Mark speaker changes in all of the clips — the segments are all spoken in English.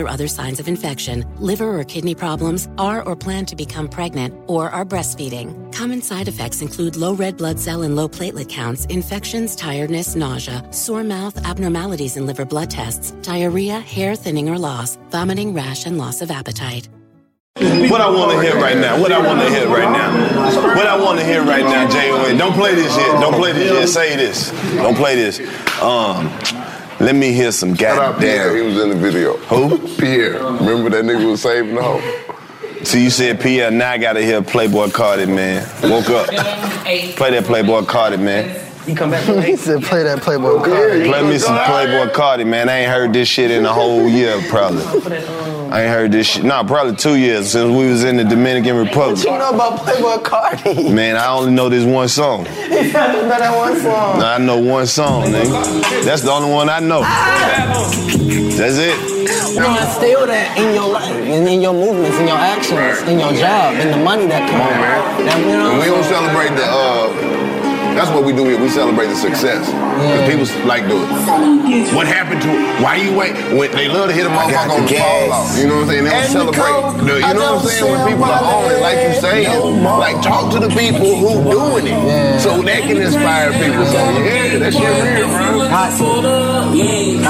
Speaker 1: or other signs of infection, liver or kidney problems, are or plan to become pregnant, or are breastfeeding. Common side effects include low red blood cell and low platelet counts, infections, tiredness, nausea, sore mouth, abnormalities in liver blood tests, diarrhea, hair thinning or loss, vomiting, rash, and loss of appetite.
Speaker 2: What I want to hear right now. What I want to hear right now. What I want to hear right now, J.O.A. Don't play this shit. Don't play this shit. Say this. Don't play this. Um, let me hear some
Speaker 3: Shout out Pierre.
Speaker 2: goddamn.
Speaker 3: He was in the video.
Speaker 2: Who?
Speaker 3: Pierre. Remember that nigga was saving the hoe.
Speaker 2: So you said Pierre, now I gotta hear Playboy Cardi, man. Woke up. Play that Playboy Cardi, man.
Speaker 4: You come back. he said, "Play that Playboy
Speaker 3: card."
Speaker 2: Play me some Playboy Cardi, man. I ain't heard this shit in a whole year, probably. I ain't heard this shit. Nah, probably two years since we was in the Dominican Republic.
Speaker 4: What you know about Playboy Cardi?
Speaker 2: Man, I only know this one song.
Speaker 4: He talking about that one song.
Speaker 2: I know one song, nigga. That's the only one I know. That's it.
Speaker 4: You instill that in your life, and in your movements, in your actions, in your job, in the money that comes.
Speaker 3: Come on, man.
Speaker 4: That, you know
Speaker 3: And we
Speaker 4: what I'm
Speaker 3: don't
Speaker 4: saying?
Speaker 3: celebrate the. Uh, that's what we do here. We celebrate the success. 'Cause people like do it. What happened to it? Why you wait? When they love to hit a
Speaker 2: got
Speaker 3: motherfucker
Speaker 2: the
Speaker 3: on the
Speaker 2: gas.
Speaker 3: fall off. You know what I'm saying? They
Speaker 2: And
Speaker 3: don't
Speaker 2: the
Speaker 3: celebrate.
Speaker 2: coke,
Speaker 3: The-
Speaker 2: I
Speaker 3: you know what I'm
Speaker 2: don't
Speaker 3: saying? When
Speaker 2: sell
Speaker 3: people
Speaker 2: my
Speaker 3: are on it, like you
Speaker 2: legs no
Speaker 3: saying,
Speaker 2: more.
Speaker 3: like talk to the people who doing it, so that can inspire people. So yeah, that shit real, bro.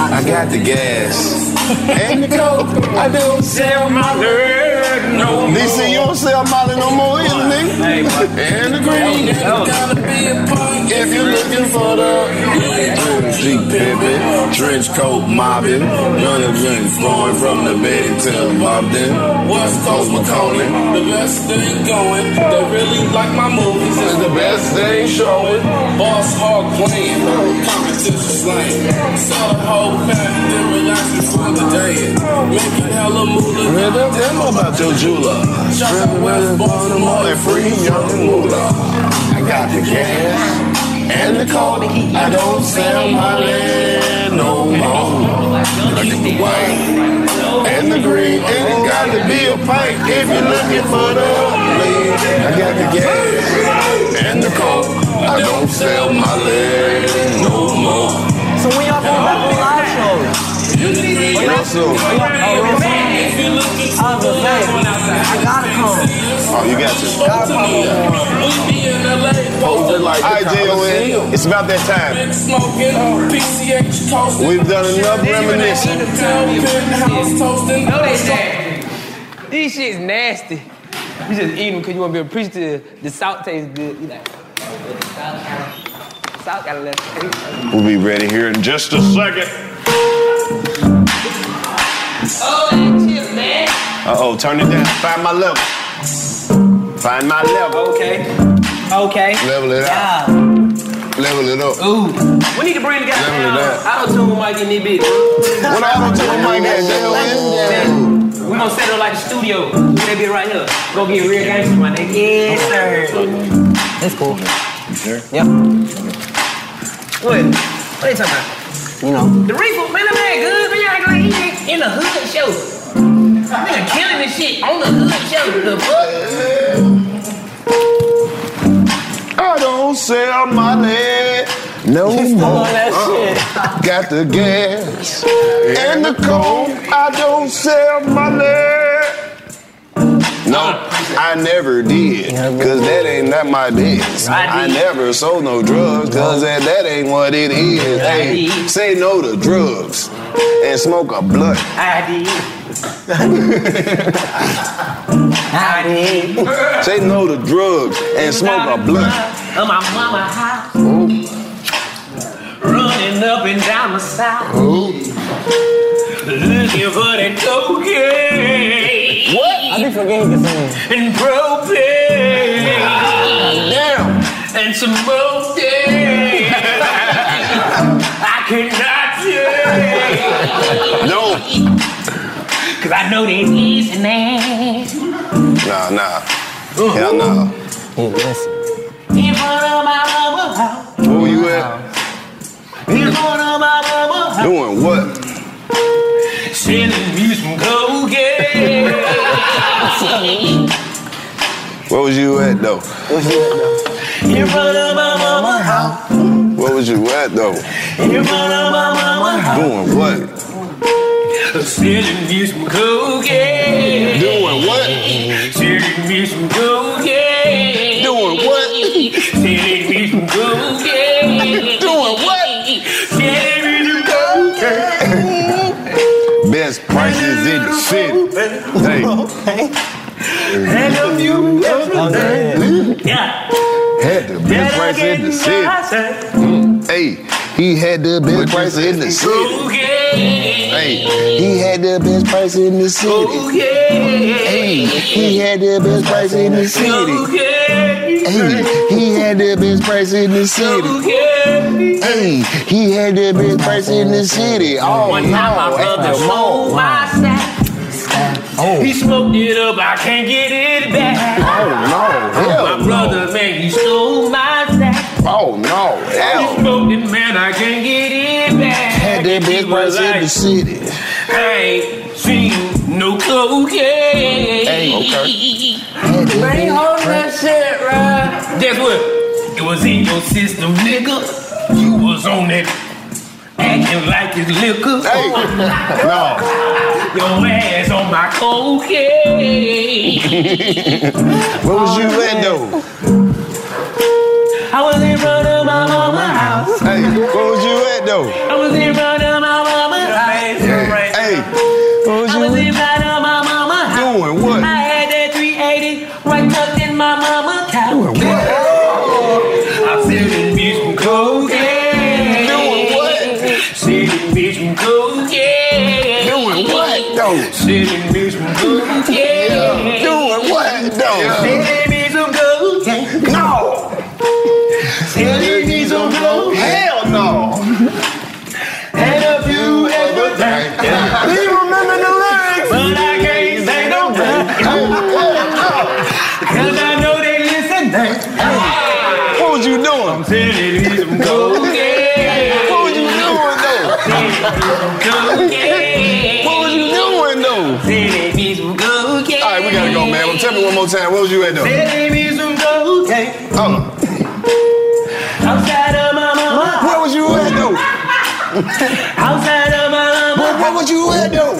Speaker 2: I got the gas.
Speaker 3: And the coke, I don't sell my
Speaker 2: no DC, you don't sell Molly no more either, nigga. And the green. If you're looking for the Jeep pimpin', trench coat mobbing, none of drink flowing from the bed till Bobden. West Coast Macaulay, the best thing going. They really like my movies. It's the best thing showing. Boss hog playing, competition slang. Saw the whole pack, then relax before the day. Making hella moolah. Man, tell them about your jeweler. Shop in West Baltimore and free young moolah. I got the gas and the coke. I don't sell my land no more. I get the white and the green. Ain't it got to be a pint if you're looking for the lean. I got the gas and the coke. I don't sell my land no more. So we all going back on live shows. Real soon.
Speaker 4: I was like, I gotta come.
Speaker 2: Oh, you got to. All right, J.O.N., it's about that time. Oh. We've done enough reminiscing.
Speaker 3: These shit's nasty. You just eat them because you want to be appreciative. The salt tastes good. You like, salt got less taste.
Speaker 2: We'll be ready here in just a second.
Speaker 3: Oh, that shit nasty.
Speaker 2: Uh oh, turn it down. Find my level. Find my level.
Speaker 3: Okay. Okay.
Speaker 2: Level it out. Level it up.
Speaker 3: Ooh. We need to bring the guy
Speaker 2: Level
Speaker 3: down.
Speaker 2: it up.
Speaker 3: Auto tune mic in this bitch.
Speaker 2: What auto tune mic that
Speaker 3: J.O.N.? We gonna set it up like the studio. That be right here. Go get real gangster, my nigga. Yes, sir.
Speaker 4: That's cool.
Speaker 3: sure?
Speaker 4: Yep.
Speaker 3: What? What they talking about?
Speaker 4: You know.
Speaker 3: The reaper, man, that man good, man. Act like he ain't in the hood show. Nigga killing this shit on the hood show. The fuck?
Speaker 2: I don't sell my land no more.
Speaker 3: that shit.
Speaker 2: Got the gas and the coke. I don't sell my land. No, I never did, cause that ain't not my biz. I never sold no drugs, cause that, that ain't what it is. Hey, say no to drugs and smoke a blunt. Say no to drugs and smoke a blunt.
Speaker 3: On my mama house.
Speaker 4: Oh.
Speaker 3: Running up and down the south.
Speaker 4: Oh.
Speaker 3: Looking for that cocaine.
Speaker 4: What? I be forgetting to sing.
Speaker 3: And propane.
Speaker 4: Damn.
Speaker 3: And some more day. I cannot say.
Speaker 2: No.
Speaker 3: Cause I know they listening.
Speaker 2: Nah, nah. Hell nah.
Speaker 3: In front of my mama house.
Speaker 2: Where were you at?
Speaker 3: In front of my mama house.
Speaker 2: Doing what?
Speaker 3: Sending me some cocaine.
Speaker 2: Where was you at though?
Speaker 3: In front of my mama house.
Speaker 2: Where was you at though?
Speaker 3: In front of my mama house.
Speaker 2: Doing what?
Speaker 3: Sending me some cocaine.
Speaker 2: Doing what?
Speaker 3: Sending me some cocaine.
Speaker 2: Doing what?
Speaker 3: Sending me some cocaine.
Speaker 2: Doing what?
Speaker 3: Sending me some cocaine.
Speaker 2: Best prices in the city. Hey,
Speaker 3: And a few extra things. Yeah.
Speaker 2: had the best price in the city. Hey, he had the best price in the city. Hey, he had the best price in the city. Hey, he had the best price in the city. Hey, he had the best price in the city. Hey, he had the best price in the city. Oh,
Speaker 3: One time my
Speaker 2: no, at
Speaker 3: brother
Speaker 2: the
Speaker 3: sold
Speaker 2: mall.
Speaker 3: my sack. He smoked it up, I can't get it back.
Speaker 2: Oh no, hell
Speaker 3: my brother, man, he stole my sack.
Speaker 2: Oh no,
Speaker 3: He
Speaker 2: hell.
Speaker 3: smoked it, man, I can't get it back.
Speaker 2: Had the best
Speaker 3: He was
Speaker 2: price in the
Speaker 3: like,
Speaker 2: city.
Speaker 3: I ain't seen no cocaine.
Speaker 2: Hey, okay.
Speaker 3: Bring home that shit, right? Guess what? It was in your system, nigga. You was on it, acting like it's liquor.
Speaker 2: Hey, no.
Speaker 3: Your ass on my cocaine.
Speaker 2: Where was you at though?
Speaker 3: I was in front of my mama house.
Speaker 2: Hey, where was you at though?
Speaker 3: I was in front of my mama
Speaker 2: Hey,
Speaker 3: house.
Speaker 2: where was
Speaker 3: I was
Speaker 2: you
Speaker 3: in front of my mama house.
Speaker 2: doing? What?
Speaker 3: I had that right tucked in my mama towel. I feel this bitch from cocaine. Doing what? See this bitch from cocaine. Doing what though? See this bitch from cocaine. Doing what though? See this bitch from cocaine. No. See this bitch from cocaine. Hell no. And if you ever think that we remember the lyrics, but I can't say no thing. Cause I know they listen. What was you doing? I'm telling you some cocaine. What was you doing though? What was you doing though? Telling me some cocaine.
Speaker 2: All right, we gotta go, man. Well, tell me one more time. Where was you at though?
Speaker 3: Telling me some cocaine.
Speaker 2: Hold on.
Speaker 3: Outside of my mama.
Speaker 2: Where was you at though?
Speaker 3: Outside of my mama.
Speaker 2: Where, where was you at though?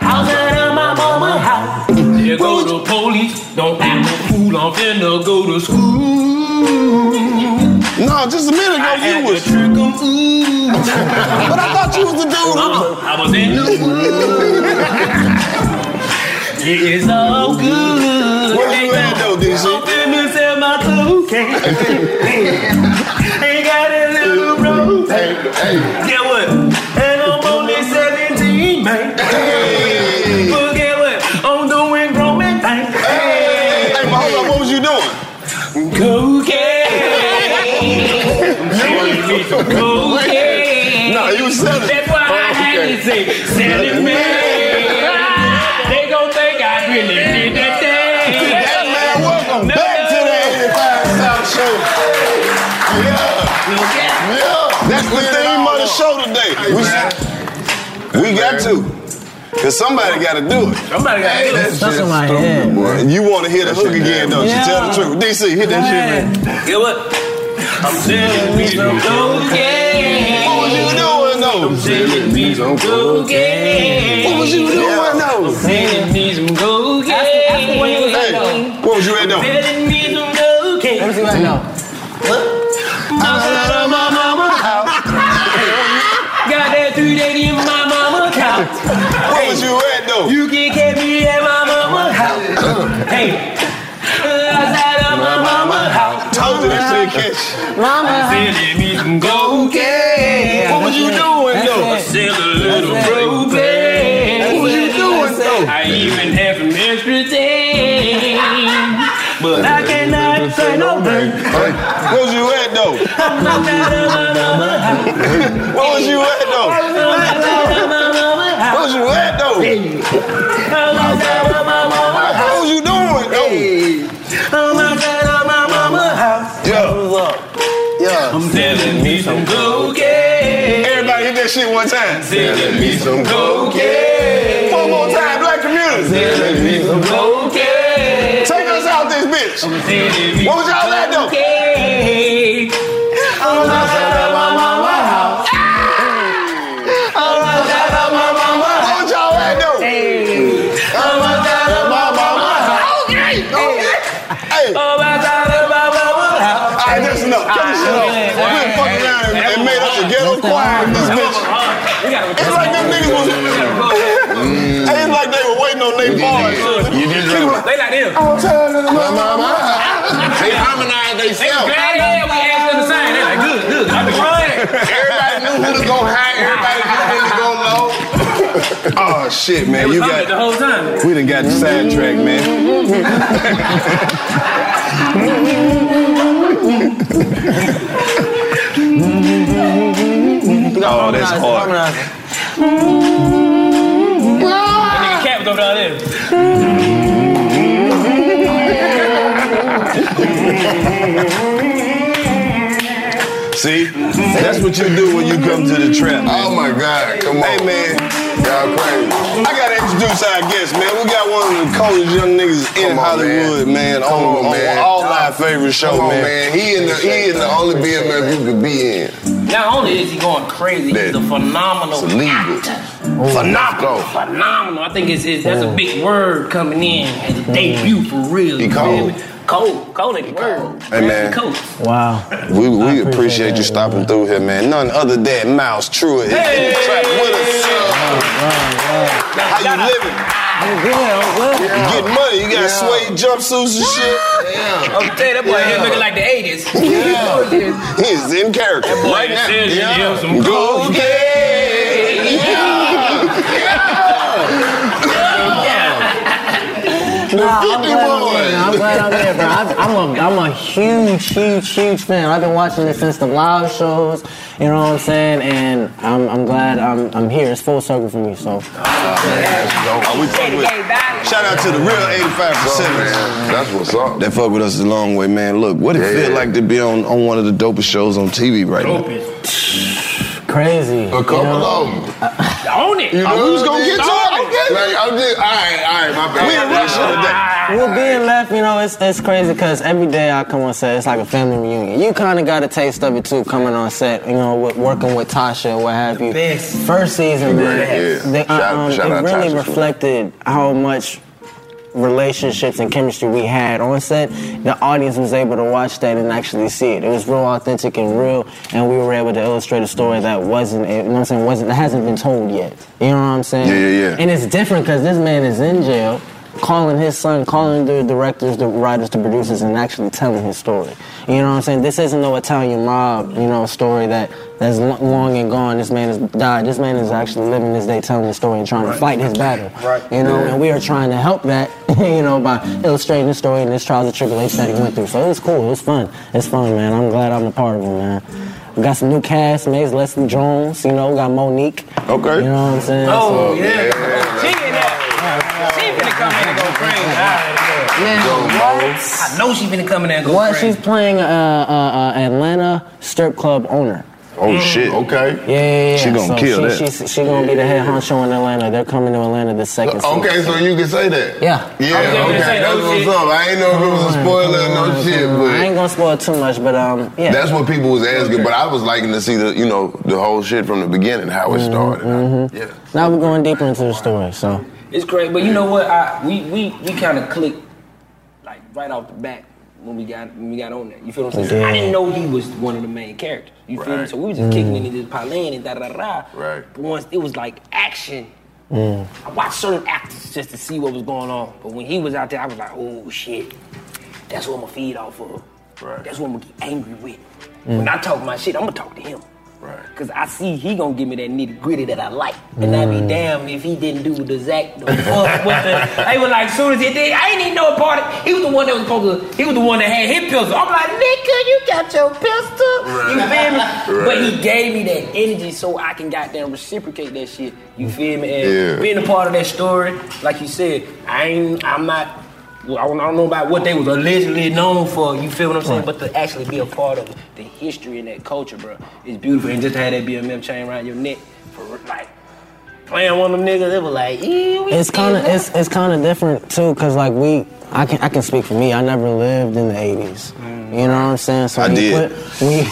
Speaker 3: Outside of my mama house. There go the police. Don't act a fool. I'm finna go to school.
Speaker 2: No, just a minute ago you was. but I thought you was the dude.
Speaker 3: I was in the mood. It is all good.
Speaker 2: Where you at though, DC?
Speaker 3: I'm finna sell my cocaine. Ain't got a little road. Hey, hey. Get what? And I'm only 17, man. But get what? I'm doing grown man things.
Speaker 2: Hey, but hold on, what was you doing?
Speaker 3: Cocaine. me some cocaine.
Speaker 2: No, you was selling.
Speaker 3: That's why I had to say, sell it, man. They gon' think I really did that thing.
Speaker 2: That man, welcome back to the 85 South Show. Yeah. Yeah. That's the theme of the show today. We, we got to. Cause somebody gotta do it.
Speaker 3: Somebody gotta do it. Something like that.
Speaker 2: And you wanna hear the hook again, don't you? Tell the truth. DC, hit that shit, man.
Speaker 3: Get what? I'm selling me some cocaine.
Speaker 2: What was you doing
Speaker 3: I'm
Speaker 2: though?
Speaker 3: selling me some cocaine.
Speaker 2: What was you doing
Speaker 3: I'm
Speaker 2: though?
Speaker 3: selling me some cocaine. Ask me where you was
Speaker 2: Hey, what was you at though?
Speaker 3: Selling me some cocaine. Let me see what I know. Outside of my mama house. Got that 380 in my mama couch.
Speaker 2: Where was you at though?
Speaker 3: You can catch me at my mama house. Hey. Outside of my mama house.
Speaker 2: Told you that shit catch.
Speaker 3: Selling me some cocaine.
Speaker 2: What was you doing though?
Speaker 3: Sell a little propane.
Speaker 2: What was you doing though?
Speaker 3: I even have some extra things. But I cannot say no thing.
Speaker 2: Where was you at though?
Speaker 3: I'm not out of my mama house.
Speaker 2: Where was you at
Speaker 3: I'm
Speaker 2: though?
Speaker 3: not out of my mama house.
Speaker 2: Where was you at though?
Speaker 3: I'm not out of my mama house.
Speaker 2: What was you doing though?
Speaker 3: I'm not out of my mama house.
Speaker 2: Yeah.
Speaker 3: I'm selling me some cocaine.
Speaker 2: Everybody hit that shit one time.
Speaker 3: Selling me some cocaine.
Speaker 2: One more time, black community.
Speaker 3: Selling me some cocaine.
Speaker 2: Take us out this bitch.
Speaker 3: What
Speaker 2: What was y'all at though? What was y'all at though? Hey, all right, that's enough. Cut this shit off. We been fucking around and, and made us a ghetto choir in this bitch. It's like them niggas was. Hey, It's like they were waiting on their bars.
Speaker 4: You did right.
Speaker 3: They like them.
Speaker 2: I'm telling them, my mama.
Speaker 4: They harmonized themselves.
Speaker 3: Glad they had we asked them to sing. They like, good, good. I be running.
Speaker 4: Everybody knew who to go high. Everybody knew who to go low.
Speaker 2: Oh shit, man, you
Speaker 3: the
Speaker 2: got.
Speaker 3: whole time.
Speaker 2: We done got sidetracked, man. Oh, that's hard.
Speaker 3: Nigga, cat was over there.
Speaker 2: See, that's what you do when you come to the trap. man.
Speaker 4: Oh my God, come on.
Speaker 2: Hey man,
Speaker 4: Y'all crazy.
Speaker 2: I gotta introduce our guest, man. We got one of the coldest young niggas in
Speaker 4: Come on,
Speaker 2: Hollywood, man.
Speaker 4: man. Come
Speaker 2: on,
Speaker 4: on,
Speaker 2: on
Speaker 4: man.
Speaker 2: all our favorite show,
Speaker 4: Come on,
Speaker 2: man.
Speaker 4: man. He in the he in the only business you could be in.
Speaker 3: Not only is he going crazy, he's a phenomenal
Speaker 4: It's illegal.
Speaker 3: actor.
Speaker 4: Phenomenal.
Speaker 3: Phenomenal. I think it's, it's that's a big word coming in as a debut for real.
Speaker 4: He
Speaker 3: You feel
Speaker 4: cold.
Speaker 3: me? Cold. Cold ain't the word.
Speaker 4: Hey, man.
Speaker 3: Cold.
Speaker 4: We, we appreciate you stopping through here, man. None other than Mouse Truitt is in the track with us.
Speaker 2: How you living?
Speaker 4: Oh,
Speaker 5: well,
Speaker 2: You get money, you got
Speaker 5: Yeah.
Speaker 2: suede jumpsuits and shit.
Speaker 5: Yeah.
Speaker 3: I'm telling you, that boy here looking like the 80s.
Speaker 2: Yeah. He's in character.
Speaker 3: That boy
Speaker 2: right now.
Speaker 3: said he
Speaker 2: yeah.
Speaker 3: had some
Speaker 2: Go
Speaker 3: cocaine.
Speaker 2: get-
Speaker 4: Nah, I'm
Speaker 5: 50
Speaker 4: glad I'm
Speaker 5: boys.
Speaker 4: here. I'm glad I'm here, bro. I, I'm, a, I'm a huge, huge, huge fan. I've been watching this since the live shows. You know what I'm saying? And I'm, I'm glad I'm, I'm here. It's full circle for me. So
Speaker 2: Oh, we fuck with. Shout out to the real 85 percenters.
Speaker 5: That's what's up.
Speaker 2: That fuck with us a long way, man. Look, what it
Speaker 5: Yeah,
Speaker 2: feel
Speaker 5: yeah.
Speaker 2: like to be on, on one of the dopest shows on TV right
Speaker 4: crazy.
Speaker 5: A couple of them.
Speaker 3: Own it.
Speaker 5: You know
Speaker 2: who's
Speaker 5: what
Speaker 2: gonna
Speaker 5: I
Speaker 2: get
Speaker 5: mean?
Speaker 2: to it? Okay.
Speaker 5: Like, I'm just, all right, all right, my bad.
Speaker 2: We in Russia
Speaker 4: Well, being left, you know, it's, it's crazy because every day I come on set, it's like a family reunion. You kind of got a taste of it too, coming on set, you know, with, working with Tasha, what have you. First season,
Speaker 5: The
Speaker 4: man,
Speaker 5: best.
Speaker 4: they- uh,
Speaker 5: Shout-
Speaker 4: um,
Speaker 5: shout out
Speaker 4: it
Speaker 5: Tasha
Speaker 4: really
Speaker 5: for that.
Speaker 4: reflected how much relationships and chemistry we had on set. The audience was able to watch that and actually see it. It was real authentic and real, and we were able to illustrate a story that wasn't, you know what I'm saying, wasn't, that hasn't been told yet. You know what I'm saying?
Speaker 5: Yeah, yeah, yeah.
Speaker 4: And it's different because this man is in jail, calling his son, calling the directors, the writers, the producers, and actually telling his story. You know what I'm saying? This isn't no Italian mob, you know, story that that's lo- long and gone. This man has died. This man is actually living this day, telling his story and trying to fight his battle. Right. You know,
Speaker 5: Yeah.
Speaker 4: and we are trying to help that, you know, by illustrating the story and this trials and tribulations that he went through. So it was cool. It was fun. It's fun, man. I'm glad I'm a part of it, man. We got some new castmates, Leslie Jones, you know, we got Monique. Okay. You know what I'm saying?
Speaker 3: Oh,
Speaker 4: So-
Speaker 3: yeah. She in there. She finna come in and go crazy.
Speaker 4: Man,
Speaker 3: I know she finna come in there and go
Speaker 4: What?
Speaker 3: crazy.
Speaker 4: She's playing uh, uh, uh, Atlanta strip club owner.
Speaker 2: Oh
Speaker 3: Mm.
Speaker 2: shit. Okay.
Speaker 4: Yeah, yeah, yeah.
Speaker 2: She gonna
Speaker 4: So
Speaker 2: kill
Speaker 4: she,
Speaker 2: that.
Speaker 4: She's, she gonna be the head honcho in Atlanta. They're coming to Atlanta this second. season.
Speaker 5: Okay, so you can say that.
Speaker 4: Yeah.
Speaker 5: Yeah, okay. That's
Speaker 3: oh,
Speaker 5: what's up. I ain't know if it was a spoiler or no shit,
Speaker 4: I
Speaker 5: but
Speaker 4: ain't gonna spoil too much, but um, yeah.
Speaker 5: that's what people was asking. But I was liking to see the, you know, the whole shit from the beginning, how
Speaker 2: Mm-hmm.
Speaker 5: it started.
Speaker 4: Mhm.
Speaker 5: Yeah.
Speaker 4: Now we're going deeper into the story, so.
Speaker 3: It's great, but you know what? I we we we kind of clicked like right off the bat when we got when we got on there. You feel what I'm saying? I
Speaker 4: Yeah.
Speaker 3: didn't know he was one of the main characters. You feel me? So we was just kicking into this Pauline and da da da da. Right. But once it was like action,
Speaker 2: Mm-hmm.
Speaker 3: I watched certain actors just to see what was going on. But when he was out there, I was like, oh shit, that's what I'ma feed off of. Right. That's what I'ma get angry with.
Speaker 4: Mm.
Speaker 3: When I talk my shit, I'ma talk to him. Right. Cause I see he gonna give me that nitty gritty that I like, and I'd be
Speaker 4: Mm.
Speaker 3: damn if he didn't do the Zach the fuck with the. They were like, soon as he did, I ain't even know a part. of- He was the one that was supposed to. He was the one that had his pistol. I'm like, "Oh, nigga, you got your pistol. You feel me?
Speaker 5: Right.
Speaker 3: But he gave me that energy so I can goddamn reciprocate that shit. You feel me? And
Speaker 5: Yeah.
Speaker 3: being a part of that story, like you said, I ain't. I'm not. well, I don't I don't know about what they was allegedly known for. You feel what I'm saying? But
Speaker 4: Right.
Speaker 3: to actually be a part of the history and that culture, bro, is beautiful. And just to have that BMF chain around your neck for like playing one of them niggas, it was like, "Ew, we
Speaker 4: it's kind of
Speaker 3: did that."
Speaker 4: it's it's kind of different too, cause like we, I can I can speak for me. I never lived in the '80s.
Speaker 3: Mm.
Speaker 4: You know what I'm saying? So
Speaker 2: I
Speaker 4: when you
Speaker 2: did.
Speaker 4: put-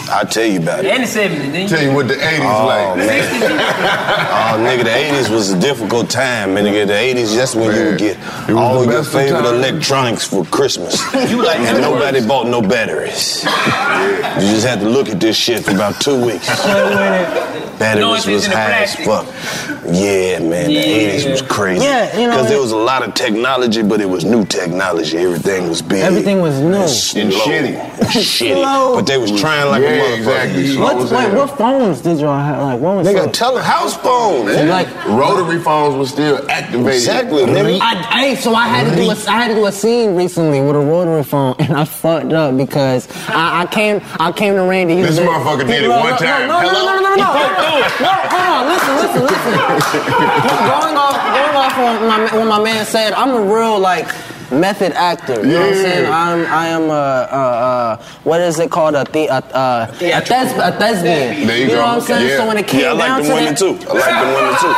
Speaker 2: I tell you about it.
Speaker 3: And the 70s, didn't
Speaker 5: Tell you what the 80s
Speaker 2: Oh,
Speaker 5: like.
Speaker 2: man. oh, nigga, the 80s was a difficult time, man. Nigga, the 80s, that's when you would get all
Speaker 5: the
Speaker 2: your
Speaker 5: best of
Speaker 2: favorite
Speaker 5: times.
Speaker 2: electronics for Christmas.
Speaker 5: You like
Speaker 2: And Nobody bought no batteries. You just had to look at this shit for about two weeks. Batteries
Speaker 5: Noises
Speaker 2: was
Speaker 5: in the
Speaker 2: high as
Speaker 5: plastic.
Speaker 2: fuck. Yeah, man,
Speaker 5: Yeah.
Speaker 2: the 80s was crazy.
Speaker 5: Yeah, you know
Speaker 2: Because there
Speaker 5: what?
Speaker 2: was a lot of technology, but it was new technology. Everything was big.
Speaker 4: Everything was new.
Speaker 2: And
Speaker 4: Slow.
Speaker 2: shitty. And shitty.
Speaker 4: Slow.
Speaker 2: But they was trying like
Speaker 5: Yeah,
Speaker 2: a motherfucker.
Speaker 5: exactly. Slow
Speaker 4: What,
Speaker 5: as
Speaker 4: wait,
Speaker 5: hell.
Speaker 4: what phones did y'all have? Like, what was
Speaker 2: Nigga,
Speaker 4: so-
Speaker 2: tell house phone.
Speaker 4: So,
Speaker 5: man.
Speaker 4: like-
Speaker 5: rotary phones were still activated.
Speaker 2: Exactly,
Speaker 4: I, I, so I had to do a, I had to do a scene recently with a rotary phone, and I fucked up because I, I came I came to Randy. he
Speaker 5: This
Speaker 4: was-
Speaker 5: motherfucker
Speaker 4: he-
Speaker 5: did it
Speaker 4: no,
Speaker 5: one
Speaker 4: no,
Speaker 5: time.
Speaker 4: No, no, no,
Speaker 5: Hello?
Speaker 4: no, no, no, no, no, no. Hold on, listen, listen, listen. going off, going off on my, when my man said, I'm a real like method actor. You know what I'm
Speaker 5: Yeah.
Speaker 4: saying? I'm I am a, a, a what is it called a the, a, a, a, thes- a thespian.
Speaker 2: There you
Speaker 4: know
Speaker 2: go.
Speaker 4: what I'm saying?
Speaker 2: Yeah.
Speaker 4: So when it
Speaker 2: Yeah, I
Speaker 4: came
Speaker 2: like
Speaker 4: down
Speaker 2: them
Speaker 4: to
Speaker 2: women
Speaker 4: that,
Speaker 2: too. I like them women too.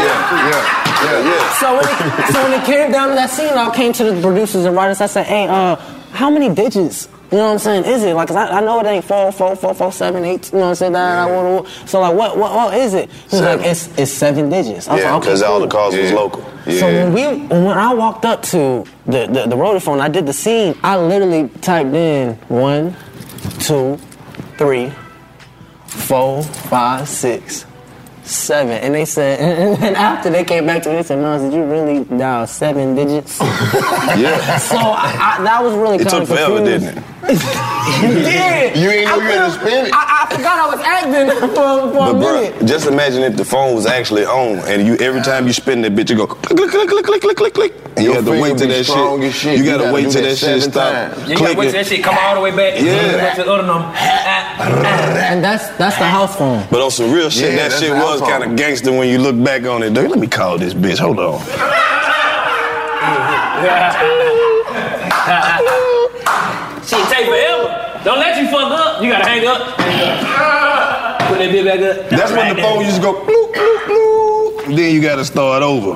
Speaker 2: Yeah, yeah, yeah, yeah.
Speaker 4: so when it, so when it came down to that scene, I came to the producers and writers. I said, "Hey, uh, how many digits? You know what I'm saying? Is it like? 'cause I, I know it ain't four, four, four, four, seven, eight. You know what I'm saying? Da, da, da, da, da, da. So like, what, what, what is it? He's like, it's it's seven digits. I was
Speaker 2: Yeah,
Speaker 4: like, okay,
Speaker 2: because all the
Speaker 4: cool.
Speaker 2: calls was local.
Speaker 4: So when we when I walked up to the the, the rotary phone, I did the scene. I literally typed in one, two, three, four, five, six, seven. And they said, and, and after they came back to me, they said, Mom, did you really dial seven digits?
Speaker 6: Yeah.
Speaker 4: So I, I, that was really
Speaker 6: It
Speaker 4: kind
Speaker 6: took
Speaker 4: of
Speaker 6: forever,
Speaker 4: confused.
Speaker 6: didn't it?
Speaker 4: You did.
Speaker 6: You ain't know you had to
Speaker 4: could've- I, I forgot I was acting for, for
Speaker 6: But
Speaker 4: a minute.
Speaker 6: bruh, just imagine if the phone was actually on, and you every time you spin that bitch, you go click, click, click, click, click, click, click, click. And you
Speaker 7: Your
Speaker 6: have to wait
Speaker 7: finger
Speaker 6: till
Speaker 7: be
Speaker 6: that
Speaker 7: strong
Speaker 6: shit.
Speaker 7: as shit.
Speaker 6: You
Speaker 7: You
Speaker 6: gotta
Speaker 7: gotta
Speaker 6: wait
Speaker 7: do
Speaker 6: till
Speaker 7: that
Speaker 6: that shit
Speaker 7: seven
Speaker 6: stop
Speaker 7: times.
Speaker 6: clicking.
Speaker 7: You gotta wait till that shit come all the way back.
Speaker 6: Yeah.
Speaker 7: Back to the other number.
Speaker 4: And that's that's the house phone.
Speaker 6: But on some real shit,
Speaker 7: Yeah,
Speaker 6: that
Speaker 7: that's
Speaker 6: shit
Speaker 7: an
Speaker 6: was
Speaker 7: iPhone.
Speaker 6: kind of gangster when you look back on it. Dude, let me call this bitch. Hold on.
Speaker 8: Shit, take forever. Don't let you fuck up. You gotta hang up. Put that bitch back up.
Speaker 6: That's when the phone used to go bloop, bloop, bloop. Then you gotta start over.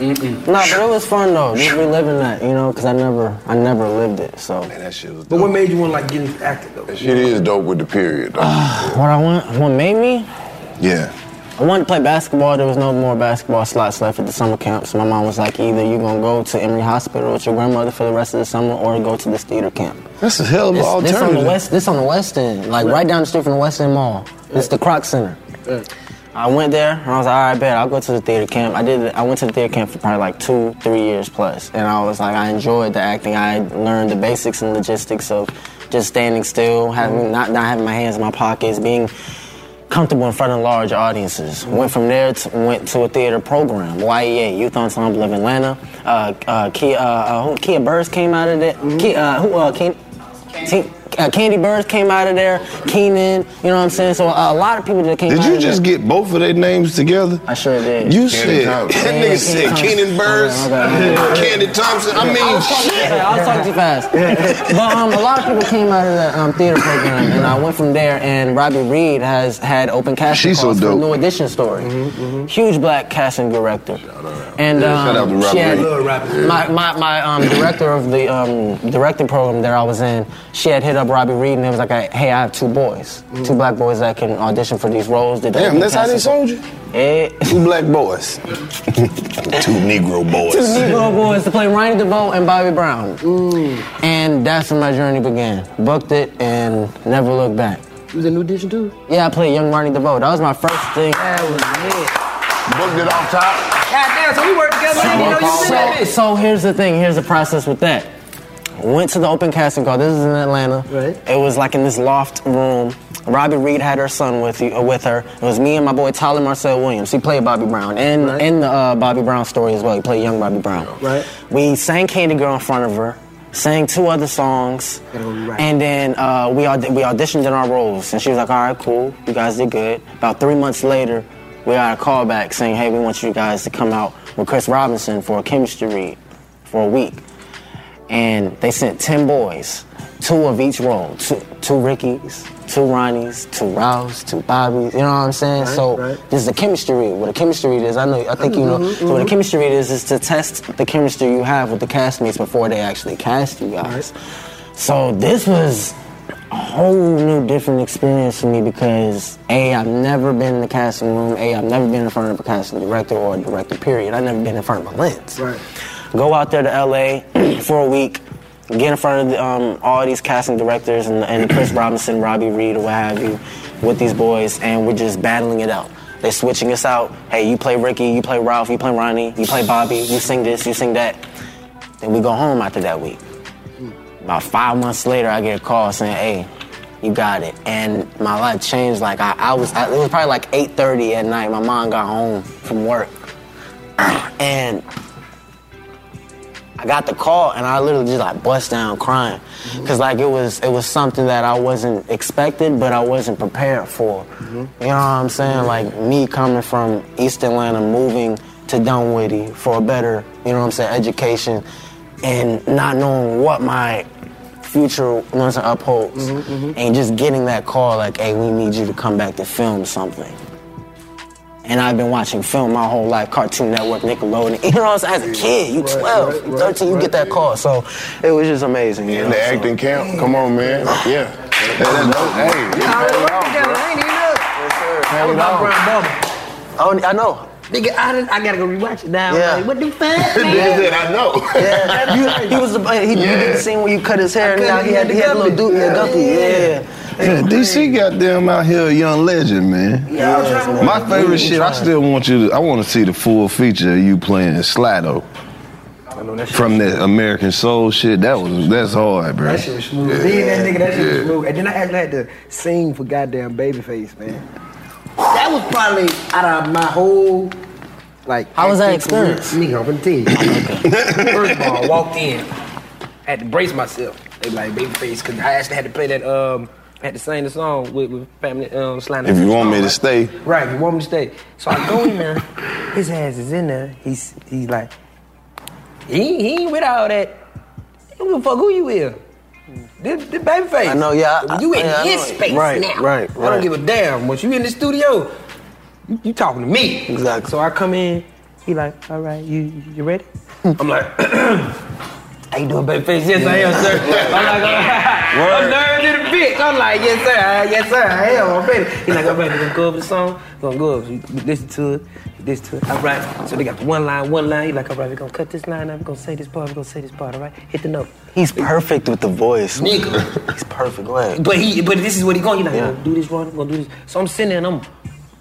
Speaker 4: No, but it was fun though, just reliving that, you know, because I never, I never lived it. So
Speaker 6: that shit was.
Speaker 9: But what made you want like get into acting though?
Speaker 6: Shit is dope with the period.
Speaker 4: What I want, what made me,
Speaker 6: Yeah.
Speaker 4: I wanted to play basketball. There was no more basketball slots left at the summer camp, so my mom was like, either you're gonna go to Emory Hospital with your grandmother for the rest of the summer, or go to this theater camp.
Speaker 6: That's a hell of an
Speaker 4: This, this on the
Speaker 6: alternative.
Speaker 4: west, this on the west end, like right down the street from the West End Mall. It's the Croc Center. I went there and I was like, all right, bet I'll go to the theater camp. I did. I went to the theater camp for probably like two, three years plus, and I was like, I enjoyed the acting. I learned the basics and logistics of just standing still, having not not having my hands in my pockets, being comfortable in front of large audiences. Went from there to went to a theater program, YEA Youth Ensemble of Atlanta. Uh, uh, Kia, uh, uh, who, Kia Burrs came out of there. Kia, uh, who? Uh, Ken, Te- uh, Candy Burrs came out of there. Keenan, you know what I'm saying? So uh, a lot of people that came.
Speaker 6: Did
Speaker 4: out
Speaker 6: you
Speaker 4: of
Speaker 6: just
Speaker 4: there.
Speaker 6: get both of their names together? I
Speaker 4: sure did.
Speaker 6: You
Speaker 4: Kenan
Speaker 6: said that
Speaker 4: Thompson.
Speaker 6: nigga
Speaker 4: Yeah,
Speaker 6: said
Speaker 4: Kenan
Speaker 6: Kenan
Speaker 4: Thompson. Oh,
Speaker 6: Burrs,
Speaker 4: Okay, okay.
Speaker 6: Candy Thompson. I
Speaker 4: I
Speaker 6: mean,
Speaker 4: was talking too
Speaker 6: shit.
Speaker 4: fast. I was talking too fast. But um, a lot of people came out of the um, theater program, and I went from there. And Robbie Reed has had open casting
Speaker 6: She's so
Speaker 4: calls for
Speaker 6: dope.
Speaker 4: New Edition story. Huge black casting director. And
Speaker 6: Yeah,
Speaker 4: um,
Speaker 6: shout out to Robbie
Speaker 4: she had-
Speaker 6: Reed. Love Robbie.
Speaker 4: my my, my um, director of the um, directing program that I was in, she had hit up Robbie Reed, and it was like, "Hey, I have two boys, two black boys that can audition for these roles." Did the
Speaker 6: Mm-hmm. Damn, that's
Speaker 4: open
Speaker 6: how they
Speaker 4: casting-
Speaker 6: sold you. Two black boys, two Negro boys.
Speaker 4: Two Negro boys to play Ronnie DeVoe and Bobby Brown. And that's when my journey began. Booked it and never looked back.
Speaker 9: You was in New Edition too?
Speaker 4: Yeah, I played Young Ronnie DeVoe. That was my first thing. That was
Speaker 6: Booked it off top.
Speaker 9: God damn, so we worked together. I didn't even know you was in that
Speaker 4: So,
Speaker 9: bitch.
Speaker 4: so here's the thing. Here's the process with that. Went to the open casting call. This is in Atlanta. Right. It was like in this loft room. Robbie Reed had her son with you, uh, with her. It was me and my boy Tyler Marcel Williams. He played Bobby Brown and in the uh, Bobby Brown story as well. He played young Bobby Brown.
Speaker 9: Right.
Speaker 4: We sang Candy Girl in front of her. Sang two other songs, and then uh, we aud- we auditioned in our roles. And she was like, "All right, cool, you guys did good." About three months later, we got a call back saying, "Hey, we want you guys to come out with Chris Robinson for a chemistry read for a week." and they sent 10 boys, two of each role, two, two Rickies, two Ronnies, two Rouse, two Bobbies, you know what I'm saying? so this is a chemistry read. What a chemistry read is, I know, I think you know, so what a chemistry read is, is to test the chemistry you have with the castmates before they actually cast you guys. So this was a whole new different experience for me because A, I've never been in the casting room, A, I've never been in front of a casting director or a director, period. I've never been in front of a lens
Speaker 9: Right.
Speaker 4: go out there to LA for a week, get in front of the, um, all these casting directors and, and Chris Robinson, Robbie Reed, or what have you, with these boys, and we're just battling it out. They're switching us out. Hey, you play Ricky, you play Ralph, you play Ronnie, you play Bobby, you sing this, you sing that. Then we go home after that week. About five months later, I get a call saying, "Hey, you got it." And my life changed. Like I, I was, I, it was probably like 8:30 at night. My mom got home from work, and I got the call and I literally just like bust down crying because like it was it was something that I wasn't expected but I wasn't prepared for. You know what I'm saying? Like me coming from East Atlanta, moving to Dunwoody for a better you know what I'm saying education, and not knowing what my future you know what I'm saying, upholds,
Speaker 2: Mm-hmm.
Speaker 10: Mm-hmm.
Speaker 4: and just getting that call like, hey, we need you to come back to film something. And I've been watching film my whole life, Cartoon Network, Nickelodeon. You know what I'm saying? As a kid, you 12, you 13, you get that call. So it was just amazing. You
Speaker 6: In
Speaker 4: know,
Speaker 6: the
Speaker 4: so-
Speaker 6: acting camp. Come on, man. Yeah. Hey, that's dope. Hey.
Speaker 9: I already worked together. I ain't even know. That was my brown bubble.
Speaker 4: Oh, I know.
Speaker 9: Nigga, I, didn't- I gotta go rewatch it now.
Speaker 4: Yeah.
Speaker 9: Like, what the fuck?
Speaker 6: That's
Speaker 9: man?
Speaker 6: it, I know.
Speaker 4: Yeah, you, he was the he, you
Speaker 6: Yeah.
Speaker 4: did the scene where you cut his hair,
Speaker 9: I
Speaker 4: and
Speaker 9: cut
Speaker 4: now
Speaker 9: it,
Speaker 4: he had,
Speaker 9: he
Speaker 4: he had
Speaker 9: had
Speaker 4: a
Speaker 9: the
Speaker 4: little dude,
Speaker 9: guppy.
Speaker 4: yeah,
Speaker 9: Yeah.
Speaker 4: guppy, yeah.
Speaker 2: Yeah, DC goddamn out here a young legend, man. My favorite shit, I still want you to, I want to see the full feature of you playing Slato. From that American Soul shit, that was that's hard, bro.
Speaker 3: That shit was smooth.
Speaker 2: Yeah.
Speaker 3: Being that nigga, that shit was
Speaker 2: Yeah.
Speaker 3: smooth. And then I actually had to sing for goddamn Babyface, man. That was probably out of my whole like.
Speaker 4: How was that
Speaker 3: acting career. Nigga, I'm gonna tell you. First of all, I walked in, had to brace myself. They like Babyface, cause I actually had to play that. Um, I had to sing the song with, with family. Um, slime.
Speaker 2: If you want me to stay,
Speaker 3: Right, if you want me to stay. So I go in there, his ass is in there. He's he's like, he, he ain't with all that. I don't give a fuck who you is. This, this baby face. I know, yeah. You in
Speaker 4: yeah, I
Speaker 3: his
Speaker 4: know.
Speaker 3: space
Speaker 4: Right,
Speaker 3: now.
Speaker 4: right,
Speaker 3: I
Speaker 4: right.
Speaker 3: don't give a damn. Once you in the studio, you, you talking to me. Exactly. So I come in, he like, all right, you you ready? I'm like, how you doing, baby face? Yes, I am, sir. I'm like, all right. I'm nervous in the bitch. I'm like, yes, sir. I- Yes, sir. I am. I'm ready. He like, all right, we gonna go over the song. we gonna go over. You listen to it. You listen to it. All right. So they got the one line, one line. He like, all right, we gonna cut this line up. we gonna say this part. we gonna say this part. All right. Hit the note.
Speaker 4: He's perfect with the voice.
Speaker 3: Nigga.
Speaker 4: He's perfect. Go ahead.
Speaker 3: But he, but this is what he going. He like,
Speaker 4: Yeah.
Speaker 3: I'm gonna do this wrong, I'm gonna do this. So I'm sitting there and I'm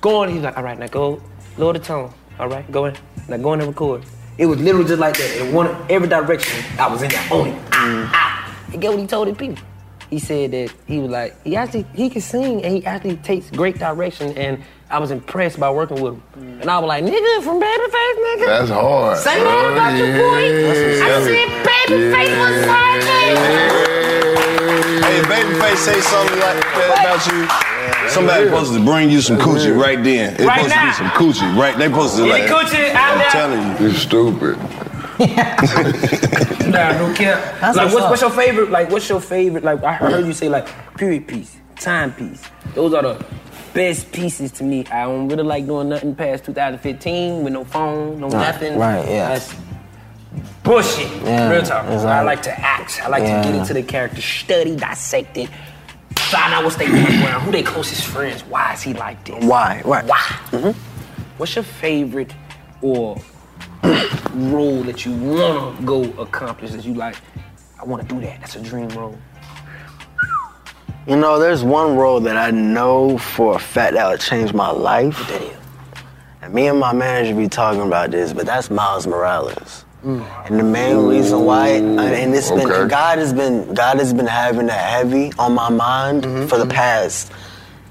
Speaker 3: going. He's like, all right, now go lower the tone. All right, go in. Now go in and record. It was literally just like that. In one every direction, I was in there on it. Ah, ah. And get what he told the people. He said that he was like, he actually he can sing and he actually takes great direction. And I was impressed by working with him. And I was like, nigga, from Babyface, nigga.
Speaker 2: That's hard.
Speaker 3: Say that about your boy. I said, Babyface was hard,
Speaker 2: Hey, Babyface say something like that about you. Somebody supposed to bring you some coochie right then. It's
Speaker 3: Right
Speaker 2: supposed to
Speaker 3: now.
Speaker 2: be some coochie, right? They supposed to
Speaker 3: Any
Speaker 2: like.
Speaker 3: coochie out
Speaker 2: I'm
Speaker 3: there?
Speaker 2: telling you, you stupid.
Speaker 3: Nah, no cap.
Speaker 4: That's
Speaker 3: like,
Speaker 4: what's
Speaker 3: what's,
Speaker 4: up.
Speaker 3: what's your favorite? Like, what's your favorite? Like, I heard you say like period piece, time piece. Those are the best pieces to me. I don't really like doing nothing past 2015 with no phone, no
Speaker 4: Right,
Speaker 3: nothing.
Speaker 4: right, yeah.
Speaker 3: That's bullshit.
Speaker 4: Yeah,
Speaker 3: Real talk.
Speaker 4: it's
Speaker 3: I
Speaker 4: like-
Speaker 3: like to act. I like to get
Speaker 4: Yeah.
Speaker 3: into the character, study, dissect it, find out what's their background, who they closest friends, why is he like this?
Speaker 4: Why? Why?
Speaker 3: Why? Mm-hmm. What's your favorite or role that you wanna go accomplish that you like? I wanna do that. That's a dream role.
Speaker 4: You know, there's one role that I know for a fact that would change my life. And me and my manager be talking about this, but that's Miles Morales. And the main reason why, and it's been
Speaker 11: okay.
Speaker 4: God has been God has been having that heavy on my mind for the past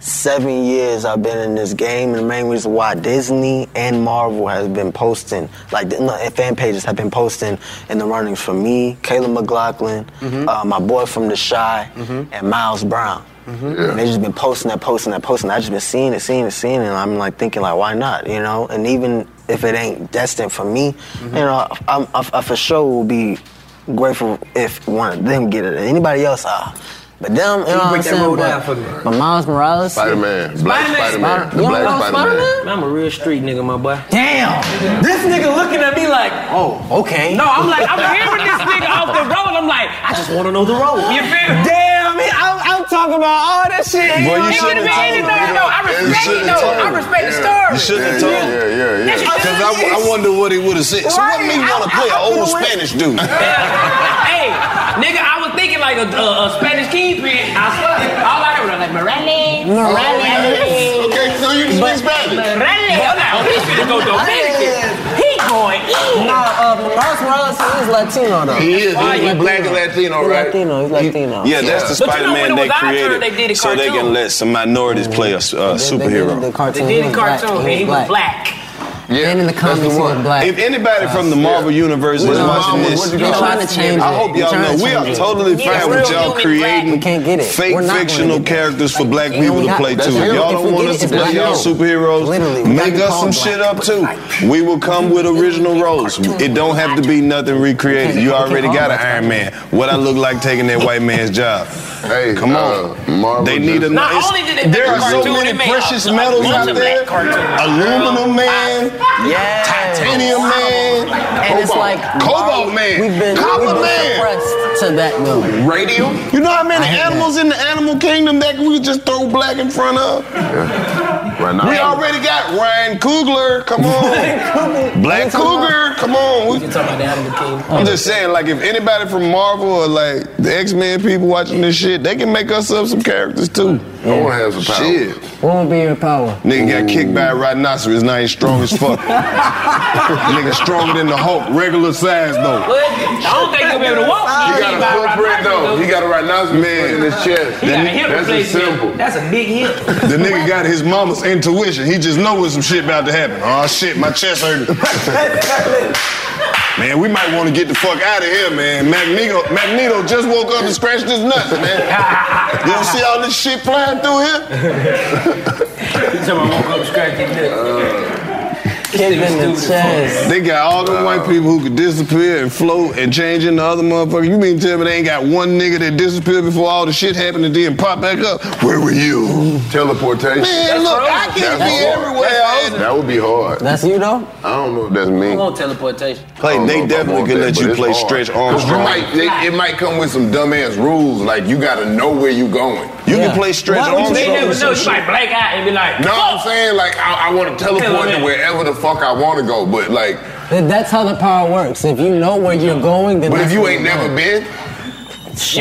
Speaker 4: seven years. I've been in this game, and the main reason why Disney and Marvel has been posting, like the- no, fan pages have been posting in the runnings for me, Caleb McLaughlin, uh, my boy from The Shy, and Miles Brown. And they just been posting that, posting that, posting. that. I just been seeing it, seeing it, seeing it. And I'm like thinking, like, why not? You know. And even if it ain't destined for me, you know, I'm, I, I for sure will be grateful if one of them get it. Anybody else, ah. But them, you know
Speaker 3: Can you
Speaker 4: what I'm
Speaker 3: break that
Speaker 4: saying?
Speaker 3: role
Speaker 4: But-
Speaker 3: down for me?
Speaker 4: But Miles Morales,
Speaker 2: Spider-Man. Black Spider-Man.
Speaker 4: Spider- you don't know Spider-Man?
Speaker 3: I'm a real street nigga, my boy.
Speaker 4: Damn!
Speaker 3: This nigga looking at me like,
Speaker 4: oh, okay.
Speaker 3: No, I'm like, I'm hearing this nigga off the road. I'm like, I just wanna know the role. You feel me?
Speaker 4: Damn, man, I'm, I'm talking about all that shit.
Speaker 3: Boy, you
Speaker 4: know,
Speaker 3: should've
Speaker 4: could've been
Speaker 3: told
Speaker 4: anything.
Speaker 3: him.
Speaker 4: No, I
Speaker 3: You
Speaker 4: respect it,
Speaker 3: should've
Speaker 4: though.
Speaker 3: told
Speaker 4: I
Speaker 3: him.
Speaker 4: respect the
Speaker 3: Yeah.
Speaker 4: story.
Speaker 2: You shouldn't have told me. Yeah, yeah, yeah.
Speaker 4: That's-
Speaker 2: Because I, w- I wonder what he would have said. So what
Speaker 3: Right.
Speaker 2: made me want to
Speaker 3: I-
Speaker 2: play an
Speaker 3: I- I
Speaker 2: old
Speaker 3: could've went-
Speaker 2: Spanish dude?
Speaker 3: hey, nigga, I was thinking like a, a, a Spanish kingpin. I swear. All I remember was like Morales.
Speaker 12: Morales. Okay, so you speak
Speaker 3: But-
Speaker 12: Spanish.
Speaker 3: Morales. I'm like, oh, he's finna go Dominican. He going in.
Speaker 4: Nah, uh, Miles Morales is Latino though.
Speaker 12: He is. He- he black and Latino,
Speaker 4: He's
Speaker 12: right?
Speaker 4: Latino. He's Latino.
Speaker 2: Yeah, that's the
Speaker 4: But you know,
Speaker 2: Spider-Man
Speaker 4: when it
Speaker 2: they
Speaker 4: was our turn,
Speaker 2: created
Speaker 4: they did a
Speaker 2: so they
Speaker 4: cartoon.
Speaker 2: can let some minorities play a s- uh, superhero.
Speaker 4: The cartoon.
Speaker 3: They did
Speaker 4: he
Speaker 3: a
Speaker 4: was
Speaker 3: cartoon, and he was black.
Speaker 2: Yeah,
Speaker 4: And in the comics, he was black.
Speaker 2: If anybody from the Marvel universe is
Speaker 4: Well,
Speaker 2: watching
Speaker 4: Marvel,
Speaker 2: this,
Speaker 4: what you They're trying to change
Speaker 2: I
Speaker 4: it.
Speaker 2: hope
Speaker 4: They're
Speaker 2: y'all
Speaker 4: trying
Speaker 2: know
Speaker 4: to
Speaker 2: we are
Speaker 4: change it.
Speaker 2: totally
Speaker 4: Yeah,
Speaker 2: fine with
Speaker 4: real
Speaker 2: y'all
Speaker 4: human
Speaker 2: creating
Speaker 4: black. We can't get it.
Speaker 2: fake
Speaker 4: We're not gonna
Speaker 2: fictional
Speaker 4: get it.
Speaker 2: characters for black
Speaker 4: And
Speaker 2: people
Speaker 4: we
Speaker 2: to
Speaker 4: got-
Speaker 2: play
Speaker 4: that's
Speaker 2: too. If
Speaker 4: real.
Speaker 2: y'all
Speaker 4: If
Speaker 2: don't
Speaker 4: we
Speaker 2: want
Speaker 4: get
Speaker 2: us
Speaker 4: it,
Speaker 2: to
Speaker 4: it's
Speaker 2: play
Speaker 4: black.
Speaker 2: y'all
Speaker 4: Literally,
Speaker 2: superheroes,
Speaker 4: we
Speaker 2: make
Speaker 4: gotta
Speaker 2: us some
Speaker 4: call them
Speaker 2: shit up too. We will come with original roles. It don't have to be nothing recreated. You already got an Iron Man. What I look like taking that white man's job? Hey, come on. they need a.
Speaker 3: Not
Speaker 2: it's-
Speaker 3: only did they make
Speaker 2: there
Speaker 3: a
Speaker 2: are so
Speaker 3: cartoon, they
Speaker 2: many
Speaker 3: made
Speaker 2: precious
Speaker 3: a- a
Speaker 2: metals
Speaker 3: bunch
Speaker 2: out
Speaker 3: of
Speaker 2: there.
Speaker 3: black cartoons.
Speaker 2: Aluminum Man,
Speaker 4: Yeah.
Speaker 2: Titanium Man,
Speaker 4: And it's like
Speaker 2: Cobalt
Speaker 4: wow,
Speaker 2: Man,
Speaker 4: We've been,
Speaker 2: Copper
Speaker 4: we've
Speaker 2: Man.
Speaker 4: been suppressed to that level.
Speaker 2: Radium. You know how many
Speaker 4: I hate
Speaker 2: animals in the animal kingdom that we could just throw black in front of?
Speaker 7: Right now.
Speaker 2: We already got Ryan Coogler. Come on. Black Cougar. Come on. We- I'm just saying, like, if anybody from Marvel or like the X Men people watching this shit, they can make us up some characters too.
Speaker 7: I wanna have some power.
Speaker 2: Shit.
Speaker 4: What would be your power?
Speaker 2: Nigga got kicked by a rhinoceros. Now he's strong as fuck. Nigga stronger than the Hulk. Regular size though.
Speaker 3: I don't think you'll be able to walk.
Speaker 7: He got a footprint though. He got a rhinoceros foot in his chest.
Speaker 3: He got a hip
Speaker 7: That's just
Speaker 3: replacement.
Speaker 7: simple.
Speaker 3: That's a big hip.
Speaker 2: The nigga got his mama's intuition. He just know when some shit about to happen. Oh shit, my chest hurting. man, we might want to get the fuck out of here, man. Magneto, Magneto just woke up and scratched his nuts, man. you don't see all this shit flying through here?
Speaker 3: Someone woke up scratching his
Speaker 4: Kick in the chest.
Speaker 2: They got all the white people who could disappear and float and change into other motherfuckers. You mean tell me they ain't got one nigga that disappeared before all the shit happened and then pop back up? Where were you?
Speaker 7: Teleportation.
Speaker 2: Man,
Speaker 7: That's
Speaker 2: look,
Speaker 7: frozen.
Speaker 2: I can't
Speaker 7: That's
Speaker 2: be
Speaker 7: hard.
Speaker 2: everywhere,
Speaker 7: That's
Speaker 2: man.
Speaker 7: That would be hard.
Speaker 4: That's you though.
Speaker 7: I don't know if that's me.
Speaker 3: I want teleportation.
Speaker 2: Play,
Speaker 7: I don't
Speaker 2: they
Speaker 7: know if I
Speaker 2: definitely
Speaker 7: want
Speaker 2: could
Speaker 7: that,
Speaker 2: let
Speaker 7: but
Speaker 2: you
Speaker 7: it's
Speaker 2: play
Speaker 7: hard.
Speaker 2: Stretch
Speaker 7: 'Cause you
Speaker 2: Armstrong.
Speaker 7: might- they- it might come with some dumbass rules, like you gotta know where you going.
Speaker 2: You can Yeah. play Stretch
Speaker 7: Why would you-
Speaker 3: They
Speaker 7: Armstrong or
Speaker 3: never know.
Speaker 7: some
Speaker 3: You might
Speaker 7: shit.
Speaker 3: blank out and be like,
Speaker 7: No, I'm saying like I, I want to teleport to wherever the fuck I want to go, but like,
Speaker 4: That- That's how the power works. If you know where you're going, then.
Speaker 7: but if
Speaker 4: that's
Speaker 7: you
Speaker 4: where
Speaker 7: ain't
Speaker 4: you're
Speaker 7: never
Speaker 4: going.
Speaker 7: been,
Speaker 4: You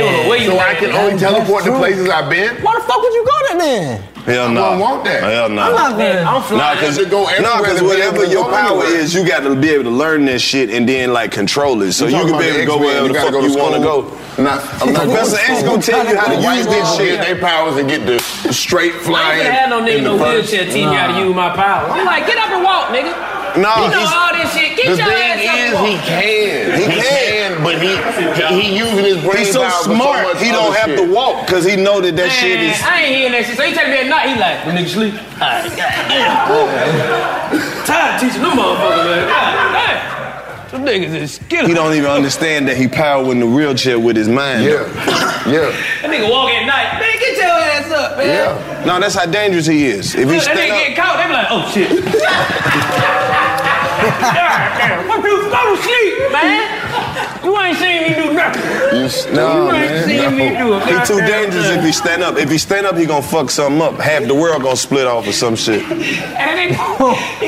Speaker 4: don't know where you
Speaker 7: so I
Speaker 4: at.
Speaker 7: can only
Speaker 4: That's
Speaker 7: teleport to
Speaker 4: true.
Speaker 7: places I've been.
Speaker 4: Why the fuck would you go there then?
Speaker 2: Hell no.
Speaker 7: don't want that.
Speaker 2: Hell no.
Speaker 4: I'm not there. I'm
Speaker 2: Nah,
Speaker 4: flying.
Speaker 2: cause,
Speaker 7: to go
Speaker 2: nah,
Speaker 7: everywhere
Speaker 2: 'cause
Speaker 7: to be able
Speaker 2: whatever
Speaker 7: to
Speaker 2: your
Speaker 7: go
Speaker 2: power
Speaker 7: anywhere.
Speaker 2: is, you got to be able to learn that shit and then like control it. So you,
Speaker 7: talking
Speaker 2: can be
Speaker 7: about
Speaker 2: able to go
Speaker 7: X-Men,
Speaker 2: wherever
Speaker 7: you
Speaker 2: the
Speaker 7: gotta
Speaker 2: fuck
Speaker 7: go to
Speaker 2: you want to
Speaker 7: school.
Speaker 2: go.
Speaker 7: I'm not, I'm not
Speaker 2: Professor
Speaker 7: going to
Speaker 2: X gonna
Speaker 7: school.
Speaker 2: tell you how to
Speaker 7: White
Speaker 2: use
Speaker 7: people
Speaker 2: this
Speaker 7: get
Speaker 2: shit.
Speaker 7: their powers and get the straight
Speaker 3: I
Speaker 7: flying.
Speaker 3: ain't had no nigga
Speaker 7: in
Speaker 3: in no
Speaker 7: the first-
Speaker 3: wheelchair teaching me how to use my power. I'm like, get up and walk, nigga.
Speaker 7: Nah,
Speaker 3: you know
Speaker 7: he's-
Speaker 3: all this shit.
Speaker 7: the
Speaker 3: Get your
Speaker 7: thing
Speaker 3: ass up and
Speaker 7: is,
Speaker 3: walk.
Speaker 7: he can. He, can. but he he using his brain
Speaker 2: He's so
Speaker 7: power for
Speaker 2: smart,
Speaker 7: So much
Speaker 2: he don't
Speaker 7: other
Speaker 2: have
Speaker 7: shit.
Speaker 2: to walk because he know that that shit
Speaker 3: Man,
Speaker 2: is.
Speaker 3: I ain't hearing that shit. So he telling me at night, he like, the nigga sleep. All right,
Speaker 7: Oh.
Speaker 3: goddamn. Tired of teaching them motherfuckers, man. God damn. Them niggas is
Speaker 2: He don't even understand that he power in the wheelchair with his mind. Yeah, yeah.
Speaker 3: That nigga walk at night. Man, get your ass up, man.
Speaker 2: No, that's how dangerous he is. If he
Speaker 3: Look, that
Speaker 2: stand
Speaker 3: nigga
Speaker 2: up,
Speaker 3: get caught, they be like, oh shit. Goddamn, what you go to sleep, man? You ain't seen me do nothing.
Speaker 2: you
Speaker 3: You ain't seen me do a
Speaker 2: He too
Speaker 3: goddamn
Speaker 2: dangerous
Speaker 3: thing.
Speaker 2: if he stand up. If he stand up, he gonna fuck something up. Half the world gonna split off or some shit.
Speaker 3: And then he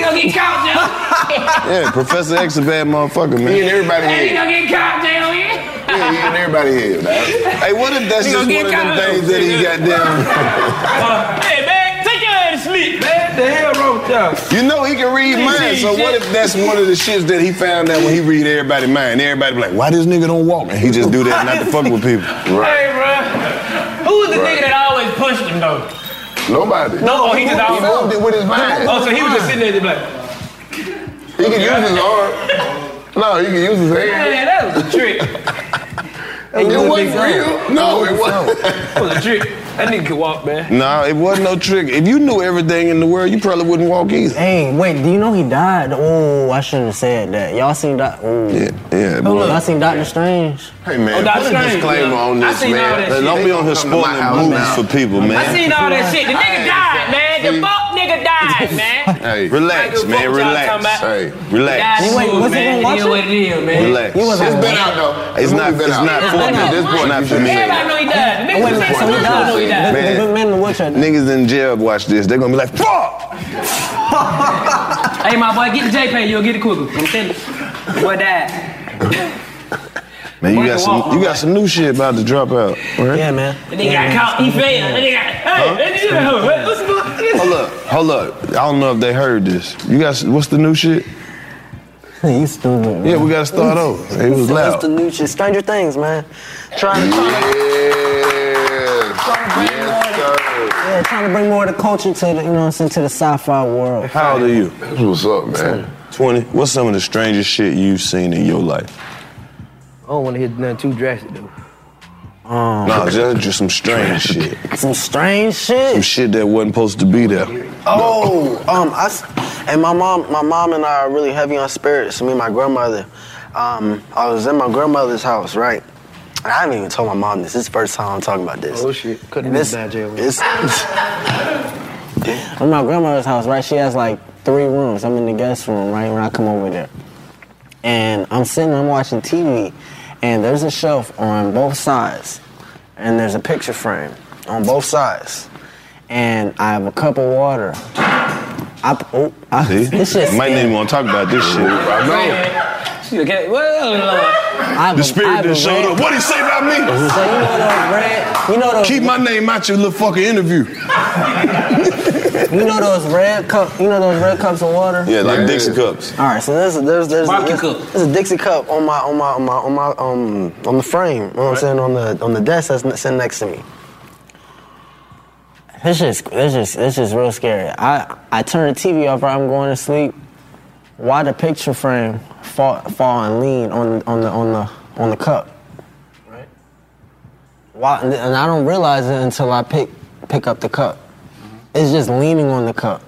Speaker 3: gonna get caught, Joe.
Speaker 2: Yeah, Professor X a bad motherfucker, man.
Speaker 7: He and everybody
Speaker 3: And he
Speaker 7: here.
Speaker 3: gonna get caught, Joe.
Speaker 7: Yeah, he and everybody here. Dog.
Speaker 2: Hey, what if that's
Speaker 7: He
Speaker 2: just
Speaker 7: gonna
Speaker 2: one of
Speaker 7: get
Speaker 2: them
Speaker 7: caught.
Speaker 2: things that he got down?
Speaker 3: Uh, hey, man, take your ass to sleep, man. The hell wrong with y'all?
Speaker 2: You know he can read mine, so what if that's one of the shits that he found out when he read everybody mind? Everybody be like, why this nigga don't walk? And he just do that not to fuck with people.
Speaker 3: Hey, bro. Who was the
Speaker 2: Right.
Speaker 3: nigga that always punched him, though?
Speaker 7: Nobody.
Speaker 3: No, he just always.
Speaker 7: moved it with his mind.
Speaker 3: Oh, so he was just sitting there, just like,
Speaker 7: He can use his arm. No, he can use his hand.
Speaker 3: man, that was a trick.
Speaker 7: It wasn't real. No, it wasn't.
Speaker 3: That was a trick. That nigga could walk, man.
Speaker 2: Nah, it wasn't no trick. If you knew everything in the world, you probably wouldn't walk either.
Speaker 4: Hey, wait, do you know he died? Oh, I shouldn't have said that. Y'all seen that? Oh. Yeah,
Speaker 2: yeah,
Speaker 4: Oh,
Speaker 2: boy.
Speaker 4: look, I seen Doctor Strange.
Speaker 7: Hey man,
Speaker 4: Oh,
Speaker 7: put
Speaker 4: Dr.
Speaker 7: a
Speaker 4: Strange,
Speaker 7: disclaimer
Speaker 4: yeah.
Speaker 7: on
Speaker 4: I
Speaker 7: this,
Speaker 4: seen all
Speaker 7: man.
Speaker 4: that shit.
Speaker 2: Don't be on here
Speaker 7: Come to my
Speaker 2: spoiling
Speaker 7: house
Speaker 2: movies
Speaker 7: now.
Speaker 2: for people, man.
Speaker 3: I seen all that shit. The nigga died, man. The fuck nigga died, man.
Speaker 2: Hey, relax,
Speaker 3: Michael,
Speaker 2: man.
Speaker 3: what y'all
Speaker 2: Relax.
Speaker 3: talking about?
Speaker 2: Hey, relax.
Speaker 3: He died soon, man. It is what it is, man.
Speaker 2: Relax.
Speaker 3: He was
Speaker 2: It's
Speaker 3: on
Speaker 2: been
Speaker 3: one.
Speaker 2: out, though. It's not. It's
Speaker 7: been out.
Speaker 2: not
Speaker 7: It's
Speaker 2: for
Speaker 7: been
Speaker 2: me.
Speaker 7: out.
Speaker 2: This point, not for me.
Speaker 3: Everybody know he died. The nigga
Speaker 4: Wait,
Speaker 3: was
Speaker 4: wait, so
Speaker 3: so
Speaker 4: he died.
Speaker 3: know he
Speaker 4: The-
Speaker 3: died.
Speaker 4: the good man in the wheelchair.
Speaker 2: Niggas in jail watch this. They're gonna be like, fuck.
Speaker 3: hey, my boy, get the J-Pay. You'll get it quicker. I'm telling you. Boy died.
Speaker 2: Man, you
Speaker 3: Boy,
Speaker 2: got
Speaker 3: they
Speaker 2: some.
Speaker 3: walk,
Speaker 2: You got some new shit about to drop out. Right?
Speaker 4: Yeah, man.
Speaker 3: The nigga got caught. He failed. The nigga got, hey, that nigga got- what's the fuck?
Speaker 2: Hold up, hold up. I don't know if they heard this. You got what's the new shit?
Speaker 4: you stupid. Man.
Speaker 2: Yeah, we gotta start over. It was
Speaker 4: That's
Speaker 2: loud.
Speaker 4: the new shit. Stranger Things, man. Trying to, yeah, trying to bring more of the culture to the, you know what I'm saying, to the sci-fi world.
Speaker 2: How old are you?
Speaker 7: What's up, man?
Speaker 2: Twenty. What's some of the strangest shit you've seen in your life?
Speaker 3: I don't want to hit nothing too drastic, though.
Speaker 4: Um,
Speaker 2: No, nah, just, just some strange shit.
Speaker 4: Some strange shit.
Speaker 2: Some shit that wasn't supposed to be there.
Speaker 4: Oh, um, I s- and my mom, my mom and I are really heavy on spirits. Me and my grandmother. Um, I was in my grandmother's house, right? And I haven't even told my mom this. This is the first time I'm talking about this.
Speaker 3: Oh, shit. Couldn't
Speaker 4: And
Speaker 3: be
Speaker 4: this-
Speaker 3: bad, Jay.
Speaker 4: it's- In my grandmother's house, right? She has like three rooms. I'm in the guest room, right? When I come over there, and I'm sitting, I'm watching TV, and there's a shelf on both sides, and there's a picture frame on both sides. and I have a cup of water. I, oh, I,
Speaker 2: See?
Speaker 4: this shit
Speaker 2: Might not even want to talk about this shit.
Speaker 3: She look at it, well,
Speaker 4: Lord.
Speaker 2: The spirit that showed up. What he say about me?
Speaker 4: So you know those red, you know those Mm-hmm.
Speaker 2: Keep my name out your little fucking interview.
Speaker 4: you know those red cup, you know those red cups of water.
Speaker 2: Yeah, like Dixie cups.
Speaker 4: All right, so there's there's there's,
Speaker 3: Barbecue
Speaker 4: there's, there's a Dixie cup on my on my on my on my um on the frame. You know what I'm saying on the on the desk that's ne- sitting next to me. This is this is this is real scary. I I turn the TV off. Right, I'm going to sleep. Why the picture frame fall fall and lean on on the on the on the cup? Right. Why? And I don't realize it until I pick pick up the cup. It's just leaning on the cup.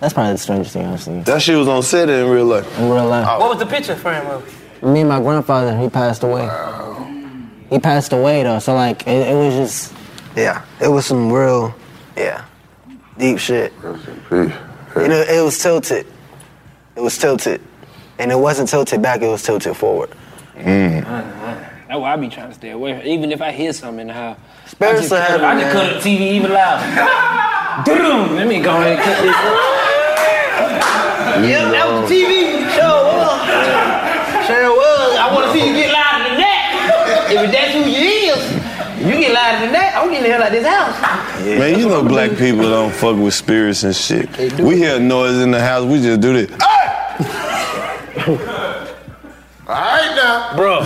Speaker 4: That's probably the strangest thing I've seen.
Speaker 2: That shit was on set in real life.
Speaker 4: In real life.
Speaker 3: What was the picture frame of?
Speaker 4: Me and my grandfather, he passed away. He passed away though, so like it, it was just. Yeah, it was some real, yeah, deep shit. You know, it was tilted. It was tilted, and it wasn't tilted back. It was tilted forward. Mm.
Speaker 3: That's why I be trying to stay away. from Even if I hear something in the house, I
Speaker 4: Spirits
Speaker 3: just,
Speaker 4: of
Speaker 3: cut-
Speaker 4: heaven,
Speaker 3: I just
Speaker 4: man.
Speaker 3: cut the TV even louder. Boom! Let me go ahead and cut this. yep, that was the TV show. Sure was. I want to see you get louder than that. If that's who you is, you get louder than that. I'm getting the hell out of this house.
Speaker 2: Man, you know black people don't fuck with spirits and shit. We hear noise in the house, we just do this.
Speaker 13: All right now.
Speaker 3: Bro.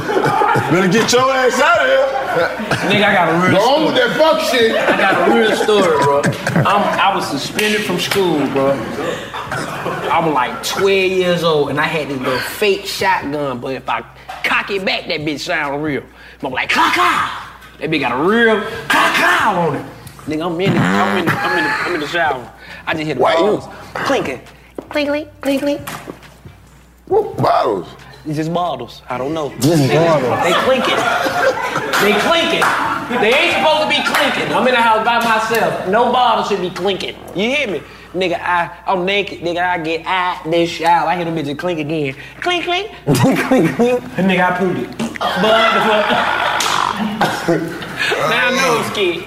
Speaker 2: Better get your ass out of here.
Speaker 3: Nigga, I got a real
Speaker 13: Go
Speaker 3: story.
Speaker 13: on with that fuck shit.
Speaker 3: I got a real story, bro. I'm, I was suspended from school, bro. I was like 12 years old, and I had this little fake shotgun, but if I cock it back, that bitch sound real. I'm like, caca! That bitch got a real caca on it. Nigga, I'm in it. I'm in the, I'm in the, I'm in the shower. I just hit the balls. Clinking. Clinkly, clinkly.
Speaker 13: Whoop, bottles.
Speaker 3: It's just bottles. I don't know.
Speaker 13: Just
Speaker 3: They-
Speaker 13: bottles.
Speaker 3: They clinking. They clinking. They ain't supposed to be clinking. I'm in the house by myself. No bottle should be clinking. You hear me? Nigga, I, I'm naked. Nigga, I get out this shower. I hear them bitches clink again. Clink, clink. clink, clink. Nigga, I pooped it. But the fuck. now I know it's kid.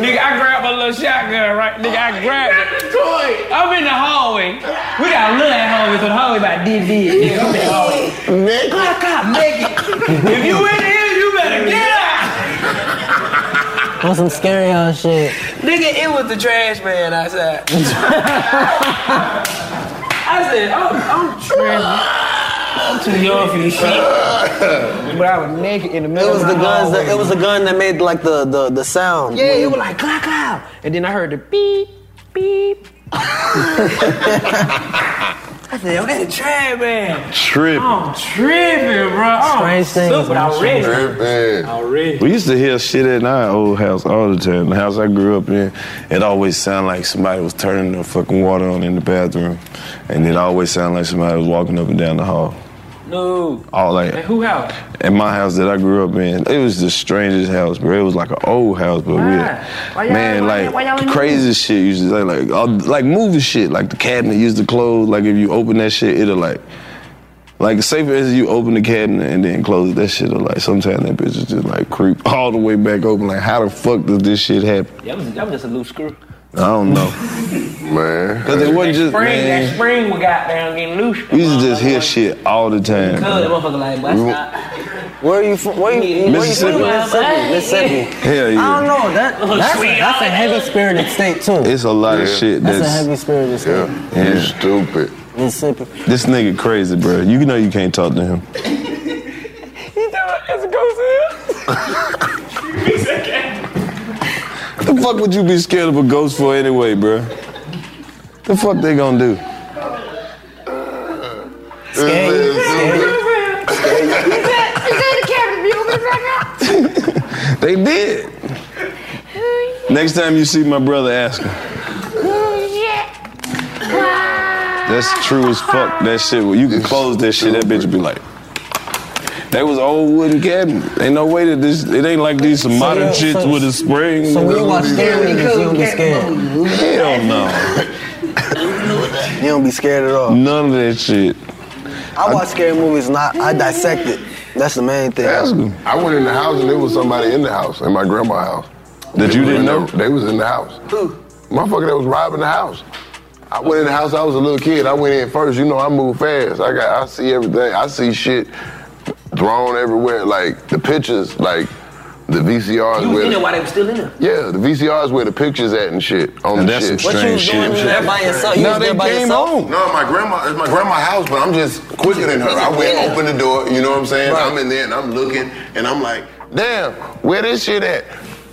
Speaker 3: Nigga, I grabbed my little shotgun, right? Nigga, I grabbed it. Toy. I'm in the hallway. We got a little ass hallway, so the hallway about this big. Nigga, I'm in the hallway. I got Megan. If you in here, you better get out.
Speaker 4: On some scary ass shit.
Speaker 3: Nigga, it was the trash man outside. I said, I'm, I'm trash. I'm too young for this shit. But I was naked in the middle
Speaker 4: It was
Speaker 3: of
Speaker 4: the
Speaker 3: my
Speaker 4: guns. That,
Speaker 3: hallway.
Speaker 4: it was the gun that made like the the, the sound.
Speaker 3: Yeah, it was like, clack, clack. And then I heard the beep, beep. I said, yo, that's a trash man.
Speaker 2: Tripping.
Speaker 3: I'm tripping, bro. I'm
Speaker 4: Strange things,
Speaker 3: super
Speaker 4: man.
Speaker 3: already.
Speaker 2: Tripping.
Speaker 3: Already.
Speaker 2: We used to hear shit at our old house all the time. The house I grew up in, it always sounded like somebody was turning the fucking water on in the bathroom. And it always sounded like somebody was walking up and down the hall.
Speaker 3: No.
Speaker 2: All Oh, like
Speaker 3: And who else?
Speaker 2: in my house that I grew up in, it was the strangest house, bro. It was like an old house, but we had,
Speaker 3: Ah, Why y'all-
Speaker 2: man,
Speaker 3: why-
Speaker 2: like
Speaker 3: why y'all in
Speaker 2: crazy shit used to say, like all, like movie shit, like the cabinet used to close. Like if you open that shit, it'll like like safe as you open the cabinet and then close it, that shit'll like sometimes that bitch is just like creep all the way back open. Like how the fuck does this shit happen?
Speaker 3: Yeah, that was, that was just a loose screw.
Speaker 2: I don't know,
Speaker 14: man.
Speaker 2: Cause it wasn't just
Speaker 3: spring, that
Speaker 2: man.
Speaker 3: spring we got down getting loose.
Speaker 2: We used to just hear shit all the time.
Speaker 3: Cuz
Speaker 2: bro.
Speaker 3: that motherfucker like, but
Speaker 2: We-
Speaker 4: Where are you from? Where you, where you
Speaker 2: Mississippi.
Speaker 4: from? Mississippi. Mississippi.
Speaker 2: Hell yeah.
Speaker 4: I don't know. That,
Speaker 3: Little
Speaker 4: that's,
Speaker 3: sweet.
Speaker 4: that's a heavy spirited state too.
Speaker 2: It's a lot of
Speaker 14: Yeah.
Speaker 2: shit
Speaker 4: That's,
Speaker 2: that's,
Speaker 4: a heavy spirited
Speaker 14: Yeah.
Speaker 4: state.
Speaker 2: Yeah.
Speaker 14: You stupid.
Speaker 4: Mississippi.
Speaker 2: This nigga crazy, bro. You know you can't talk to him.
Speaker 3: it's a ghost
Speaker 2: The fuck would you be scared of a ghost for anyway, bro? The fuck they gonna do?
Speaker 4: Scary.
Speaker 2: They did. Next time you see my brother, ask him. That's true as fuck. That shit. You can close that shit. That bitch would be like. That was old wooden cabinet. Ain't no way that this. It ain't like these some modern
Speaker 4: yeah,
Speaker 2: shits
Speaker 4: so-
Speaker 2: with a spring.
Speaker 4: So when you watch scary niggas, you don't get scared.
Speaker 2: Hell no.
Speaker 4: You don't be scared at all.
Speaker 2: None of that shit.
Speaker 4: I watch scary movies and I, I dissect it. That's the main thing.
Speaker 14: Ask him. I went in the house and there was somebody in the house, in my grandma's house.
Speaker 2: That
Speaker 14: They
Speaker 2: you
Speaker 14: was
Speaker 2: didn't
Speaker 14: in
Speaker 2: know?
Speaker 14: the- they was in the house.
Speaker 2: motherfucker that was robbing the house. I went in the house. I was a little kid. I went in first. You know, I move fast. I got. I see everything. I see shit thrown everywhere. Like the pictures. Like the VCRs.
Speaker 3: You was
Speaker 2: where
Speaker 3: in
Speaker 2: the-
Speaker 3: there while they were still in there.
Speaker 2: yeah, the VCRs where the pictures at and shit on
Speaker 4: Now,
Speaker 2: the
Speaker 4: that's
Speaker 2: shit.
Speaker 4: some What strange you was doing shit. there by yourself? You
Speaker 2: no,
Speaker 4: was
Speaker 2: they
Speaker 4: there by
Speaker 2: came
Speaker 4: yourself?
Speaker 2: home. No, my grandma. It's my grandma's house, but I'm just quicker than her. I went,
Speaker 4: Yeah.
Speaker 2: opened the door. You know what I'm saying? I'm in there and I'm looking and I'm like, damn, where this shit at?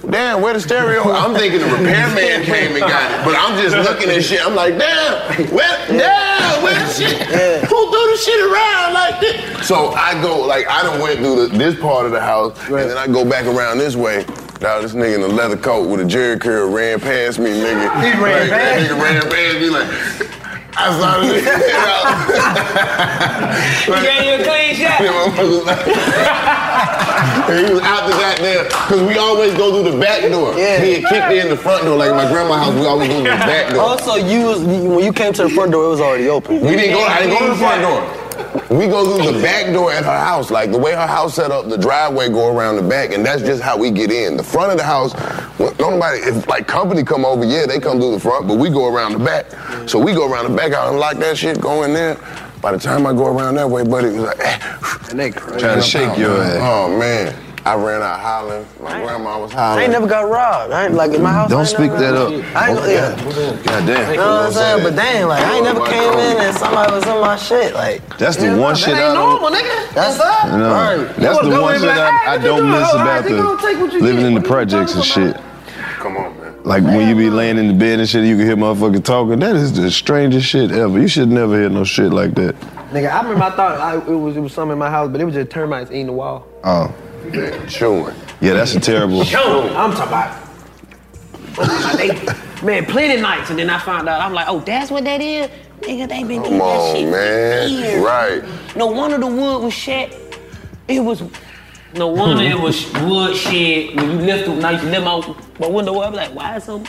Speaker 2: Damn, where the stereo? I'm thinking the repairman came and got it, but I'm just looking at shit. I'm like, damn, where, damn, where the shit? Who threw the shit around like this? So I go, like, I done went through the, this part of the house, and then I go back around this way. Now this nigga in a leather coat with a jerry curl ran past me, nigga.
Speaker 15: He ran
Speaker 2: Like, that
Speaker 15: past
Speaker 2: Nigga ran past me like. I saw this. He
Speaker 3: gave you a clean shot.
Speaker 2: he was out the goddamn, because we always go through the back door. Yeah. He had kicked in the front door, like my grandma's house, we always go through the back door.
Speaker 16: Also, you was, when you came to the front door, it was already open.
Speaker 2: We didn't go. I didn't go to the front door. We go through the back door at her house. Like the way her house set up, the driveway go around the back, and that's just how we get in. The front of the house, well, don't nobody. If like company come over, yeah, they come through the front, but we go around the back. So we go around the back. I unlock that shit, go in there. By the time I go around that way, buddy was like, eh,
Speaker 4: Trying to shake your ass.
Speaker 2: Oh man, I ran out hollering. My grandma was
Speaker 3: I
Speaker 2: hollering.
Speaker 3: ain't never got robbed. I ain't like in my house.
Speaker 4: Don't
Speaker 3: I ain't
Speaker 4: speak
Speaker 3: never
Speaker 4: that
Speaker 3: got
Speaker 4: up. Oh,
Speaker 3: robbed. I ain't, yeah.
Speaker 4: God
Speaker 3: You know what I'm saying? But dang, like I ain't never came in and somebody was in my shit. Like
Speaker 4: That's the
Speaker 3: yeah,
Speaker 4: one
Speaker 3: that
Speaker 4: shit
Speaker 3: ain't
Speaker 4: I don't-
Speaker 3: normal, nigga. That's up.
Speaker 4: No, that's the one shit I, I don't miss about the living in the projects and shit.
Speaker 2: Come on, man.
Speaker 4: Like when you be laying in the bed and shit, you can hear motherfucker talking. That is the strangest shit ever. You should never hear no shit like that.
Speaker 3: Nigga, I remember I thought I, it was it was something in my house, but it was just termites eating the wall.
Speaker 4: Oh,
Speaker 2: chewing.
Speaker 4: Yeah, that's a terrible.
Speaker 3: Yo, I'm talking about. They- man, plenty nights, and then I found out. I'm like, oh, that's what that is. Nigga, they been
Speaker 2: Come
Speaker 3: eating that shit
Speaker 2: on,
Speaker 3: for
Speaker 2: man.
Speaker 3: years.
Speaker 2: Right.
Speaker 3: No wonder the wood was shed. It was. No wonder it was wood shed when you lift them. Now you lift my, my window up. Like, why is some?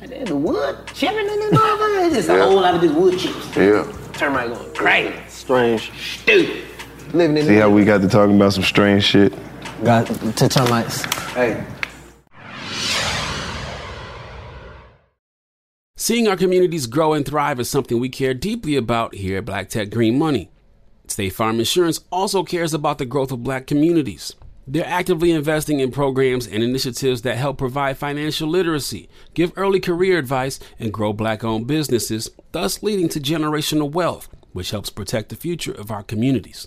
Speaker 3: Like, there's the wood chipping in the motherfucker. It's just
Speaker 2: Yeah.
Speaker 3: a whole lot of this wood chips.
Speaker 2: Yeah.
Speaker 3: Termite going crazy.
Speaker 16: Strange.
Speaker 3: Stupid. Living in
Speaker 4: See how we got to talking about some strange shit.
Speaker 17: Got to termites.
Speaker 3: Hey.
Speaker 18: Seeing our communities grow and thrive is something we care deeply about here at Black Tech Green Money. State Farm Insurance also cares about the growth of black communities. They're actively investing in programs and initiatives that help provide financial literacy, give early career advice, and grow black owned businesses, thus leading to generational wealth, which helps protect the future of our communities.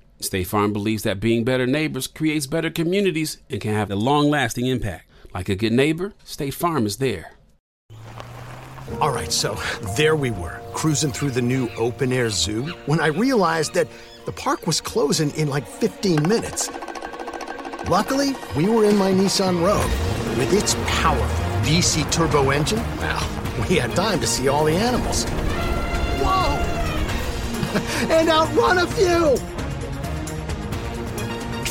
Speaker 18: State Farm believes that being better neighbors creates better communities and can have a long lasting impact. Like a good neighbor, State Farm is there.
Speaker 19: All right, so there we were, cruising through the new open air zoo, when I realized that the park was closing in like 15 minutes. Luckily, we were in my Nissan Rogue. With its powerful VC turbo engine, well, we had time to see all the animals. Whoa! and outrun a few!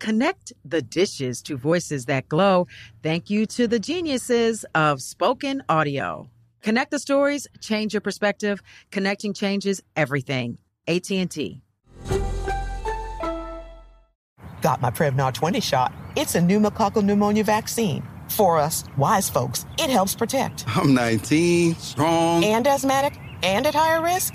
Speaker 20: Connect the dishes to voices that glow. Thank you to the geniuses of spoken audio. Connect the stories, change your perspective. Connecting changes everything. AT&T.
Speaker 10: Got my Prevnar 20 shot. It's a pneumococcal pneumonia vaccine. For us, wise folks, it helps protect.
Speaker 21: I'm 19, strong.
Speaker 10: And asthmatic and at higher risk?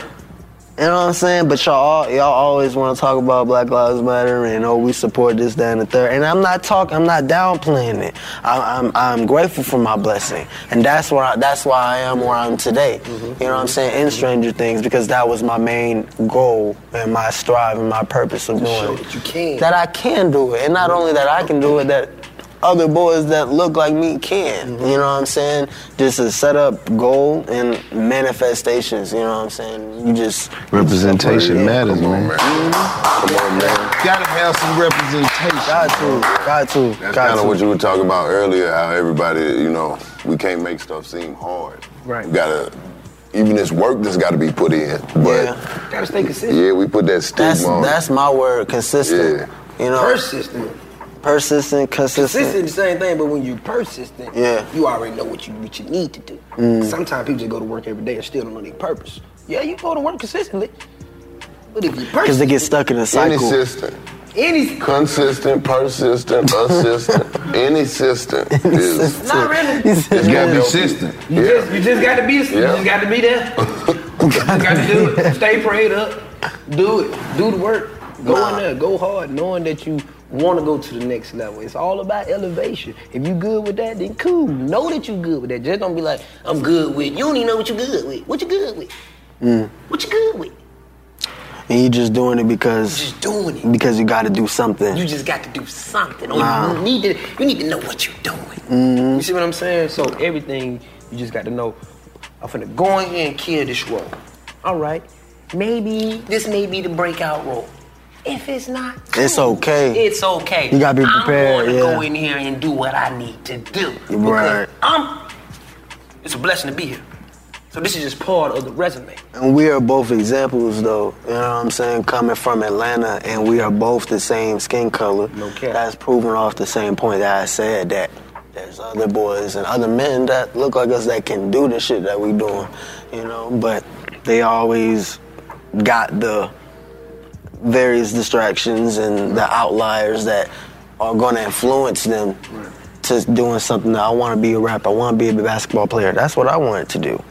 Speaker 4: You know what I'm saying? But y'all, all, y'all always want to talk about Black Lives Matter and oh, we support this, that, and the third. And I'm not talking, I'm not downplaying it. I, I'm, I'm grateful for my blessing, and that's where I, that's why I am where I'm today. You know what I'm saying? In Stranger Things, because that was my main goal and my strive and my purpose of doing it.
Speaker 3: You can.
Speaker 4: That I can do it, and not only that I can do it, that other boys that look like me can. You know what I'm saying? Just a set up goal and manifestations. You know what I'm saying? You just
Speaker 22: Representation
Speaker 4: Yeah.
Speaker 22: matters, man.
Speaker 4: Come on, man.
Speaker 22: Gotta have some representation.
Speaker 4: Got to. Got to.
Speaker 2: That's kind of what you were talking about earlier. How everybody, you know, we can't make stuff seem hard.
Speaker 3: Right.
Speaker 2: You gotta, even this work that's got to be put in. But yeah,
Speaker 3: Gotta stay consistent.
Speaker 2: we put that stigma
Speaker 4: That's
Speaker 2: on.
Speaker 4: that's my word. Consistent. You know.
Speaker 3: Persistent.
Speaker 4: Persistent. Consistent.
Speaker 3: Consistent, the same thing, but when you persistent,
Speaker 4: Yeah.
Speaker 3: you already know what you what you need to do.
Speaker 4: Mm.
Speaker 3: Sometimes people just go to work every day and still don't know their purpose. Yeah, you go to work consistently, but if you
Speaker 4: Because they
Speaker 3: persist,
Speaker 4: get stuck in a
Speaker 2: Any
Speaker 4: cycle.
Speaker 2: system,
Speaker 3: any
Speaker 2: consistent, persistent, assistant, any system is.
Speaker 3: not really.
Speaker 2: It's
Speaker 3: gotta be
Speaker 2: system.
Speaker 3: You just you just got to be you
Speaker 2: Yeah.
Speaker 3: just got to be there. you got to do it. Stay prayed up. Do it. Do the work. Go in there. Go hard, knowing that you want to go to the next level. It's all about elevation. If you good with that, then cool. Know that you good with that. Just don't be like, I'm good with. You don't even know what you good with. What you good with?
Speaker 4: Mm.
Speaker 3: What you good with?
Speaker 4: And you just doing it because
Speaker 3: just doing it.
Speaker 4: because you got to do something.
Speaker 3: You just got to do something. Or
Speaker 4: Nah. Mm-hmm.
Speaker 3: You need to. You need to know what you're doing. You see what I'm saying? So everything you just got to know. I'm finna go in here and kill this role. All right. Maybe this may be the breakout role.
Speaker 23: If it's not,
Speaker 4: It's okay.
Speaker 23: It's okay.
Speaker 4: You gotta be
Speaker 23: I'm going
Speaker 4: prepared,
Speaker 23: to
Speaker 4: yeah.
Speaker 23: go in here and do what I need to do. Because
Speaker 4: Right.
Speaker 23: I'm. It's a blessing to be here. So this is just part of the resume.
Speaker 4: And we are both examples, though. You know what I'm saying? Coming from Atlanta, and we are both the same skin color. No care. That's proven off the same point that I said that there's other boys and other men that look like us that can do the shit that we doing. You know, but they always got the various distractions and the outliers that are going to influence them to doing something that I want to be a rapper. I want to be a basketball player. That's what I wanted to do.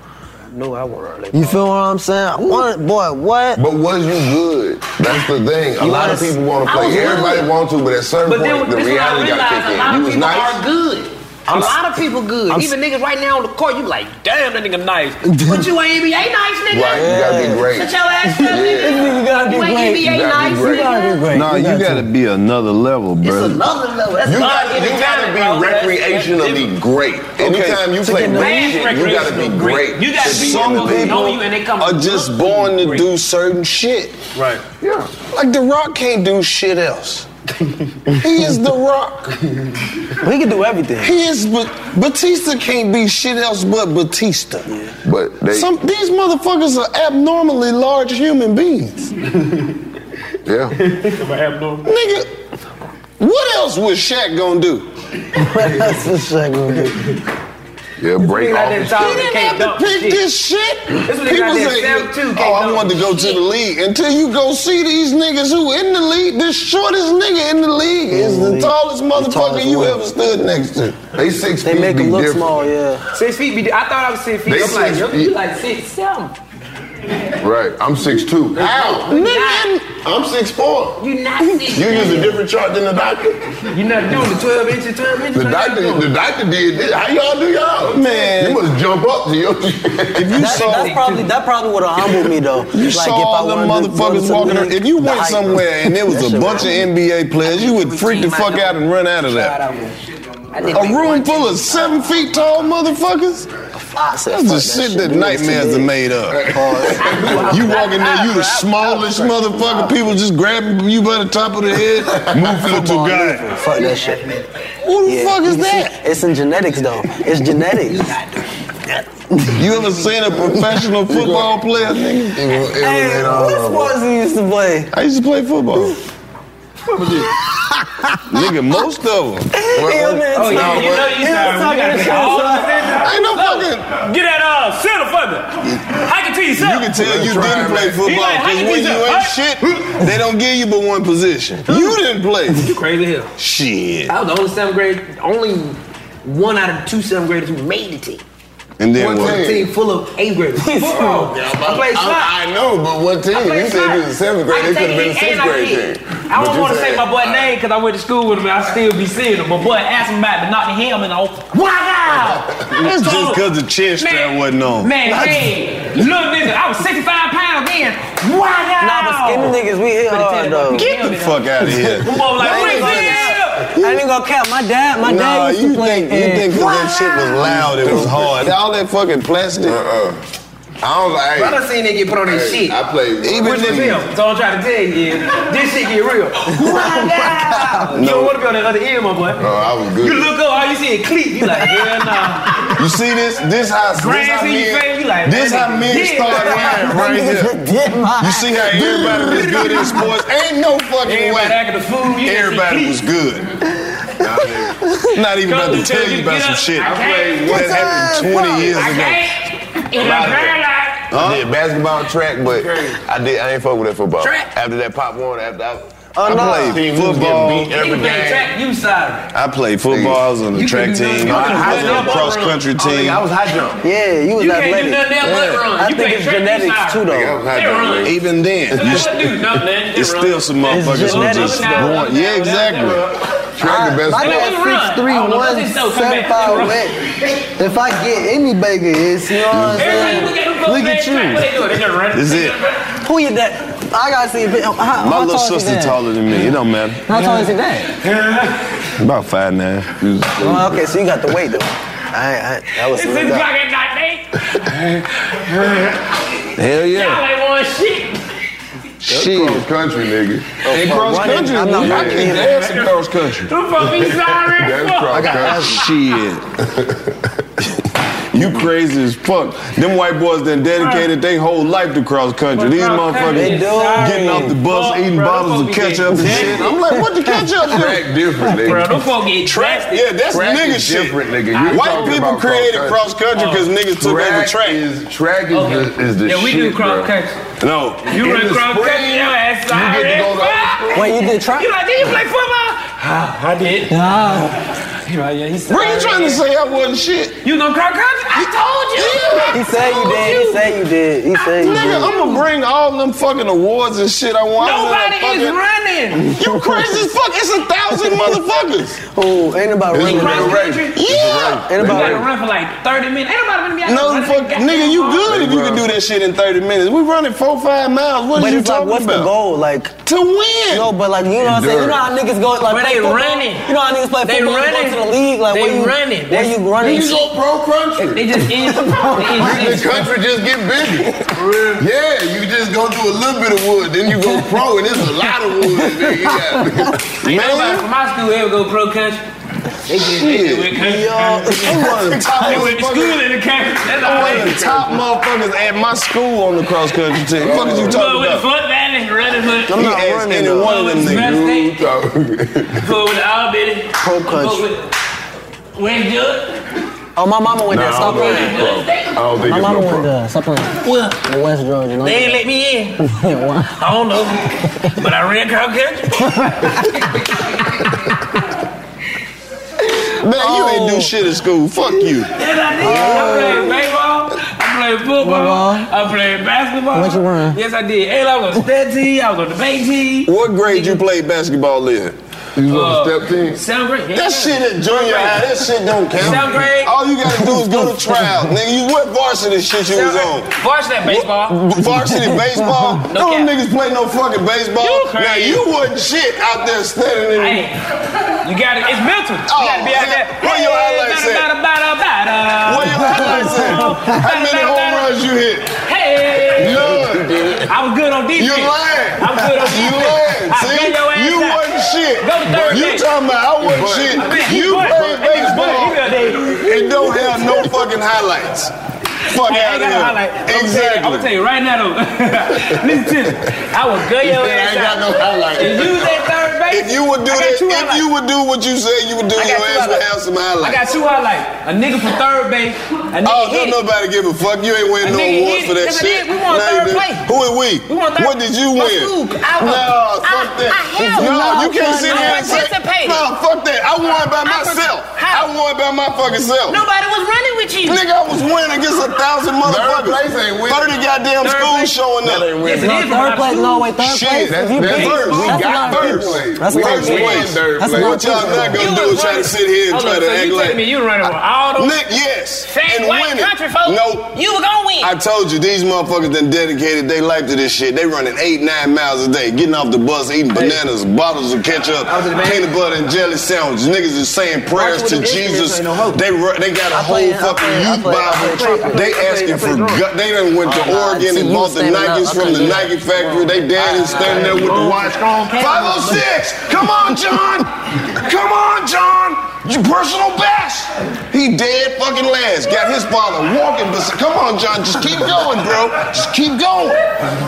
Speaker 3: No, I want early.
Speaker 4: You feel what I'm saying? I wanted, boy, what?
Speaker 2: But was you good? That's the thing. A
Speaker 4: You
Speaker 2: lot of
Speaker 4: was-
Speaker 2: people want to
Speaker 4: I was
Speaker 2: play. Everybody
Speaker 4: good.
Speaker 2: want to, but at certain
Speaker 23: But then
Speaker 2: point,
Speaker 23: this
Speaker 2: the
Speaker 23: is when I
Speaker 2: reality got
Speaker 23: realized
Speaker 2: kicked in. you was
Speaker 23: a lot of people
Speaker 2: nice.
Speaker 23: are good.
Speaker 2: I'm s-
Speaker 23: a lot of people good.
Speaker 2: I'm s-
Speaker 23: Even niggas right now on the court, you like, damn, that nigga nice. but you ain't NBA nice, nigga.
Speaker 2: Right, you gotta be great.
Speaker 23: Shut your ass up,
Speaker 2: Yeah.
Speaker 23: nigga.
Speaker 2: You gotta be
Speaker 23: ain't
Speaker 2: great.
Speaker 23: NBA
Speaker 2: You gotta be
Speaker 23: nice,
Speaker 2: great.
Speaker 23: nigga.
Speaker 24: Nah, you gotta be another level, bro.
Speaker 23: Another level. That's
Speaker 2: you
Speaker 23: God
Speaker 2: gotta, you
Speaker 23: given
Speaker 2: gotta
Speaker 23: talent,
Speaker 2: be
Speaker 23: bro. That's-
Speaker 2: recreationally great. Anytime you
Speaker 18: to
Speaker 2: play
Speaker 18: get
Speaker 2: great
Speaker 18: the-
Speaker 2: shit,
Speaker 18: Man's
Speaker 2: you gotta be
Speaker 18: recreational
Speaker 2: great.
Speaker 18: great. You gotta be
Speaker 2: some
Speaker 18: in the league.
Speaker 2: people
Speaker 18: Know you and they come
Speaker 2: are just born to do certain shit.
Speaker 18: Right.
Speaker 2: Yeah. Like The Rock can't do shit else. he is The Rock.
Speaker 4: he can do everything.
Speaker 2: He is, but Batista can't be shit else but Batista.
Speaker 18: But they,
Speaker 2: Some these motherfuckers are abnormally large human beings.
Speaker 18: yeah.
Speaker 2: Nigga, what else was Shaq gonna do? what else was Shaq gonna do?
Speaker 18: Yeah, break off. and
Speaker 2: He
Speaker 18: shit.
Speaker 2: didn't have to pick this shit.
Speaker 18: This nigga
Speaker 2: People
Speaker 18: out there
Speaker 2: say,
Speaker 18: seven, two,
Speaker 2: "Oh,
Speaker 18: can't
Speaker 2: I
Speaker 18: dunk
Speaker 2: wanted to go to the league." Until you go see these niggas who in the league, the shortest nigga in the league is the tallest motherfucker
Speaker 18: tallest
Speaker 2: you
Speaker 18: one.
Speaker 2: ever stood next to.
Speaker 18: They six They feet make be 'em look different. small,
Speaker 4: yeah.
Speaker 3: Six feet. Be, I thought I was six feet.
Speaker 18: They
Speaker 3: I'm like,
Speaker 18: six
Speaker 3: yo,
Speaker 18: feet.
Speaker 3: you like six, seven.
Speaker 18: Right. I'm 6'2".
Speaker 3: Ow,
Speaker 18: Nigga, I'm 6'4".
Speaker 23: You not six.
Speaker 18: You use a different chart than the doctor.
Speaker 3: You not doing the 12 inches, 12 inches.
Speaker 18: The doctor, the doctor did this. How y'all do y'all?
Speaker 4: Man.
Speaker 18: you must jump up to your. if
Speaker 4: That- that's probably that probably would have humbled me though.
Speaker 2: You
Speaker 4: Like,
Speaker 2: saw
Speaker 4: if I
Speaker 2: all them
Speaker 4: wanted to go to
Speaker 2: motherfuckers
Speaker 4: the
Speaker 2: walking.
Speaker 4: league,
Speaker 2: around. If you
Speaker 4: the
Speaker 2: went
Speaker 4: hype.
Speaker 2: somewhere and there was
Speaker 4: That
Speaker 2: a
Speaker 4: shit
Speaker 2: bunch of
Speaker 4: humbled me.
Speaker 2: NBA players, you would freak the fuck out and run out of that. A room full of seven feet tall motherfuckers? That's the shit that nightmares are made up. You walk in there, you the smallest motherfucker. People just grabbing you by the top of the head. Move little guy.
Speaker 4: Fuck that shit.
Speaker 2: Who the fuck is
Speaker 4: you see, it's in genetics though. It's genetics.
Speaker 2: You ever seen a professional football player? nigga?
Speaker 4: Hey, what sports you used to play?
Speaker 2: I used to play football. Nigga, most of them.
Speaker 4: Oh, yeah, you know you
Speaker 18: sorry. We gotta take all the
Speaker 2: Ain't no fucking.
Speaker 18: Get that uh, center for me. I can tell you something.
Speaker 2: You can tell you didn't play football because when you ain't shit, they don't give you but one position. You didn't play. You
Speaker 3: crazy hell.
Speaker 2: Shit.
Speaker 3: I was the only seventh grade, only one out of two seventh graders who made the team.
Speaker 2: And then
Speaker 3: one
Speaker 2: what?
Speaker 3: team full of eighth graders. Football.
Speaker 2: Yeah, but
Speaker 3: I played
Speaker 2: I-
Speaker 3: slot.
Speaker 2: I know, but what team?
Speaker 3: I played
Speaker 2: You said
Speaker 3: slot.
Speaker 2: you was seventh grade.
Speaker 3: I
Speaker 2: They
Speaker 3: can
Speaker 2: could've been
Speaker 3: say
Speaker 2: a sixth
Speaker 3: and I
Speaker 2: grade
Speaker 3: did.
Speaker 2: team.
Speaker 3: I
Speaker 2: But
Speaker 3: don't
Speaker 2: you
Speaker 3: want to
Speaker 2: said-
Speaker 3: say my boy name because I went to school with him and I still be seeing him. But boy, ask him about the Notting Hill and all. Wow!
Speaker 2: That's just because the chin strap wasn't on.
Speaker 3: Man,
Speaker 2: Not-
Speaker 3: hey, little nigga, I was 65 pounds then. Wow!
Speaker 4: Nah, but skinny niggas, we hit hard though.
Speaker 2: Get the fuck out of here.
Speaker 3: Them boys like,
Speaker 4: I
Speaker 3: what
Speaker 4: ain't
Speaker 3: is
Speaker 4: gonna
Speaker 3: this?
Speaker 4: I ain't gonna cap. My dad, my
Speaker 2: Nah,
Speaker 4: dad used
Speaker 2: you
Speaker 4: to play.
Speaker 2: think you think
Speaker 4: and-
Speaker 2: 'cause that shit was loud, it was hard. All that fucking plastic. Uh-uh.
Speaker 18: I don't like.
Speaker 3: I done seen they get put on their
Speaker 18: Hey,
Speaker 3: shit.
Speaker 18: I played-
Speaker 3: Even
Speaker 18: Even
Speaker 3: with the
Speaker 18: when-
Speaker 3: film. So I'm trying to tell you, yeah, this shit get real. Wow! You don't want to be on that other end, my boy.
Speaker 2: Oh,
Speaker 18: No, I was good.
Speaker 3: You look up, all you see is cleat. You like, hell nah.
Speaker 2: You see this? This how
Speaker 3: Grand
Speaker 2: this how
Speaker 3: City fan, you
Speaker 2: men,
Speaker 3: like,
Speaker 2: this
Speaker 3: man,
Speaker 2: how
Speaker 3: nigga,
Speaker 2: men
Speaker 3: did.
Speaker 2: start lying right
Speaker 4: Niggas
Speaker 2: here.
Speaker 4: mine.
Speaker 2: You see how everybody was good in sports? Ain't no fucking
Speaker 3: Everybody
Speaker 2: way.
Speaker 3: acting a fool, you
Speaker 2: everybody was good. Not even about to tell you about some shit.
Speaker 18: I played
Speaker 2: What
Speaker 18: one
Speaker 2: happened 20 years
Speaker 18: I
Speaker 2: ago?
Speaker 18: can't.
Speaker 2: It's a
Speaker 18: I did basketball, track, but I did. I ain't fuck with that football. After that pop one, after I,
Speaker 2: I
Speaker 3: Oh,
Speaker 18: I
Speaker 2: played
Speaker 18: played
Speaker 2: football.
Speaker 18: football. Beat every
Speaker 3: You play
Speaker 18: game.
Speaker 3: track, you sorry.
Speaker 2: I played football. I was on the
Speaker 18: You
Speaker 2: track
Speaker 18: couldn't do
Speaker 2: team.
Speaker 18: nothing.
Speaker 2: I was on the cross country team.
Speaker 18: I was high jump.
Speaker 4: Yeah, you was
Speaker 3: You can't do
Speaker 4: athletic.
Speaker 3: nothing else but
Speaker 4: Yeah.
Speaker 3: run.
Speaker 4: I
Speaker 3: You
Speaker 4: think
Speaker 3: can't
Speaker 4: it's
Speaker 3: track, you sorry.
Speaker 4: genetics too, though.
Speaker 3: Nigga, I was high They jump, run. nigga.
Speaker 2: Even then,
Speaker 3: They don't do nothing, man. They
Speaker 2: it's
Speaker 3: run.
Speaker 2: still some
Speaker 3: It's
Speaker 2: motherfuckers who
Speaker 4: genetics,
Speaker 2: just
Speaker 4: though.
Speaker 2: going. Yeah, exactly. Track the
Speaker 4: My
Speaker 2: best.
Speaker 4: dad's
Speaker 3: They run.
Speaker 4: six three,
Speaker 3: I don't know,
Speaker 4: one
Speaker 3: they so
Speaker 4: seventy
Speaker 3: fast, they
Speaker 4: five wet. If I get any bigger, it's you know what I'm saying.
Speaker 3: Everybody look at them folks, man, track, What they doing? They just running.
Speaker 2: This is it.
Speaker 4: Who your dad? I gotta see. a bit- How, how
Speaker 2: My little
Speaker 4: tall is your
Speaker 2: sister
Speaker 4: dad?
Speaker 2: taller than me. It don't matter.
Speaker 4: How tall is your dad?
Speaker 2: About five nine.
Speaker 4: Oh, okay, so you got the weight though. I, I, that was
Speaker 3: It's six o'clock at night, man.
Speaker 2: Hell yeah.
Speaker 3: Y'all ain't want shit.
Speaker 2: Shit. Cross country, nigga.
Speaker 5: They cross country.
Speaker 2: I'm not
Speaker 5: I
Speaker 2: running.
Speaker 5: can dance in cross country.
Speaker 2: Who fucking sorry? That's cross
Speaker 5: I got
Speaker 2: country. Shit. you crazy as fuck. Them white boys done dedicated their whole life to cross country. These
Speaker 5: Cross country
Speaker 2: motherfuckers
Speaker 5: is sorry
Speaker 2: getting off the bus,
Speaker 5: as fuck,
Speaker 2: eating
Speaker 5: bro.
Speaker 2: bottles
Speaker 5: Them
Speaker 2: of
Speaker 5: folks be
Speaker 2: ketchup and
Speaker 5: getting
Speaker 2: shit.
Speaker 5: jacked.
Speaker 2: I'm like, what the ketchup do?
Speaker 5: Crack different, nigga. Bro, them folks get
Speaker 2: track.
Speaker 5: drastic.
Speaker 2: Yeah, that's
Speaker 5: Crack
Speaker 2: nigga
Speaker 5: is
Speaker 2: shit.
Speaker 5: different, nigga. You
Speaker 2: White
Speaker 5: talking
Speaker 2: people
Speaker 5: about
Speaker 2: created cross
Speaker 5: cross country.
Speaker 2: country because niggas took
Speaker 5: Track
Speaker 2: over track.
Speaker 5: is- track is Okay. the- is the Yeah, we do shit, cross bro. country.
Speaker 2: No.
Speaker 5: You run cross country, your ass
Speaker 3: sorry
Speaker 5: get to
Speaker 3: as
Speaker 5: go to
Speaker 3: fuck.
Speaker 5: Wait, you did try-
Speaker 3: You like, did you play football?
Speaker 19: Ah,
Speaker 3: I did.
Speaker 2: Really trying to say I wasn't shit.
Speaker 3: You gonna cross country? I told you.
Speaker 2: He said you did. He said you did. He said
Speaker 3: you
Speaker 2: Nigga,
Speaker 3: did.
Speaker 2: I'm gonna bring all them fucking awards and shit I want.
Speaker 3: Nobody
Speaker 2: I'm
Speaker 3: is
Speaker 2: gonna
Speaker 3: running.
Speaker 2: You crazy as fuck. It's a thousand motherfuckers. Oh, ain't about
Speaker 3: You cross country?
Speaker 2: Yeah.
Speaker 3: You gotta run for like 30 minutes. Ain't nobody gonna be out there
Speaker 2: No,
Speaker 3: running
Speaker 2: fuck,
Speaker 3: that
Speaker 2: nigga, you
Speaker 3: goddamn
Speaker 2: good
Speaker 3: hard.
Speaker 2: if you can do that shit in 30 minutes. We running four, five miles. What
Speaker 4: But
Speaker 2: are you
Speaker 4: it's like,
Speaker 2: talking
Speaker 4: what's the
Speaker 2: about?
Speaker 4: goal?
Speaker 2: Like to win.
Speaker 4: No, but like you know what I'm saying. You know how niggas go like
Speaker 2: But
Speaker 4: play
Speaker 2: they
Speaker 4: football?
Speaker 2: running.
Speaker 4: You know how niggas play
Speaker 2: They
Speaker 4: football and
Speaker 2: running.
Speaker 4: go to the league. Like
Speaker 2: They
Speaker 4: where you
Speaker 2: running.
Speaker 4: Where you running?
Speaker 2: Niggas go pro country.
Speaker 4: They just in.
Speaker 5: The country just get bigger. Yeah, you just go through a little bit of wood, then you go pro, and there's a lot of wood. Nigga. You got,
Speaker 3: Ain't nobody from my school ever go pro country. They just they just went country.
Speaker 2: I'm one of the top
Speaker 3: They went to school
Speaker 2: motherfuckers-
Speaker 3: in the country. That's all
Speaker 2: I'm one of the top motherfuckers at my school on the cross country team. What the fuck is you
Speaker 3: But
Speaker 2: talking
Speaker 3: with the
Speaker 2: about?
Speaker 3: Foot Valley, Running Hood.
Speaker 2: I'm not running any one of them niggas.
Speaker 3: Foot with the Albany. Pro country. Wayne Judd.
Speaker 4: Oh, my mama went there. Stop playing.
Speaker 5: I don't think
Speaker 4: My
Speaker 5: it's
Speaker 4: mama
Speaker 5: no
Speaker 4: went
Speaker 5: pro.
Speaker 4: there. Stop playing. What? In West Georgia.
Speaker 3: They ain't let me in. I don't know. But I ran cross country.
Speaker 2: Man, you ain't do shit at school. Fuck you. Uh,
Speaker 3: Then I did. I played baseball. I played football. I played basketball.
Speaker 2: What you wearing?
Speaker 3: Yes, I did. And I was on step team. I was on debate team.
Speaker 2: What grade you played basketball in? You
Speaker 3: on the Uh, step
Speaker 2: team?
Speaker 3: Seventh grade.
Speaker 2: That shit at junior high, that shit don't count.
Speaker 3: Seventh grade.
Speaker 2: All you gotta do is go to trial. Nigga, you what varsity shit you was on?
Speaker 3: Varsity baseball.
Speaker 2: What- Varsity baseball?
Speaker 3: No
Speaker 2: Them niggas play no fucking baseball.
Speaker 3: You
Speaker 2: now
Speaker 3: crazy.
Speaker 2: you wasn't shit out there standing in
Speaker 3: You got it. It's mental.
Speaker 2: Oh,
Speaker 3: you got to be out
Speaker 2: yeah.
Speaker 3: there.
Speaker 2: Where your highlights at?
Speaker 3: bada, bada, bada, bada.
Speaker 2: Where your highlights at? How many home runs you hit?
Speaker 3: Hey.
Speaker 2: None.
Speaker 3: I was good on defense.
Speaker 2: You lying.
Speaker 3: I'm good on
Speaker 2: You
Speaker 3: defense.
Speaker 2: lying.
Speaker 3: I
Speaker 2: See?
Speaker 3: bet your ass
Speaker 2: You
Speaker 3: out.
Speaker 2: wasn't shit.
Speaker 3: Go to third
Speaker 2: You
Speaker 3: base.
Speaker 2: talking about I wasn't shit.
Speaker 3: I bet he
Speaker 2: You
Speaker 3: butt.
Speaker 2: played
Speaker 3: Hey, he butt.
Speaker 2: baseball.
Speaker 3: He got that-
Speaker 2: It don't have no fucking highlights. Fuck
Speaker 3: Hey, I
Speaker 2: out
Speaker 3: ain't
Speaker 2: of
Speaker 3: got
Speaker 2: here.
Speaker 3: no highlight.
Speaker 2: Exactly.
Speaker 3: I'm gonna tell you right now though. Listen to me. I will gun your
Speaker 2: He said, "I
Speaker 3: ass
Speaker 2: ain't got
Speaker 3: out.
Speaker 2: no highlight."
Speaker 3: If you was at third base,
Speaker 2: If you would do
Speaker 3: I got
Speaker 2: that,
Speaker 3: two
Speaker 2: if
Speaker 3: highlights.
Speaker 2: you would do what you say you would do,
Speaker 3: I got
Speaker 2: your
Speaker 3: two
Speaker 2: ass would
Speaker 3: highlights.
Speaker 2: have some
Speaker 3: I
Speaker 2: highlights.
Speaker 3: got two highlights. A nigga from third base. A nigga
Speaker 2: Oh,
Speaker 3: hit
Speaker 2: don't
Speaker 3: it.
Speaker 2: nobody give a fuck. You ain't
Speaker 3: A
Speaker 2: winning no
Speaker 3: nigga
Speaker 2: awards
Speaker 3: hit.
Speaker 2: for that
Speaker 3: Yes, I
Speaker 2: shit.
Speaker 3: did. We won
Speaker 2: Nah,
Speaker 3: third
Speaker 2: you didn't.
Speaker 3: place.
Speaker 2: Who are we?
Speaker 3: We won third-
Speaker 2: What did you
Speaker 3: My
Speaker 2: win?
Speaker 3: school. I was-
Speaker 2: no, fuck
Speaker 3: I-
Speaker 2: that.
Speaker 3: I helped.
Speaker 2: no, you can't sit
Speaker 3: I
Speaker 2: here and say.
Speaker 3: participated.
Speaker 2: No, fuck that. I won by
Speaker 3: I par-
Speaker 2: myself. I won by my fucking self.
Speaker 3: Nobody was running with you.
Speaker 2: Nigga, I was winning against a thousand motherfuckers.
Speaker 5: place ain't winning.
Speaker 2: Thirty goddamn
Speaker 5: Third
Speaker 2: schools
Speaker 5: place-
Speaker 2: showing up.
Speaker 5: That ain't winning. Yes, it is, but
Speaker 4: Third place, no way. Third
Speaker 2: Shit,
Speaker 4: place.
Speaker 2: that's-
Speaker 4: you
Speaker 2: that's
Speaker 4: big.
Speaker 2: first. We
Speaker 4: That's
Speaker 2: got
Speaker 4: a lot of
Speaker 2: first.
Speaker 4: people.
Speaker 2: place.
Speaker 4: That's
Speaker 2: We
Speaker 4: a lot
Speaker 2: was
Speaker 4: of people.
Speaker 2: winning third
Speaker 4: That's a
Speaker 2: place.
Speaker 4: lot of
Speaker 2: What y'all
Speaker 4: people.
Speaker 2: not gonna
Speaker 3: You
Speaker 2: do
Speaker 3: was
Speaker 2: is try to
Speaker 3: running.
Speaker 2: sit here and
Speaker 3: Hold
Speaker 2: try
Speaker 3: up,
Speaker 2: to
Speaker 3: so
Speaker 2: act
Speaker 3: you
Speaker 2: like.
Speaker 3: telling me you running with all those
Speaker 2: Nick, yes.
Speaker 3: fat
Speaker 2: and
Speaker 3: white
Speaker 2: winning.
Speaker 3: country folk?
Speaker 2: No.
Speaker 3: You were gonna win.
Speaker 2: I told you, these motherfuckers done dedicated their life to this shit. They running eight, nine miles a day, getting off the bus, eating bananas, bottles of ketchup, peanut butter and jelly sandwiches. Niggas is saying prayers to Jesus. They ru- they got a whole fucking youth Bible. They asking for God. They done went to Oregon and bought the Nikes from the Nike factory. They dad is standing there with the watch on. 506! Come on, John! Come on, John! Your personal best! He dead fucking last. Got his father walking. But come on, John, just keep going, bro. Just keep going.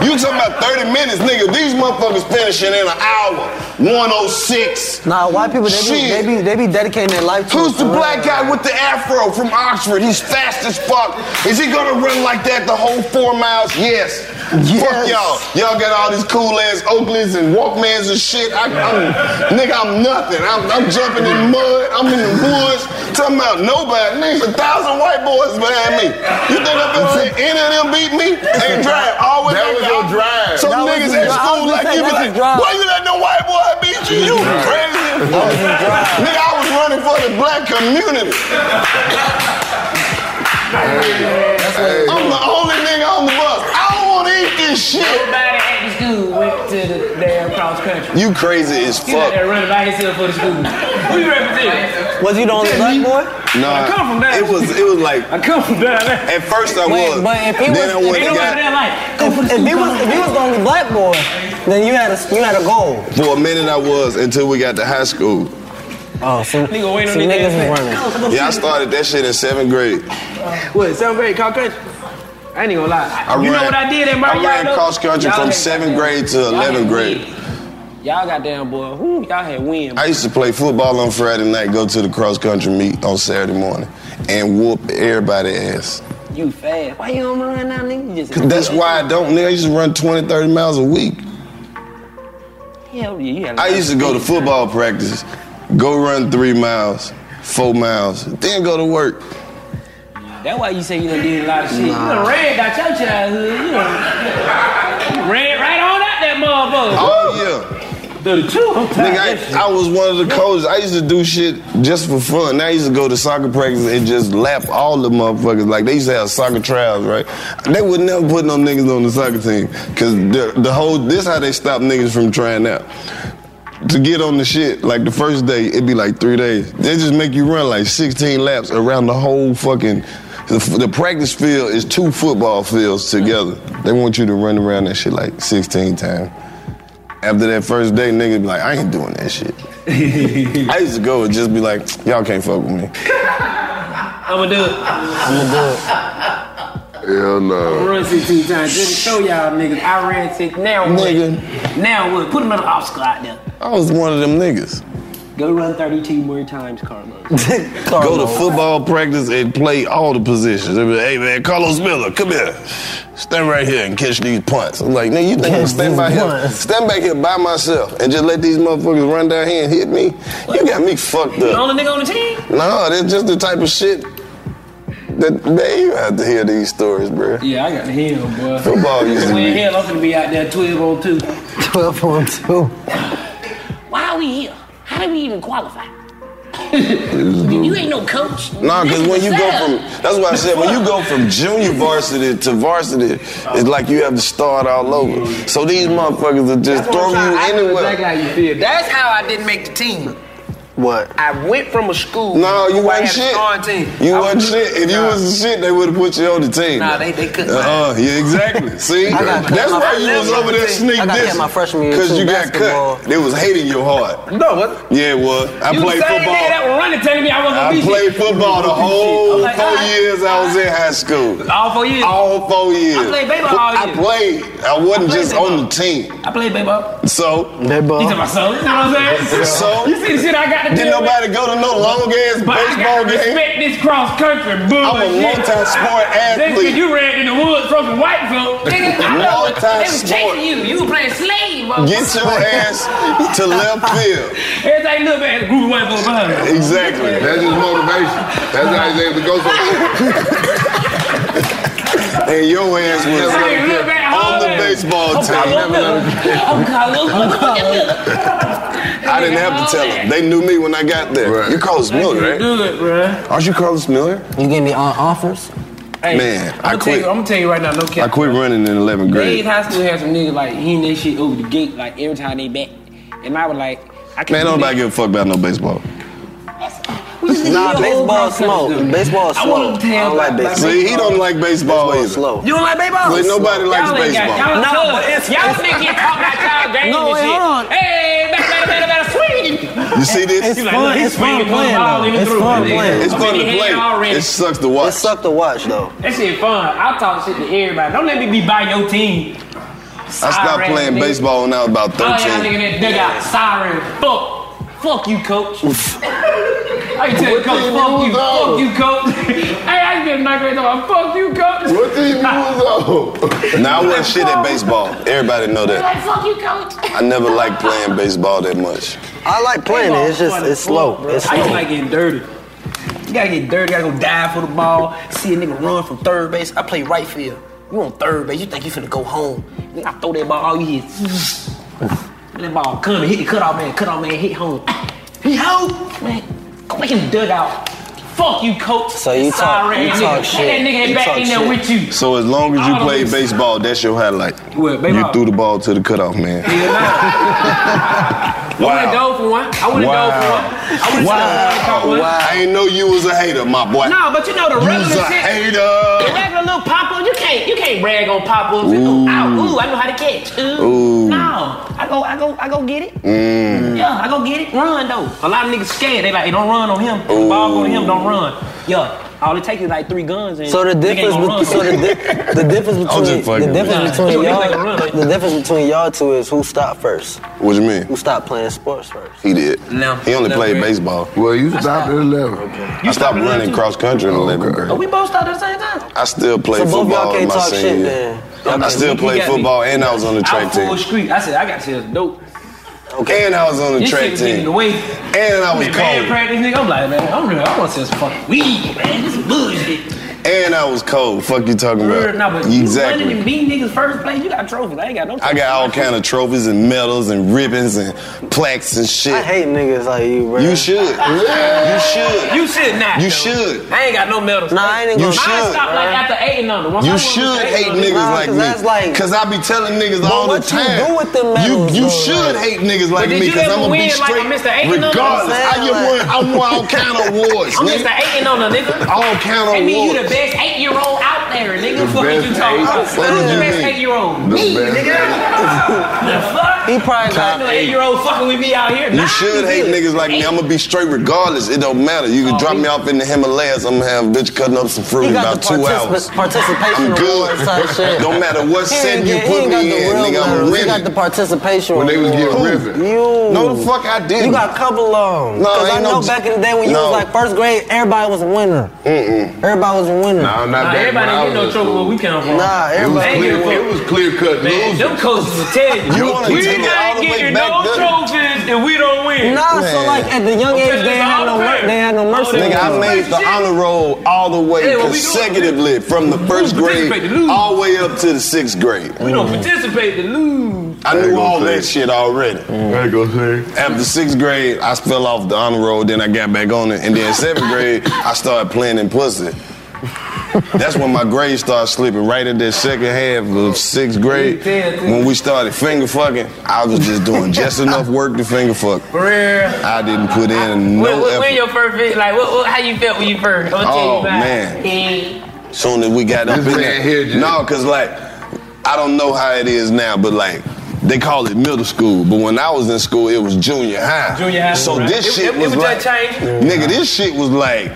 Speaker 2: You talking about 30 minutes, nigga. These motherfuckers finishing in an hour. 106.
Speaker 4: Nah, white people they be,
Speaker 2: Shit.
Speaker 4: they be they be dedicating their life to.
Speaker 2: Who's
Speaker 4: it
Speaker 2: the
Speaker 4: for real.
Speaker 2: black guy with the afro from Oxford? He's fast as fuck. Is he gonna run like that the whole four miles? Yes. Fuck y'all. Y'all got all these cool ass Oakleys and Walkmans and shit. I, am nigga, I'm nothing. I'm, I'm jumping in mud. I'm in the woods. Talking about nobody. Niggas, a thousand white boys behind me. You think I'm gonna let any of them beat me? They drive. Always
Speaker 5: That was
Speaker 2: like-
Speaker 5: your drive.
Speaker 2: Some
Speaker 5: That was
Speaker 2: niggas at
Speaker 5: your drive. I
Speaker 2: school
Speaker 5: was
Speaker 2: like
Speaker 5: gonna
Speaker 2: you be
Speaker 5: say, that's
Speaker 2: like,
Speaker 5: your drive.
Speaker 2: why you let no white boy beat you? You crazy. Nigga, I was running for the black community. I'm the only nigga on the bus. I don't want to eat this shit.
Speaker 3: Everybody at the school went to the damn cross country.
Speaker 2: You crazy as
Speaker 3: He out
Speaker 2: fuck.
Speaker 3: there running by himself for the school. Who you represent?
Speaker 2: Was you the only black boy? No,
Speaker 3: I come from down
Speaker 2: It was. It was like I
Speaker 3: come from down there.
Speaker 2: At first I
Speaker 4: Wait,
Speaker 2: was.
Speaker 4: but if he
Speaker 2: then I
Speaker 4: was,
Speaker 2: went
Speaker 4: if,
Speaker 2: and got-
Speaker 4: if, if he was, if he was the only black boy, then you had a you had a goal.
Speaker 2: For a minute I was until we got to high school.
Speaker 4: Oh, so,
Speaker 3: Nigga waiting
Speaker 4: so
Speaker 3: on
Speaker 4: niggas is
Speaker 3: niggas
Speaker 4: running.
Speaker 2: Yeah, I started that shit in seventh grade.
Speaker 3: What, seventh grade, cross country? I ain't gonna lie.
Speaker 2: I
Speaker 3: you
Speaker 2: ran,
Speaker 3: know what I did at my
Speaker 2: I ran cross country from seventh grade to eleventh grade.
Speaker 3: Y'all got damn boy. Who y'all had win.
Speaker 2: I used to play football on Friday night, go to the cross country meet on Saturday morning, and whoop everybody ass.
Speaker 3: You fast. Why you don't run now, nigga? You
Speaker 2: 'Cause
Speaker 3: just
Speaker 2: That's why I don't nigga. I used to run 20, 30 miles a week.
Speaker 3: hell yeah. You had a
Speaker 2: I
Speaker 3: lot
Speaker 2: used to
Speaker 3: of
Speaker 2: go to
Speaker 3: speed.
Speaker 2: football practice, go run three miles, four miles, then go to work.
Speaker 3: That's why you say you done did a lot of shit. You
Speaker 2: Nah.
Speaker 3: done ran out your childhood. You done ran right on out that motherfucker.
Speaker 2: Oh yeah. Nigga, I, I was one of the coaches. I used to do shit just for fun. Now I used to go to soccer practice and just lap all the motherfuckers. Like they used to have soccer trials, right? They would never put no niggas on the soccer team because the, the whole this how they stop niggas from trying out. To get on the shit, like the first day, it'd be like three days. They just make you run like 16 laps around the whole fucking. The, the practice field is two football fields together. They want you to run around that shit like 16 times. After that first day, niggas be like, I ain't doing that shit. I used to go and just be like, y'all can't fuck with me.
Speaker 3: I'ma do it.
Speaker 2: Hell
Speaker 3: I'ma
Speaker 2: no.
Speaker 3: run 16 times just to show y'all niggas. I ran six. Now what?
Speaker 2: Nigga.
Speaker 3: Now what? Put another obstacle out there.
Speaker 2: I was one of them niggas.
Speaker 3: Go run 32 more times, Carlos.
Speaker 2: Go to football practice and play all the positions. They be like, hey man, Carlos Miller, come here. Stand right here and catch these punts. I'm like, nigga, you think I'm gonna stand by here? Stand back here by myself and just let these motherfuckers run down here and hit me? You got me fucked
Speaker 3: You the
Speaker 2: up.
Speaker 3: only nigga on the team?
Speaker 2: No, that's just the type of shit that they you have to hear these stories, bro.
Speaker 3: Yeah, I got the hell, boy.
Speaker 2: Football used to
Speaker 3: When
Speaker 2: be-
Speaker 3: hell, I'm gonna be out there oh 12 on 2.
Speaker 4: 12 on 2.
Speaker 3: Why are we here? How did we even qualify?
Speaker 2: You
Speaker 3: ain't no coach.
Speaker 2: Nah, because when you go from that's what I said, when you go from junior varsity to varsity, it's like you have to start all over. So these motherfuckers are just throwing you anywhere.
Speaker 3: That's how you feel. That's how I didn't make the team.
Speaker 2: What?
Speaker 3: I went from a school.
Speaker 2: No, you
Speaker 3: where
Speaker 2: wasn't
Speaker 3: I had a
Speaker 2: shit.
Speaker 3: starring Team.
Speaker 2: You
Speaker 3: I
Speaker 2: wasn't
Speaker 3: was-
Speaker 2: shit. If you
Speaker 3: Nah.
Speaker 2: was shit, they would have put you on the team.
Speaker 3: Nah, they- they couldn't.
Speaker 2: Uh, uh yeah, exactly. See,
Speaker 3: I got cut
Speaker 2: that's
Speaker 3: my-
Speaker 2: why you was over there sneak
Speaker 3: I got cut
Speaker 2: this.
Speaker 3: my freshman year,
Speaker 2: Cause
Speaker 3: too,
Speaker 2: you got
Speaker 3: basketball.
Speaker 2: cut. They was hating your heart.
Speaker 3: No, what?
Speaker 2: Yeah, it was. I
Speaker 3: You
Speaker 2: played
Speaker 3: the same nigga that
Speaker 2: football.
Speaker 3: was running telling me I wasn't gonna
Speaker 2: I
Speaker 3: be
Speaker 2: played
Speaker 3: shit.
Speaker 2: football the whole
Speaker 3: I'm like,
Speaker 2: four
Speaker 3: all right.
Speaker 2: years I was in high school.
Speaker 3: All four years.
Speaker 2: All four years.
Speaker 3: I played baseball all
Speaker 2: I
Speaker 3: year.
Speaker 2: played. I wasn't
Speaker 3: played
Speaker 2: just on the team.
Speaker 3: I played baseball.
Speaker 2: So.
Speaker 3: You talking about so? You know what I'm saying?
Speaker 2: So.
Speaker 3: you see the shit I got to
Speaker 2: Did
Speaker 3: deal with?
Speaker 2: nobody go to no long ass
Speaker 3: But I
Speaker 2: baseball
Speaker 3: gotta
Speaker 2: game?
Speaker 3: respect this cross country bullshit.
Speaker 2: I'm a multi-sport athlete.
Speaker 3: Nigga, you ran in the woods from the white folk. Nigga, I know it. they was
Speaker 2: Multi-sport.
Speaker 3: chasing you. You were playing slave. motherfucker.
Speaker 2: Get your ass to left field.
Speaker 3: Everything little bit a group of white folk behind you.
Speaker 2: Exactly.
Speaker 25: That's his motivation. That's how he's able to go so
Speaker 2: And your ass was
Speaker 25: Hey, look back,
Speaker 2: on the
Speaker 25: holler.
Speaker 2: baseball
Speaker 25: Oh,
Speaker 2: team.
Speaker 25: Carlos Miller.
Speaker 3: Oh, Carlos
Speaker 2: I didn't have to tell them. They knew me when I got there. You Carlos Miller, right? Aren't you Carlos Miller?
Speaker 4: You gave me uh, offers.
Speaker 3: Hey,
Speaker 2: Man,
Speaker 3: I'm
Speaker 2: I
Speaker 3: gonna
Speaker 2: quit.
Speaker 3: Tell you, I'm gonna tell you right now, no
Speaker 2: I
Speaker 3: cap.
Speaker 2: quit running in 11th
Speaker 3: Dade
Speaker 2: grade.
Speaker 3: High School had some niggas like hearing that shit over the gate, like every time they back. And I was like, I
Speaker 2: Man, don't
Speaker 3: can't. do that.
Speaker 2: nobody give a fuck about no baseball.
Speaker 26: Nah, baseball slow. Baseball
Speaker 3: I
Speaker 26: slow.
Speaker 3: wanna tell
Speaker 26: don't like
Speaker 3: about-
Speaker 26: baseball.
Speaker 2: See, he don't like baseball either.
Speaker 3: You don't like baseball?
Speaker 2: Like, nobody likes
Speaker 3: y'all ain't
Speaker 2: baseball.
Speaker 3: Got, y'all
Speaker 2: No,
Speaker 3: no,
Speaker 2: but
Speaker 3: it's, y'all niggas get caught by y'all games
Speaker 4: No,
Speaker 3: and
Speaker 4: wait,
Speaker 3: shit.
Speaker 4: hold on.
Speaker 3: Hey, better, better, better, better, swing.
Speaker 2: You see this?
Speaker 4: It's fun. It's fun playing. though. It's fun playing.
Speaker 2: It's fun to play.
Speaker 3: Already.
Speaker 2: It sucks to watch. It sucks
Speaker 26: to watch though.
Speaker 3: That shit fun. I talk shit to everybody. Don't let me be by your team.
Speaker 2: I stopped
Speaker 3: Siren,
Speaker 2: playing
Speaker 3: nigga.
Speaker 2: baseball when I was about
Speaker 3: All y'all
Speaker 2: 13.
Speaker 3: niggas Oh, that dugout, siren, fuck. Fuck you, coach. I can tell you,
Speaker 25: What
Speaker 3: coach,
Speaker 25: team
Speaker 3: fuck
Speaker 25: you
Speaker 3: you,
Speaker 25: was
Speaker 3: fuck
Speaker 25: on?
Speaker 3: you, coach. hey, I been not great though. Fuck you, coach.
Speaker 25: What team you was on?
Speaker 2: Now I wasn't shit at baseball. Everybody know that.
Speaker 3: fuck you, coach.
Speaker 2: I never liked playing baseball that much.
Speaker 26: I like playing it. It's just it's slow. It's
Speaker 3: I just
Speaker 26: slow.
Speaker 3: like getting dirty. You gotta get dirty. You gotta go dive for the ball. See a nigga run from third base. I play right field. You on third base? You think you finna go home? Nigga, I throw that ball. All you hear, is that ball come hit the cutoff man. Cutoff man hit home. He home man. Go back in the dugout.
Speaker 8: Fuck you, coach.
Speaker 2: So you
Speaker 8: Sorry, talk- you nigga. talk And shit. that nigga ain't You back talk in there shit. with you.
Speaker 2: So as long as you
Speaker 8: All
Speaker 2: play
Speaker 8: these-
Speaker 2: baseball, that's your highlight.
Speaker 3: baseball.
Speaker 2: You threw the ball to the cutoff man.
Speaker 3: I
Speaker 2: wow.
Speaker 3: dove for one. I would have
Speaker 2: Wow.
Speaker 3: dove for one. I would have
Speaker 2: Wow. wow. I ain't know you was a hater, my boy.
Speaker 3: No, but you know the
Speaker 2: You
Speaker 3: regular
Speaker 2: was a
Speaker 3: shit.
Speaker 2: hater.
Speaker 3: The regular little pop up, you can't you can't rag on pop ups.
Speaker 2: Ooh.
Speaker 3: Ooh. Ow, ooh, I know how to catch. Ooh.
Speaker 2: Ooh.
Speaker 3: No, I go I go I go get it.
Speaker 2: Mm.
Speaker 3: Yeah, I go get it. Run though. A lot of niggas scared. They like, hey, don't run on him. The Ball go to him, don't run. Yeah, all it takes is like three guns and
Speaker 27: So the
Speaker 3: nigga ain't
Speaker 27: difference,
Speaker 3: gonna
Speaker 27: bet-
Speaker 3: run.
Speaker 27: so the, di- the difference
Speaker 2: I'm just
Speaker 27: between
Speaker 2: fucking
Speaker 27: the difference
Speaker 2: with you.
Speaker 27: between
Speaker 2: Yeah.
Speaker 27: y'all, the difference between y'all two is who stopped first.
Speaker 2: What you mean?
Speaker 27: Who stopped playing sports first?
Speaker 2: He did.
Speaker 3: No.
Speaker 2: He only
Speaker 27: No,
Speaker 2: played
Speaker 27: Greg.
Speaker 2: baseball.
Speaker 27: Well, you
Speaker 2: stopped at 11. I stopped running cross country at 11, grade.
Speaker 3: Oh, we both started at the same time.
Speaker 2: I still played
Speaker 3: So both
Speaker 2: football
Speaker 3: y'all
Speaker 2: in
Speaker 3: can't
Speaker 2: my
Speaker 3: talk
Speaker 2: senior
Speaker 3: shit
Speaker 2: year.
Speaker 3: then.
Speaker 2: I still
Speaker 3: Okay, you
Speaker 2: played
Speaker 3: got me.
Speaker 2: football Oh, and I was on the track
Speaker 3: I
Speaker 2: team.
Speaker 3: was full street. I said, I got to tell dope.
Speaker 2: Okay. And I was on the
Speaker 3: this
Speaker 2: track
Speaker 3: shit was getting
Speaker 2: team.
Speaker 3: Away.
Speaker 2: And I was
Speaker 3: Man, band
Speaker 2: cold.
Speaker 3: practice, nigga. I'm like, man, I'm real. I want to sell some fucking weed, man. This is bullshit.
Speaker 2: And I was cold. Fuck you talking about?
Speaker 3: Nah, but you running
Speaker 2: exactly.
Speaker 3: and beating niggas first place, you got trophies. I ain't got no
Speaker 2: I
Speaker 3: trophies.
Speaker 2: got all kind of trophies and medals and ribbons and plaques and shit. I hate
Speaker 27: niggas like you, bro.
Speaker 2: You should. you should.
Speaker 3: You should not.
Speaker 2: You
Speaker 3: though.
Speaker 2: should.
Speaker 3: I ain't got no medals. Nah, I
Speaker 2: ain't You gonna-
Speaker 3: Mine
Speaker 2: should,
Speaker 3: stopped like
Speaker 2: bruh.
Speaker 3: after eight and under. Once I
Speaker 2: You
Speaker 3: went to
Speaker 2: should
Speaker 3: eight and
Speaker 2: hate
Speaker 3: under,
Speaker 2: niggas
Speaker 3: nah,
Speaker 2: like me. cause I be telling niggas
Speaker 3: But
Speaker 2: all the
Speaker 3: what you
Speaker 2: time.
Speaker 3: do with them medals,
Speaker 2: you you
Speaker 3: though,
Speaker 2: should
Speaker 3: like-
Speaker 2: hate niggas
Speaker 3: But
Speaker 2: like
Speaker 3: did
Speaker 2: me
Speaker 3: you
Speaker 2: because
Speaker 3: ever
Speaker 2: I'm gonna be
Speaker 3: win like a
Speaker 2: straight.
Speaker 3: Mr. Eight and under?
Speaker 2: regardless, I
Speaker 3: I'm
Speaker 2: get
Speaker 3: saying,
Speaker 2: won. I won all kind of awards.
Speaker 3: I'm
Speaker 2: nigga.
Speaker 3: Mr. Eight and under, nigga.
Speaker 2: All kind of
Speaker 3: That mean you the
Speaker 2: awards.
Speaker 3: best eight year old out there, nigga.
Speaker 2: The
Speaker 3: Fuck you
Speaker 2: best
Speaker 3: talking
Speaker 2: eight-
Speaker 3: about?
Speaker 2: What do
Speaker 3: Who's the
Speaker 2: you
Speaker 3: best
Speaker 2: mean?
Speaker 3: eight year old?
Speaker 2: The
Speaker 3: Me,
Speaker 2: best
Speaker 3: nigga. The fuck? He
Speaker 27: probably
Speaker 3: got
Speaker 2: Top
Speaker 3: no
Speaker 2: eight.
Speaker 3: eight year old fucking with me out here.
Speaker 2: You
Speaker 3: Nah,
Speaker 2: should
Speaker 3: you
Speaker 2: hate
Speaker 3: good.
Speaker 2: niggas like me. I'm gonna be straight regardless. It don't matter. You can drop me off in the Himalayas. I'm gonna have a bitch cutting up some fruit
Speaker 27: Oh, He
Speaker 2: in
Speaker 27: got
Speaker 2: about
Speaker 27: the
Speaker 2: two
Speaker 27: particip-
Speaker 2: hours.
Speaker 27: participation
Speaker 2: I'm good.
Speaker 27: awards, type shit.
Speaker 2: Don't matter what
Speaker 27: He
Speaker 2: setting
Speaker 27: ain't
Speaker 2: you
Speaker 27: get-
Speaker 2: put
Speaker 27: he ain't got the
Speaker 2: me in,
Speaker 27: real
Speaker 2: nigga. I'm
Speaker 27: medals. He
Speaker 2: ready.
Speaker 27: got the participation
Speaker 2: When they was getting
Speaker 27: award.
Speaker 2: ribbon.
Speaker 27: You.
Speaker 2: No, the fuck I didn't.
Speaker 27: You got a couple of them.
Speaker 2: No,
Speaker 27: Cause I
Speaker 2: ain't
Speaker 27: know
Speaker 2: no-
Speaker 27: back in the day when you
Speaker 2: No.
Speaker 27: was like first grade, everybody was a winner. Mm-mm. Everybody was a winner.
Speaker 2: No,
Speaker 3: Nah, everybody get no trouble where we come from.
Speaker 27: Nah, everybody-
Speaker 3: They
Speaker 27: It was
Speaker 3: get-
Speaker 27: clear- it was clear-cut
Speaker 3: Man,
Speaker 27: losers.
Speaker 3: them coaches will tell you.
Speaker 27: You wanna
Speaker 3: we
Speaker 27: take it all
Speaker 3: not
Speaker 27: the way
Speaker 3: getting
Speaker 27: back
Speaker 3: no
Speaker 27: then?
Speaker 3: trophies if we don't win.
Speaker 27: Nah, so like at the young
Speaker 3: Okay,
Speaker 27: age
Speaker 3: it's
Speaker 27: they ain't had
Speaker 3: all
Speaker 27: no
Speaker 3: fair.
Speaker 27: mer- they had no mercy.
Speaker 2: Nigga, I made the honor roll all the way
Speaker 3: Hey, what we doing?
Speaker 2: consecutively from the first grade all the way up to the sixth grade.
Speaker 3: We don't participate to lose.
Speaker 2: I knew all that shit already. After sixth grade, I fell off the honor roll, then I got back on it. And then seventh grade, I started playing in pussy. That's when my grades started slipping. Right at that second half of sixth grade, when we started finger fucking, I was just doing just enough work to finger fuck.
Speaker 3: For real.
Speaker 2: I didn't put in
Speaker 3: When,
Speaker 2: no
Speaker 3: when, when
Speaker 2: effort.
Speaker 3: your first visit, like, what, what, how you felt when you first? I'm gonna
Speaker 2: Oh,
Speaker 3: tell you
Speaker 2: man. Soon as we got up in there, no, cause like I don't know how it is now, but like they call it middle school. But when I was in school, it was junior high.
Speaker 3: Junior high
Speaker 2: So
Speaker 3: school, right.
Speaker 2: this
Speaker 3: It-
Speaker 2: shit
Speaker 3: it- it
Speaker 2: was
Speaker 3: was
Speaker 2: like,
Speaker 3: just changed.
Speaker 2: nigga, this shit was like